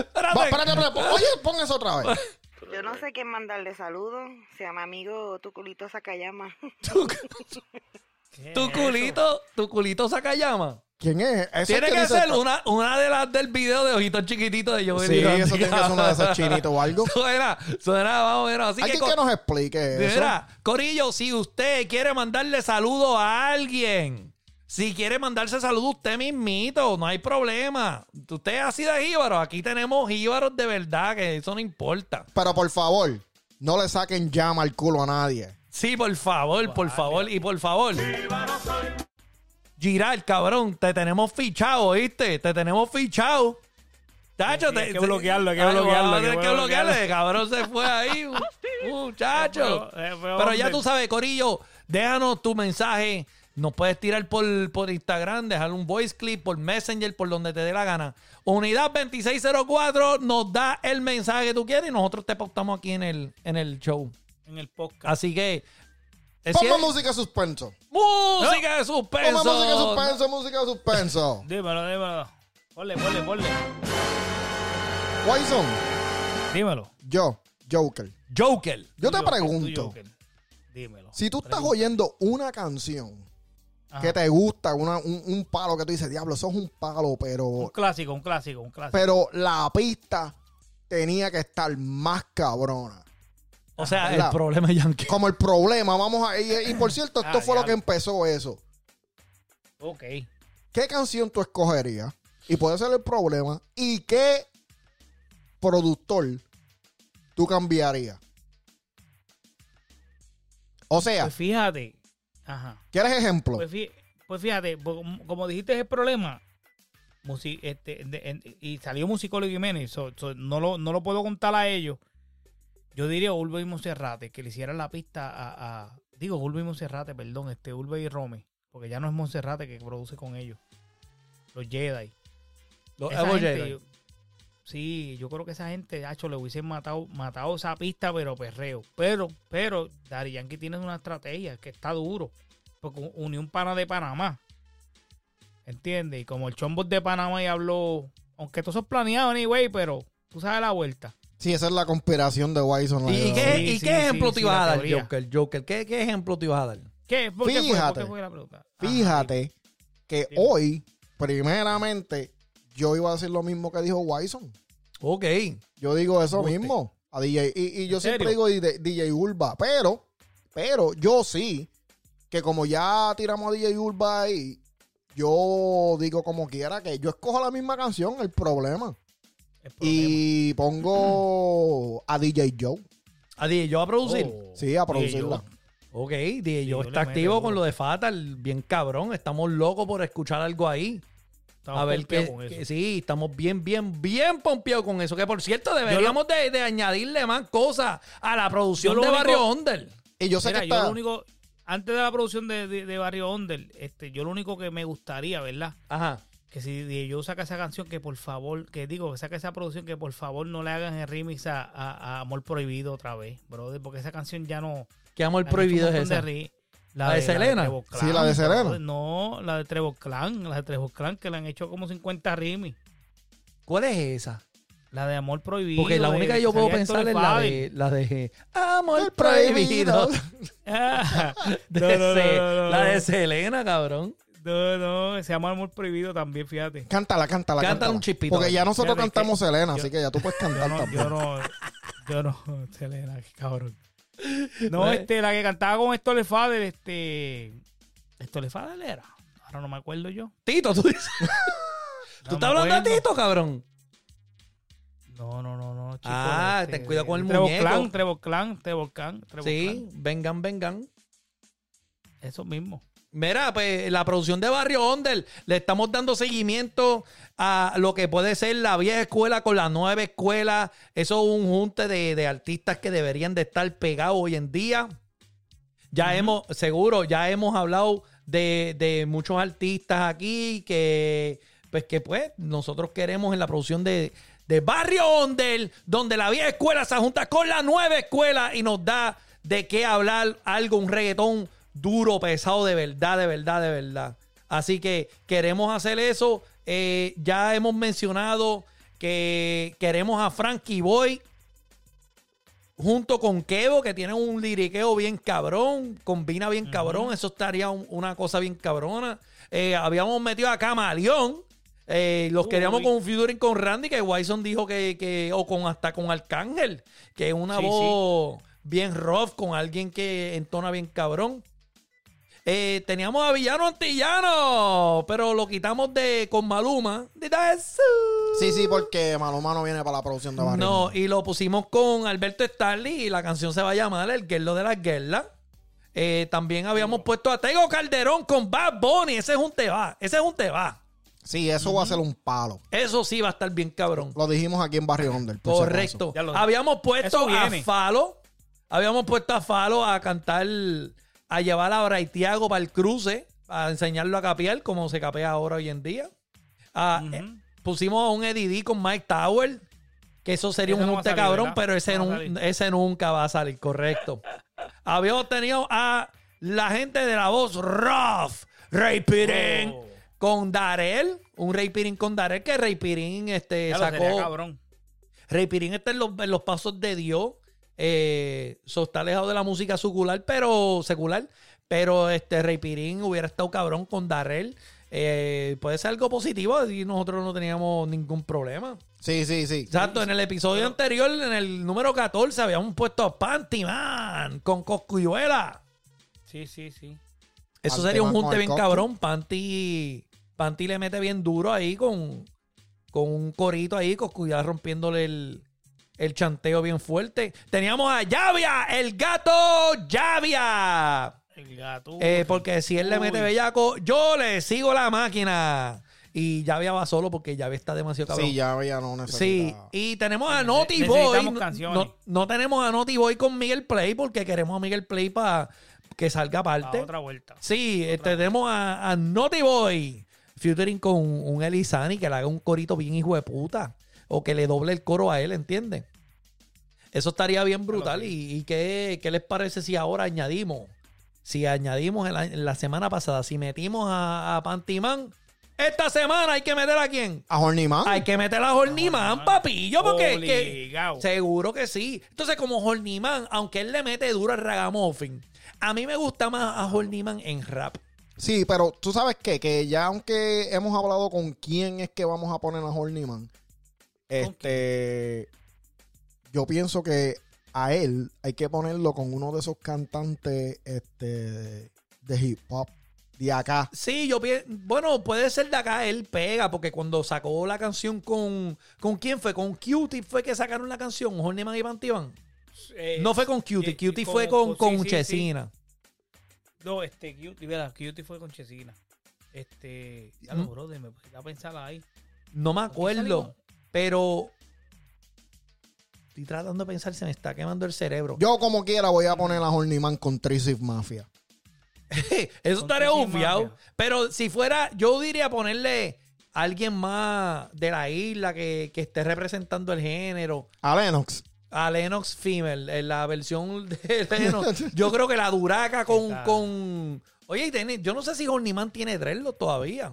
[SPEAKER 2] Espérate.
[SPEAKER 4] Va, espérate, espérate, pon- Oye, pon eso otra vez.
[SPEAKER 7] Yo no sé quién mandarle saludos. Se llama amigo tu culito Sakayama.
[SPEAKER 2] Tu, tu culito, tu culito saca llama.
[SPEAKER 4] ¿Quién es? Ese
[SPEAKER 2] Tiene que
[SPEAKER 4] dice-
[SPEAKER 2] ser una, una de las del video de ojitos chiquititos de Joel.
[SPEAKER 4] Sí, eso tiene que ser una de esas chinitos o algo.
[SPEAKER 2] Suena, suena, vamos, bueno, así que...
[SPEAKER 4] Alguien
[SPEAKER 2] co-
[SPEAKER 4] que nos explique eso.
[SPEAKER 2] Mira, Corillo, si usted quiere mandarle saludo a alguien, si quiere mandarse saludo usted mismito, no hay problema. Usted es así de jíbaro. Aquí tenemos jíbaros de verdad, que eso no importa.
[SPEAKER 4] Pero por favor, no le saquen llama al culo a nadie.
[SPEAKER 2] Sí, por favor, por favor y por favor. Giral, cabrón, te tenemos fichado, ¿viste? Te tenemos fichado. Tacho,
[SPEAKER 3] Sí, hay
[SPEAKER 2] te-
[SPEAKER 3] que
[SPEAKER 2] te-
[SPEAKER 3] bloquearlo, hay que
[SPEAKER 2] Ay, vamos a
[SPEAKER 3] bloquearlo, hay
[SPEAKER 2] tener
[SPEAKER 3] que
[SPEAKER 2] que bloquearlo.
[SPEAKER 3] bloquearlo.
[SPEAKER 2] Ese cabrón se fue ahí, mu- muchacho.
[SPEAKER 3] Se fue- se fue
[SPEAKER 2] Pero ya
[SPEAKER 3] hombre.
[SPEAKER 2] tú sabes, Corillo, déjanos tu mensaje. Nos puedes tirar por, por Instagram, dejar un voice clip, por Messenger, por donde te dé la gana. Unidad 2604 nos da el mensaje que tú quieres y nosotros te pautamos aquí en el, en el show.
[SPEAKER 3] En el podcast.
[SPEAKER 2] Así que. es
[SPEAKER 4] Ponme
[SPEAKER 2] cierto.
[SPEAKER 4] música de suspenso.
[SPEAKER 2] música de
[SPEAKER 4] Ponme
[SPEAKER 2] suspenso.
[SPEAKER 4] música de suspenso, música de suspenso.
[SPEAKER 3] Dímelo, dímelo. Ponle, ponle, ponle.
[SPEAKER 4] Wison,
[SPEAKER 3] Dímelo.
[SPEAKER 4] yo, Joker.
[SPEAKER 2] Joker.
[SPEAKER 4] Yo te
[SPEAKER 3] Tú, Joker, tú,
[SPEAKER 4] pregunto,
[SPEAKER 3] Joker. Dímelo.
[SPEAKER 4] si tú estás oyendo una canción
[SPEAKER 3] Ajá.
[SPEAKER 4] que te gusta, una- un, un palo que tú dices, diablo, eso es un palo,
[SPEAKER 3] Un
[SPEAKER 4] pero,
[SPEAKER 3] clásico, un clásico, un clásico.
[SPEAKER 4] pero la pista tenía que estar más cabrona.
[SPEAKER 2] O sea, el
[SPEAKER 4] ¿verdad?
[SPEAKER 2] problema es Yankee.
[SPEAKER 4] Como el problema, vamos a... Y, y por cierto, esto
[SPEAKER 3] Ah,
[SPEAKER 4] fue lo que
[SPEAKER 3] diablo.
[SPEAKER 4] empezó eso.
[SPEAKER 3] Ok.
[SPEAKER 4] ¿Qué canción tú escogerías? Y puede ser el problema. ¿Y qué productor tú cambiarías? O sea,
[SPEAKER 3] Pues fíjate. Ajá.
[SPEAKER 4] ¿quieres ejemplo?
[SPEAKER 3] Pues fí- pues fíjate, po- como- como dijiste el problema, musi- este, de- en- y salió Musicólogo Jiménez, so- so no, lo, no lo puedo contar a ellos. Yo diría Urbe y Monserrate, que le hicieran la pista a, a- digo Urbe y Monserrate, perdón, este Urbe y Rome, porque ya no es Monserrate que produce con ellos. Los Jedi.
[SPEAKER 2] Los
[SPEAKER 3] Esa
[SPEAKER 2] Evo
[SPEAKER 3] gente,
[SPEAKER 2] Jedi.
[SPEAKER 3] yo- sí, yo creo que esa gente, hecho le hubiesen matado, matado esa pista, pero perreo. Pero, pero, Dari Yankee tiene una estrategia que está duro. Porque unió un pana de Panamá. ¿Entiendes? Y como el chombo de Panamá y habló, aunque todo eso es planeado, anyway, pero tú sabes la vuelta.
[SPEAKER 4] Sí, esa es la conspiración de Wison.
[SPEAKER 2] ¿Y
[SPEAKER 4] la-
[SPEAKER 2] qué,
[SPEAKER 3] Sí,
[SPEAKER 2] y qué
[SPEAKER 3] sí, sí,
[SPEAKER 2] ejemplo
[SPEAKER 3] sí,
[SPEAKER 2] te ibas
[SPEAKER 3] la
[SPEAKER 2] a dar,
[SPEAKER 3] teoría.
[SPEAKER 2] Joker? Joker, ¿qué, qué ejemplo te ibas a dar?
[SPEAKER 3] ¿Qué? ¿Por qué fue? ¿Por
[SPEAKER 4] Fíjate.
[SPEAKER 3] qué fue la pregunta? Ajá,
[SPEAKER 4] Fíjate que
[SPEAKER 3] Dime.
[SPEAKER 4] hoy, primeramente, yo iba a decir lo mismo que dijo Wison.
[SPEAKER 2] Ok.
[SPEAKER 4] Yo digo eso
[SPEAKER 3] Guste.
[SPEAKER 4] mismo a DJ. Y, y yo
[SPEAKER 3] ¿En
[SPEAKER 4] siempre
[SPEAKER 3] serio?
[SPEAKER 4] digo DJ, Urba. Pero, pero yo sí, que como ya tiramos a DJ Urba ahí, yo digo como quiera que yo escojo la misma canción, el problema.
[SPEAKER 3] el problema.
[SPEAKER 4] Y pongo a DJ Joe.
[SPEAKER 2] A DJ Ah, yo a producir.
[SPEAKER 3] Oh.
[SPEAKER 4] Sí, a
[SPEAKER 3] Oye,
[SPEAKER 4] producirla.
[SPEAKER 3] yo-
[SPEAKER 2] Ok, DJ yo
[SPEAKER 3] yo le
[SPEAKER 2] está
[SPEAKER 3] meto
[SPEAKER 2] activo
[SPEAKER 3] duro.
[SPEAKER 2] con lo de Fatal. Bien cabrón. Estamos locos por escuchar algo ahí.
[SPEAKER 3] estamos
[SPEAKER 2] a ver
[SPEAKER 3] pompeados
[SPEAKER 2] qué.
[SPEAKER 3] con eso.
[SPEAKER 2] qué- Sí, estamos bien, bien, bien pompeados con eso. Que por cierto, deberíamos de, de añadirle más cosas a la producción
[SPEAKER 3] Yo lo
[SPEAKER 2] de Barrio
[SPEAKER 3] único-
[SPEAKER 2] Under.
[SPEAKER 4] Y yo sé
[SPEAKER 3] Mira,
[SPEAKER 4] que
[SPEAKER 3] yo
[SPEAKER 4] está.
[SPEAKER 3] lo único, antes de la producción de, de- de Barrio Onder, este, yo lo único que me gustaría, ¿verdad?
[SPEAKER 2] Ajá.
[SPEAKER 3] Que si yo saca esa canción, que por favor, que digo, que saca esa producción, que por favor no le hagan el remix a, a- a Amor Prohibido otra vez, brother, porque esa canción ya no.
[SPEAKER 2] ¿Qué amor
[SPEAKER 3] han
[SPEAKER 2] prohibido
[SPEAKER 3] hecho
[SPEAKER 2] es
[SPEAKER 3] un montón
[SPEAKER 2] esa?
[SPEAKER 3] de re-
[SPEAKER 2] ¿La de Selena?
[SPEAKER 3] Trevor
[SPEAKER 4] Sí, la de Selena.
[SPEAKER 3] brother, No, la de Trevor Clan, la de Trevor Clan, que le han hecho como 50 remix.
[SPEAKER 2] ¿Cuál es esa?
[SPEAKER 3] La de Amor Prohibido.
[SPEAKER 2] Porque la
[SPEAKER 3] de-
[SPEAKER 2] única que
[SPEAKER 3] que
[SPEAKER 2] yo puedo
[SPEAKER 3] salía
[SPEAKER 2] pensar
[SPEAKER 3] Héctor
[SPEAKER 2] es la
[SPEAKER 3] Fabi.
[SPEAKER 2] de, la de Amor
[SPEAKER 4] El
[SPEAKER 2] Prohibido.
[SPEAKER 4] prohibido.
[SPEAKER 2] De
[SPEAKER 3] No, no, no,
[SPEAKER 2] Se-
[SPEAKER 3] no, no,
[SPEAKER 2] La
[SPEAKER 3] no.
[SPEAKER 2] de Selena, cabrón.
[SPEAKER 3] No, no, se llama Amor Prohibido también, fíjate.
[SPEAKER 4] Cántala, cántala,
[SPEAKER 2] Cántala
[SPEAKER 4] cántala.
[SPEAKER 2] un chispito.
[SPEAKER 4] Porque ya nosotros
[SPEAKER 3] Fíjate que
[SPEAKER 4] cantamos Selena,
[SPEAKER 3] yo-
[SPEAKER 4] así que ya tú puedes
[SPEAKER 3] Yo
[SPEAKER 4] cantar
[SPEAKER 3] no,
[SPEAKER 4] también.
[SPEAKER 3] yo no, yo no, Selena, qué cabrón. No,
[SPEAKER 2] Pues-
[SPEAKER 3] este, la que cantaba con Héctor Fader, este. Héctor Fader era. Ahora no me acuerdo yo.
[SPEAKER 2] Tito, tú dices.
[SPEAKER 3] No
[SPEAKER 2] ¿Tú
[SPEAKER 3] me
[SPEAKER 2] estás hablando de
[SPEAKER 3] acuerdo.
[SPEAKER 2] Tito, cabrón?
[SPEAKER 3] No, no, no, no, chico. este,
[SPEAKER 2] Ah, ten cuidado con el
[SPEAKER 3] Trevor
[SPEAKER 2] muñeco.
[SPEAKER 3] Clan, Trevor Clan, Trevor Clan, Trevor
[SPEAKER 2] Sí, vengan, vengan.
[SPEAKER 3] Clan. Eso mismo.
[SPEAKER 2] Mira, pues la producción de Barrio Onder le estamos dando seguimiento a lo que puede ser la vieja escuela con la nueva escuela. Eso es un junte de, de artistas que deberían de estar pegados hoy en día. Ya hemos, seguro, ya hemos hablado de, de muchos artistas aquí que, pues que pues, nosotros queremos en la producción de, de Barrio Ondel, donde la vieja escuela se junta con la nueva escuela y nos da de qué hablar algo, un reggaetón duro, pesado, de verdad, de verdad, de verdad. Así que queremos hacer eso. Eh, ya hemos mencionado que queremos a Frankie Boy junto con Kevo, que tiene un liriqueo bien cabrón, combina bien cabrón, eso estaría un- una cosa bien cabrona. Eh, habíamos metido acá a Malión, eh, los
[SPEAKER 3] Uy.
[SPEAKER 2] queríamos con un featuring con Randy, que Wyson dijo que, que- o con hasta con Arcángel, que es una
[SPEAKER 3] Sí, sí.
[SPEAKER 2] voz bien rough, con alguien que entona bien cabrón. Eh, teníamos a Villano Antillano, pero lo quitamos de con Maluma. De Dazú.
[SPEAKER 4] Sí, sí, porque Maluma no viene para la producción de Barrio.
[SPEAKER 2] No, y lo pusimos con Alberto Starley y la canción se va a llamar El Guerlo de las Guerlas. Eh, también habíamos puesto a Tego Calderón con Bad Bunny. Ese es un te va. Ese es un te va.
[SPEAKER 4] Sí, eso va a ser un palo.
[SPEAKER 2] Eso sí va a estar bien cabrón.
[SPEAKER 4] Lo dijimos aquí en Barrio Under. por si acaso.
[SPEAKER 2] Correcto.
[SPEAKER 3] Ya lo-
[SPEAKER 2] Habíamos puesto
[SPEAKER 3] Eso
[SPEAKER 2] a
[SPEAKER 3] viene.
[SPEAKER 2] Falo. Habíamos puesto a Falo a cantar, a llevar a Braithiago para el cruce, a enseñarlo a capear como se capea ahora hoy en día. Ah,
[SPEAKER 3] Ujú.
[SPEAKER 2] eh, pusimos a un EDD con Mike Tower, que eso sería
[SPEAKER 3] Ese
[SPEAKER 2] un
[SPEAKER 3] no va a
[SPEAKER 2] junte
[SPEAKER 3] salir,
[SPEAKER 2] cabrón,
[SPEAKER 3] ¿verdad?
[SPEAKER 2] pero ese,
[SPEAKER 3] No va a
[SPEAKER 2] nun-
[SPEAKER 3] salir.
[SPEAKER 2] ese nunca va a salir, correcto. Habíamos tenido a la gente de la voz Rough, Ray Pirin,
[SPEAKER 3] Oh.
[SPEAKER 2] con Darel, un Ray Pirin con Darel, que Ray Pirin este,
[SPEAKER 3] Ya lo
[SPEAKER 2] sacó...
[SPEAKER 3] sería, cabrón.
[SPEAKER 2] Ray Pirín está en los, en los pasos de Dios. Eh, so, está alejado de la música secular, pero secular. Pero este Rey Pirín hubiera estado cabrón con Darrell. Eh, puede ser algo positivo y nosotros no teníamos ningún problema.
[SPEAKER 4] Sí, sí, sí.
[SPEAKER 2] Exacto, en el episodio anterior, en el número 14, habíamos puesto a Panty Man con Coscuyuela.
[SPEAKER 3] Sí, sí, sí.
[SPEAKER 2] Eso
[SPEAKER 4] Panty
[SPEAKER 2] sería un
[SPEAKER 4] Man con
[SPEAKER 2] junte
[SPEAKER 4] el
[SPEAKER 2] bien
[SPEAKER 4] Coscu.
[SPEAKER 2] cabrón. Panty, Panty le mete bien duro ahí con, con un corito ahí, Coscuyuela rompiéndole el, el chanteo bien fuerte. Teníamos a Llavia, el gato Llavia.
[SPEAKER 3] El gato.
[SPEAKER 2] Eh, porque si él le mete
[SPEAKER 3] Uy.
[SPEAKER 2] bellaco, yo le sigo la máquina. Y Llavia va solo porque Llavia está demasiado cabrón.
[SPEAKER 4] Sí, ya, ya no necesita.
[SPEAKER 2] Sí, y tenemos a Naughty Boy.
[SPEAKER 3] necesitamos
[SPEAKER 2] No-
[SPEAKER 3] canciones.
[SPEAKER 2] No, no tenemos a Naughty Boy con Miguel Play porque queremos a Miguel Play para que salga
[SPEAKER 3] A
[SPEAKER 2] aparte.
[SPEAKER 3] otra vuelta.
[SPEAKER 2] Sí, eh, tenemos a, a Naughty Boy featuring con un Elizani que le haga un corito bien hijo de puta o que le doble el coro a él, ¿entiendes? Eso estaría bien brutal. ¿Y, y qué, qué les parece si ahora añadimos? Si añadimos en la, en la semana pasada, si metimos a, a Pantiman, esta semana hay que meter a quién?
[SPEAKER 4] A Horny Man.
[SPEAKER 2] Hay que meter a Horniman, papillo, porque es que-
[SPEAKER 3] Ah, Obligado.
[SPEAKER 2] seguro que sí. Entonces, como Horniman, aunque él le mete duro al ragamuffin, a mí me gusta más a Horniman en rap.
[SPEAKER 4] Sí, pero tú sabes qué, que ya aunque hemos hablado con quién es que vamos a poner a Horny Man, este, yo pienso que a él hay que ponerlo con uno de esos cantantes este, de hip hop de acá.
[SPEAKER 2] Sí, yo pienso, bueno, puede ser de acá, él pega, porque cuando sacó la canción con, ¿con quién fue? Con Cutie fue que sacaron la canción, Horniman y Pantivan.
[SPEAKER 3] Eh,
[SPEAKER 2] No fue con Cutie,
[SPEAKER 3] eh,
[SPEAKER 2] Cutie
[SPEAKER 3] con-
[SPEAKER 2] fue con, con
[SPEAKER 3] con- sí, sí, sí.
[SPEAKER 2] Chesina.
[SPEAKER 3] No, este, Cutie, mira, Cutie fue con Chesina. Este, ya lo
[SPEAKER 2] Mm.
[SPEAKER 3] brother, me puse a pensar ahí.
[SPEAKER 2] No me
[SPEAKER 3] ¿Con quién
[SPEAKER 2] acuerdo,
[SPEAKER 3] salimos?
[SPEAKER 2] pero estoy tratando de pensar, se me está quemando el cerebro.
[SPEAKER 4] Yo como quiera voy a poner a Horny Man con Trisif Mafia.
[SPEAKER 2] Eso
[SPEAKER 3] Con
[SPEAKER 2] estaría
[SPEAKER 3] Tristan
[SPEAKER 2] obviado.
[SPEAKER 3] Mafia.
[SPEAKER 2] Pero si fuera, yo diría ponerle a alguien más de la isla que, que esté representando el género.
[SPEAKER 4] A Lennox.
[SPEAKER 2] A Lennox Female, en la versión de Lennox. Yo creo que la Duraca con.
[SPEAKER 3] Está.
[SPEAKER 2] con... Oye, y tiene- yo no sé si Horniman tiene dreadlock todavía.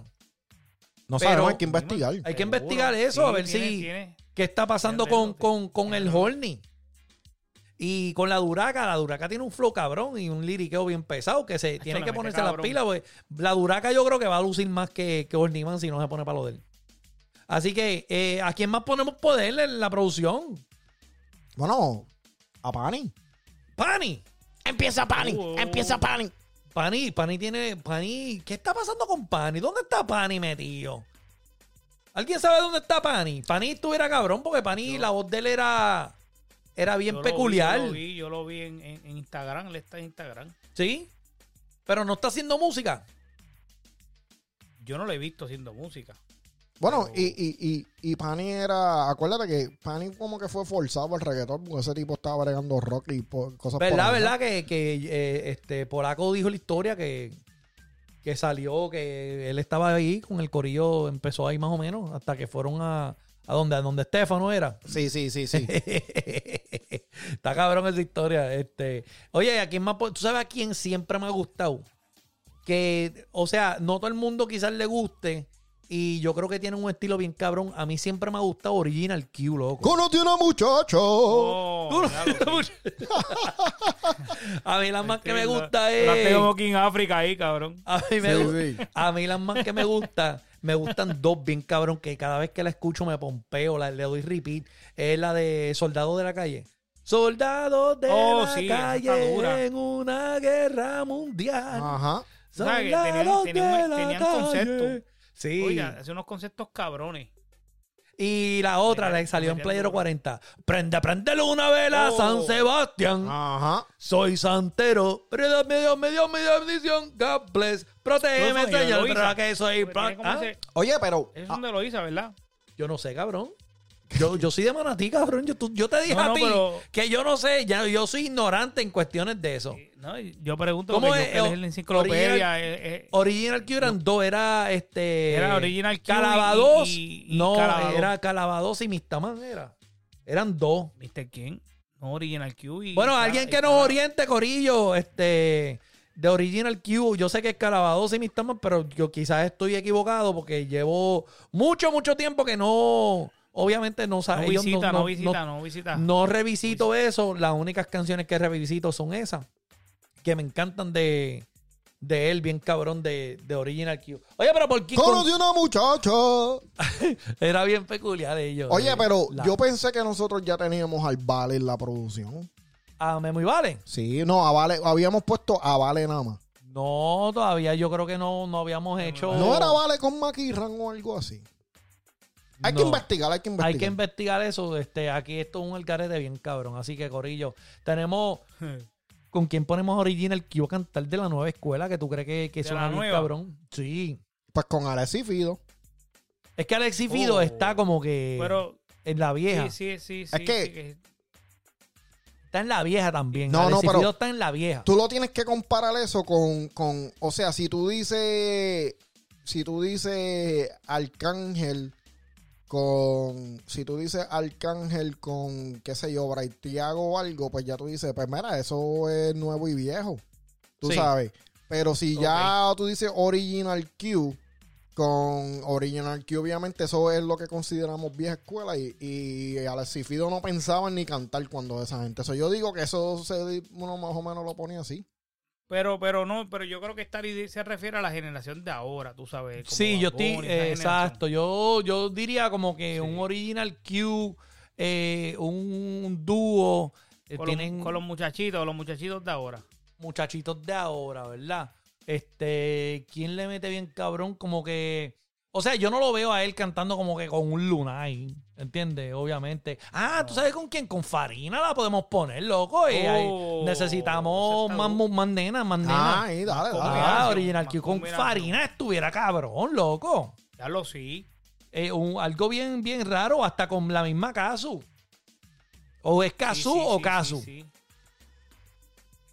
[SPEAKER 4] No
[SPEAKER 2] Pero-
[SPEAKER 4] sabemos, hay que investigar.
[SPEAKER 2] Hay que
[SPEAKER 3] Seguro.
[SPEAKER 2] investigar eso, a ver
[SPEAKER 3] tiene-
[SPEAKER 2] si-
[SPEAKER 3] tiene-
[SPEAKER 2] ¿Qué está pasando
[SPEAKER 3] Tiene
[SPEAKER 2] con,
[SPEAKER 3] dreadlock,
[SPEAKER 2] con, con el Horny? Y con la Duraca, la Duraca tiene un flow cabrón y un liriqueo bien pesado que se tiene
[SPEAKER 3] le
[SPEAKER 2] que
[SPEAKER 3] mete
[SPEAKER 2] ponerse las
[SPEAKER 3] cabrón.
[SPEAKER 2] pilas. porque la Duraca yo creo que va a lucir más que, que Orniman si no se pone para lo de él. Así que, eh, ¿a quién más ponemos poder en la producción?
[SPEAKER 4] Bueno, a Pani.
[SPEAKER 2] ¡Pani!
[SPEAKER 4] Empieza Pani,
[SPEAKER 3] Oh.
[SPEAKER 4] empieza Pani.
[SPEAKER 2] Pani, Pani tiene. Pani, ¿qué está pasando con Pani? ¿Dónde está Pani metido? ¿Alguien sabe dónde está Pani? Pani estuviera cabrón porque Pani, la voz de él era. Era bien
[SPEAKER 3] Yo lo vi,
[SPEAKER 2] peculiar.
[SPEAKER 3] yo lo vi, yo lo vi en, en- en Instagram, él está en Instagram.
[SPEAKER 2] ¿Sí? Pero no está haciendo música.
[SPEAKER 3] Yo no lo he visto haciendo música.
[SPEAKER 4] Bueno, y, y, y, y Pani era. Acuérdate que Pani como que fue forzado al reggaetón porque ese tipo estaba bregando rock y po- cosas por
[SPEAKER 2] ¿Verdad,
[SPEAKER 4] ahí, ¿no?
[SPEAKER 2] verdad? Que, que, eh, este Polaco dijo la historia que, que salió, que él estaba ahí con el corillo, empezó ahí más o menos, hasta que fueron a. ¿A dónde? A donde Estefano era.
[SPEAKER 4] Sí, sí, sí, sí.
[SPEAKER 2] Está cabrón esa historia. Este, oye, ¿a quién más? po- ¿Tú sabes a quién siempre me ha gustado? Que, o sea, no todo el mundo quizás le guste. Y yo creo que tiene un estilo bien cabrón. A mí siempre me ha gustado Original Q, loco.
[SPEAKER 4] Conocí una muchacho.
[SPEAKER 3] Oh,
[SPEAKER 2] Tú no-
[SPEAKER 3] claro, sí.
[SPEAKER 2] a mí la más que me
[SPEAKER 3] Sí,
[SPEAKER 2] gusta
[SPEAKER 3] la-
[SPEAKER 2] es...
[SPEAKER 3] La tengo aquí en África ahí, cabrón.
[SPEAKER 2] A mí, me
[SPEAKER 4] Sí,
[SPEAKER 2] gu-
[SPEAKER 4] sí.
[SPEAKER 2] a mí las más que me gustan, me gustan dos bien cabrón, que cada vez que la escucho me pompeo, la, le doy repeat. Es la de Soldado de la Calle. Soldado de
[SPEAKER 3] Oh,
[SPEAKER 2] la
[SPEAKER 3] sí, esa está dura.
[SPEAKER 2] calle en una guerra mundial.
[SPEAKER 4] Ajá.
[SPEAKER 3] ¿Sabes que
[SPEAKER 2] Soldados
[SPEAKER 3] tenían- tenían-
[SPEAKER 2] de la
[SPEAKER 3] tenían
[SPEAKER 2] calle.
[SPEAKER 3] concepto?
[SPEAKER 2] Sí.
[SPEAKER 3] Oiga, hace unos conceptos cabrones.
[SPEAKER 2] y la otra,
[SPEAKER 3] Oiga,
[SPEAKER 2] la que salió en
[SPEAKER 3] oiga,
[SPEAKER 2] Playero
[SPEAKER 3] duro.
[SPEAKER 2] 40. Prende, prende una vela,
[SPEAKER 4] Oh.
[SPEAKER 2] San
[SPEAKER 3] Ah,
[SPEAKER 2] Sebastián.
[SPEAKER 4] Ajá.
[SPEAKER 2] Soy santero, pero Dios me dio, me dio mi bendición. God bless. Protégeme,
[SPEAKER 3] Todo eso,
[SPEAKER 2] Señor,
[SPEAKER 3] Eloísa.
[SPEAKER 2] para que soy.
[SPEAKER 3] Porque tiene como
[SPEAKER 2] ¿Ah?
[SPEAKER 3] ese-
[SPEAKER 4] Oye, pero.
[SPEAKER 3] Es
[SPEAKER 4] ah,
[SPEAKER 3] donde lo hizo, ¿verdad?
[SPEAKER 2] Yo no sé, cabrón. Yo, yo soy de Manatí, cabrón. Yo, tú- yo te dije
[SPEAKER 3] No,
[SPEAKER 2] a
[SPEAKER 3] no,
[SPEAKER 2] ti
[SPEAKER 3] pero-
[SPEAKER 2] que yo no sé. Ya, yo soy ignorante en cuestiones de eso.
[SPEAKER 3] Eh, No, yo pregunto
[SPEAKER 2] ¿Cómo
[SPEAKER 3] porque
[SPEAKER 2] es? Oh,
[SPEAKER 3] yo que leí en la enciclopedia.
[SPEAKER 2] Original-
[SPEAKER 3] eh, eh,
[SPEAKER 2] Original Q eran dos. Era este.
[SPEAKER 3] Era Original Q y-
[SPEAKER 2] Calabados.
[SPEAKER 3] y- y
[SPEAKER 2] no,
[SPEAKER 3] Calabados.
[SPEAKER 2] era Calabados y Mistamán. Era. Eran dos.
[SPEAKER 3] ¿Viste quién? No, Original Q. y-
[SPEAKER 2] Bueno,
[SPEAKER 3] y-
[SPEAKER 2] alguien
[SPEAKER 3] y-
[SPEAKER 2] que nos oriente, Corillo, este, de Original Q. Yo sé que es Calabados y mis tamas, pero yo quizás estoy equivocado porque llevo mucho, mucho tiempo que no, obviamente no
[SPEAKER 3] No
[SPEAKER 2] sabe. ellos
[SPEAKER 3] visita, no,
[SPEAKER 2] no-
[SPEAKER 3] visita,
[SPEAKER 2] no-
[SPEAKER 3] no visita.
[SPEAKER 2] no revisito eso. Las únicas canciones que revisito son esas, que me encantan de, de él, bien cabrón, de, de Original Q. Oye, pero ¿por qué? con-
[SPEAKER 4] Conocí una muchacha.
[SPEAKER 2] Era bien peculiar ellos.
[SPEAKER 4] Oye,
[SPEAKER 2] eh,
[SPEAKER 4] pero
[SPEAKER 2] la-
[SPEAKER 4] yo pensé que nosotros ya teníamos al Vale en la producción.
[SPEAKER 2] Ah, Memo y Vale.
[SPEAKER 4] Sí, no, a Vale. Habíamos puesto a Vale nada más.
[SPEAKER 2] No, todavía yo creo que no, no habíamos hecho...
[SPEAKER 4] ¿No era Vale con Maquirran o algo así? Hay que
[SPEAKER 2] No.
[SPEAKER 4] investigar, hay que investigar.
[SPEAKER 2] Hay que investigar eso. Este, aquí esto es un algarete bien cabrón. Así que, Corillo, tenemos. ¿Con quién ponemos original que iba a cantar de la nueva escuela? Que tú crees que, que
[SPEAKER 3] ¿De
[SPEAKER 2] suena
[SPEAKER 3] la
[SPEAKER 2] bien
[SPEAKER 3] nueva?
[SPEAKER 2] cabrón. Sí.
[SPEAKER 4] Pues con Alexis Fido.
[SPEAKER 2] Es que Alexi Fido
[SPEAKER 3] Oh.
[SPEAKER 2] está como que
[SPEAKER 3] Pero
[SPEAKER 2] en la eh, vieja.
[SPEAKER 3] sí, sí, sí, sí.
[SPEAKER 4] Es que-
[SPEAKER 3] sí
[SPEAKER 2] Está en la vieja también.
[SPEAKER 4] No, no,
[SPEAKER 2] Alexis
[SPEAKER 4] pero-
[SPEAKER 2] Fido está en la vieja.
[SPEAKER 4] Tú lo tienes que comparar eso con, con o sea, si tú dices, si tú dices Arcángel con, si tú dices Arcángel con, qué sé yo, Braithiago o algo, pues ya tú dices, pues mira, eso es nuevo y viejo, tú
[SPEAKER 2] Sí.
[SPEAKER 4] sabes. Pero si ya tú dices Original Q, con Original Q obviamente eso es lo que consideramos vieja escuela y, y Alexis Fido no pensaba ni cantar cuando esa gente. Eso yo digo que eso se, uno más o menos lo ponía así.
[SPEAKER 3] Pero, pero no, pero yo creo que esta idea se refiere a la generación de ahora, tú sabes. como
[SPEAKER 2] Sí, yo
[SPEAKER 3] Bad
[SPEAKER 2] estoy.
[SPEAKER 3] Bunny, esa
[SPEAKER 2] eh,
[SPEAKER 3] generación.
[SPEAKER 2] exacto. Yo, yo diría como que
[SPEAKER 3] Sí.
[SPEAKER 2] un original Q, eh, un dúo. eh,
[SPEAKER 3] Con,
[SPEAKER 2] tienen
[SPEAKER 3] los, con los muchachitos, los muchachitos de ahora.
[SPEAKER 2] muchachitos de ahora, ¿verdad? Este, ¿quién le mete bien cabrón? Como que. O sea, yo no lo veo a él cantando como que con un luna ahí. ¿Entiendes? Obviamente. Ah, ¿tú sabes con quién? Con Farina la podemos poner, loco. eh, ahí
[SPEAKER 3] Oh,
[SPEAKER 2] necesitamos
[SPEAKER 3] esa
[SPEAKER 2] más,
[SPEAKER 3] está
[SPEAKER 2] mu- más nena, más
[SPEAKER 4] Ah,
[SPEAKER 2] nena.
[SPEAKER 4] ahí, dale,
[SPEAKER 3] Con
[SPEAKER 4] dale.
[SPEAKER 2] Ah,
[SPEAKER 3] combinación,
[SPEAKER 2] original.
[SPEAKER 3] más
[SPEAKER 2] Que con
[SPEAKER 3] combinación.
[SPEAKER 2] Farina estuviera cabrón, loco.
[SPEAKER 3] Ya lo sí.
[SPEAKER 2] Eh, un- algo bien, bien raro, hasta con la misma Kazu. O es
[SPEAKER 3] Sí,
[SPEAKER 2] Kazu
[SPEAKER 3] sí,
[SPEAKER 2] o
[SPEAKER 3] sí,
[SPEAKER 2] Kazu.
[SPEAKER 3] sí, sí.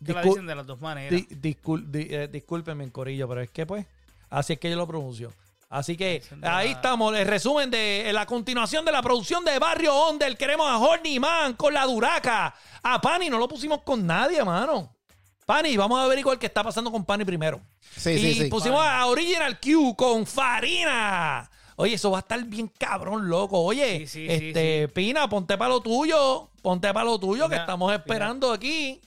[SPEAKER 3] Que la
[SPEAKER 2] Discul-
[SPEAKER 3] dicen de las dos maneras.
[SPEAKER 2] Di- discul- di- eh, discúlpenme, Corillo, pero es que pues, así es que yo lo pronuncio. Así que
[SPEAKER 3] Dicen de
[SPEAKER 2] ahí
[SPEAKER 3] la-
[SPEAKER 2] estamos, el resumen de eh, la continuación de la producción de Barrio Ondel. Queremos a Horny Man con la Duraca. A Pani no lo pusimos con nadie, mano. Pani, vamos a averiguar qué está pasando con Pani primero.
[SPEAKER 4] Sí,
[SPEAKER 2] y
[SPEAKER 4] sí, sí.
[SPEAKER 2] pusimos a Original Q con Farina. Oye, eso va a estar bien cabrón, loco. Oye,
[SPEAKER 3] Sí, sí, sí,
[SPEAKER 2] este, Pina, ponte para lo tuyo. Ponte para lo tuyo, que
[SPEAKER 3] Pina,
[SPEAKER 2] estamos
[SPEAKER 3] Pina.
[SPEAKER 2] esperando aquí.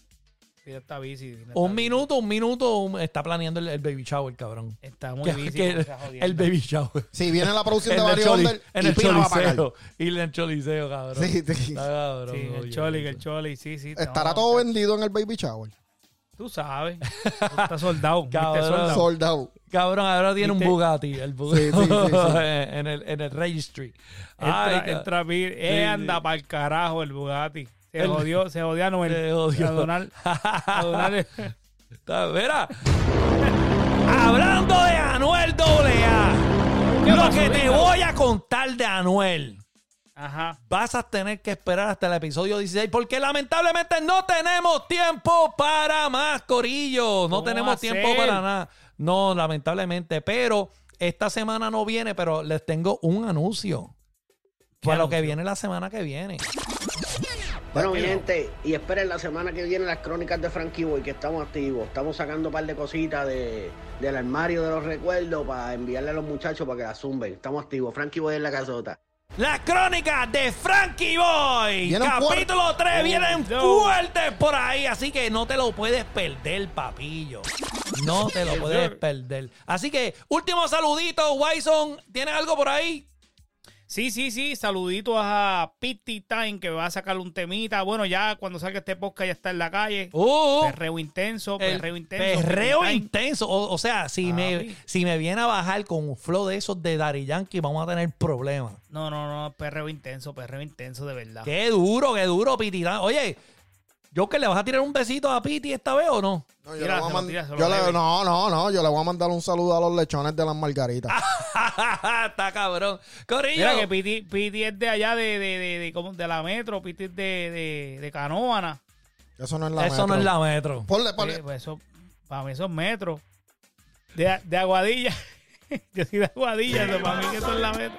[SPEAKER 3] Mira, está bici. mira, está
[SPEAKER 2] Un
[SPEAKER 3] bici.
[SPEAKER 2] minuto, un minuto. un- Está planeando el, el baby shower, cabrón.
[SPEAKER 3] Está muy
[SPEAKER 2] Que-
[SPEAKER 3] bici.
[SPEAKER 2] que
[SPEAKER 3] con
[SPEAKER 2] el,
[SPEAKER 3] esa jodienda.
[SPEAKER 2] el baby shower.
[SPEAKER 4] Si viene la
[SPEAKER 2] En
[SPEAKER 4] producción de
[SPEAKER 2] el,
[SPEAKER 4] Barrio
[SPEAKER 2] choli-
[SPEAKER 4] Under
[SPEAKER 2] en
[SPEAKER 4] y
[SPEAKER 2] el
[SPEAKER 4] Pina va a pagar.
[SPEAKER 2] choliseo. Y en el choliseo, cabrón.
[SPEAKER 4] Sí, sí.
[SPEAKER 2] Está cabrón,
[SPEAKER 3] Sí, el
[SPEAKER 2] oye,
[SPEAKER 3] choli,
[SPEAKER 2] eso.
[SPEAKER 3] el choli, sí, sí.
[SPEAKER 4] Estará
[SPEAKER 3] no,
[SPEAKER 4] todo
[SPEAKER 3] está-
[SPEAKER 4] vendido en el Baby Shower.
[SPEAKER 3] ¿Tú Tú sabes. Está soldado. viste,
[SPEAKER 2] Cabrón.
[SPEAKER 3] soldado.
[SPEAKER 4] Sold out.
[SPEAKER 2] Cabrón, ahora tiene
[SPEAKER 3] ¿Viste?
[SPEAKER 2] un Bugatti. El Bugatti
[SPEAKER 4] Sí, sí, sí, sí.
[SPEAKER 2] en, el, en el registry.
[SPEAKER 3] Entra,
[SPEAKER 2] Ay,
[SPEAKER 3] entra a mil. Eh,
[SPEAKER 2] Sí,
[SPEAKER 3] anda
[SPEAKER 2] sí.
[SPEAKER 3] para el carajo el Bugatti. Se
[SPEAKER 2] El-
[SPEAKER 3] jodió, se jodió a Noel.
[SPEAKER 2] Se jodió.
[SPEAKER 3] A Donald. A Donald.
[SPEAKER 2] Está- Mira. Hablando de Anuel AA. Lo
[SPEAKER 3] pasó,
[SPEAKER 2] que te
[SPEAKER 3] Víctor?
[SPEAKER 2] voy a contar de Anuel.
[SPEAKER 3] Ajá.
[SPEAKER 2] Vas a tener que esperar hasta el episodio 16 porque lamentablemente no tenemos tiempo para más, Corillo. No
[SPEAKER 3] ¿Cómo va
[SPEAKER 2] tenemos
[SPEAKER 3] a
[SPEAKER 2] tiempo
[SPEAKER 3] ser?
[SPEAKER 2] para nada. No, lamentablemente. Pero esta semana no viene, pero les tengo un anuncio. Para lo que
[SPEAKER 3] anuncio?
[SPEAKER 2] viene la semana que viene.
[SPEAKER 5] Bueno, mi gente, y esperen la semana que viene las crónicas de Frankie Boy, que estamos activos. Estamos sacando un par de cositas de, del armario de los recuerdos para enviarle a los muchachos para que las zumben. Estamos activos. Frankie Boy en la casota.
[SPEAKER 2] Las crónicas de Frankie Boy.
[SPEAKER 4] Vienen
[SPEAKER 2] capítulo 3 vienen
[SPEAKER 3] Yo.
[SPEAKER 2] fuertes por ahí. Así que no te lo puedes perder, papillo. No te lo puedes
[SPEAKER 3] sir.
[SPEAKER 2] perder. Así que, último saludito, Wyson. ¿Tienes algo por ahí?
[SPEAKER 3] Sí, sí, sí. Saluditos a Pitty Time que va a sacar un temita. Bueno, ya cuando salga este podcast ya está en la calle.
[SPEAKER 2] Uh,
[SPEAKER 3] Perreo intenso,
[SPEAKER 2] el
[SPEAKER 3] perreo intenso.
[SPEAKER 2] eh, perreo
[SPEAKER 3] Pitty Time.
[SPEAKER 2] intenso. O, o sea, si me,
[SPEAKER 3] Papi.
[SPEAKER 2] si me viene a bajar con un flow de esos de Dari Yankee, vamos a tener problemas.
[SPEAKER 3] No, no, no. Perreo intenso, perreo intenso de verdad.
[SPEAKER 2] Qué duro, qué duro, Piti. Ah, Oye, ¿yo que le vas a tirar un besito a Piti esta vez o no?
[SPEAKER 4] No, yo le
[SPEAKER 3] Tíraselo,
[SPEAKER 4] voy a mand-
[SPEAKER 3] tíraselo,
[SPEAKER 4] yo le-
[SPEAKER 3] debe.
[SPEAKER 4] no, no, no, yo le voy a mandar un saludo a los lechones de las margaritas.
[SPEAKER 2] Ah. Está cabrón. Corillo.
[SPEAKER 3] Mira que Piti, Piti es de allá de, de, de, de, ¿cómo? de la metro, Piti es de, de, de Canóvana.
[SPEAKER 4] Eso no es la
[SPEAKER 2] Eso no
[SPEAKER 4] metro.
[SPEAKER 2] es la metro.
[SPEAKER 4] Ponle, ponle.
[SPEAKER 3] Sí, pues eso, para mí eso es metro. De, de Aguadilla. Yo soy de Aguadilla, pero para mí que eso es la metro.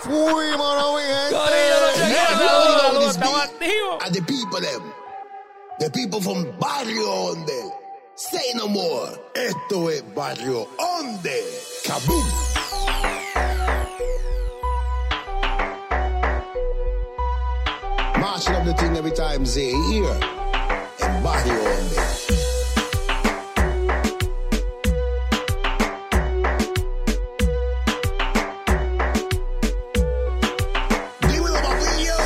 [SPEAKER 4] Fui, mano, mi gente.
[SPEAKER 2] Corillo, no llegué.
[SPEAKER 3] Mira, saludos, saludos, estamos activos.
[SPEAKER 1] and the people them. The people from Barrio Onde. Say no more. Esto es Barrio Onde. Kaboom. Marching up the thing every time they hear. And Barrio Onde. Dímelo, papillo.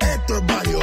[SPEAKER 1] Esto es Barrio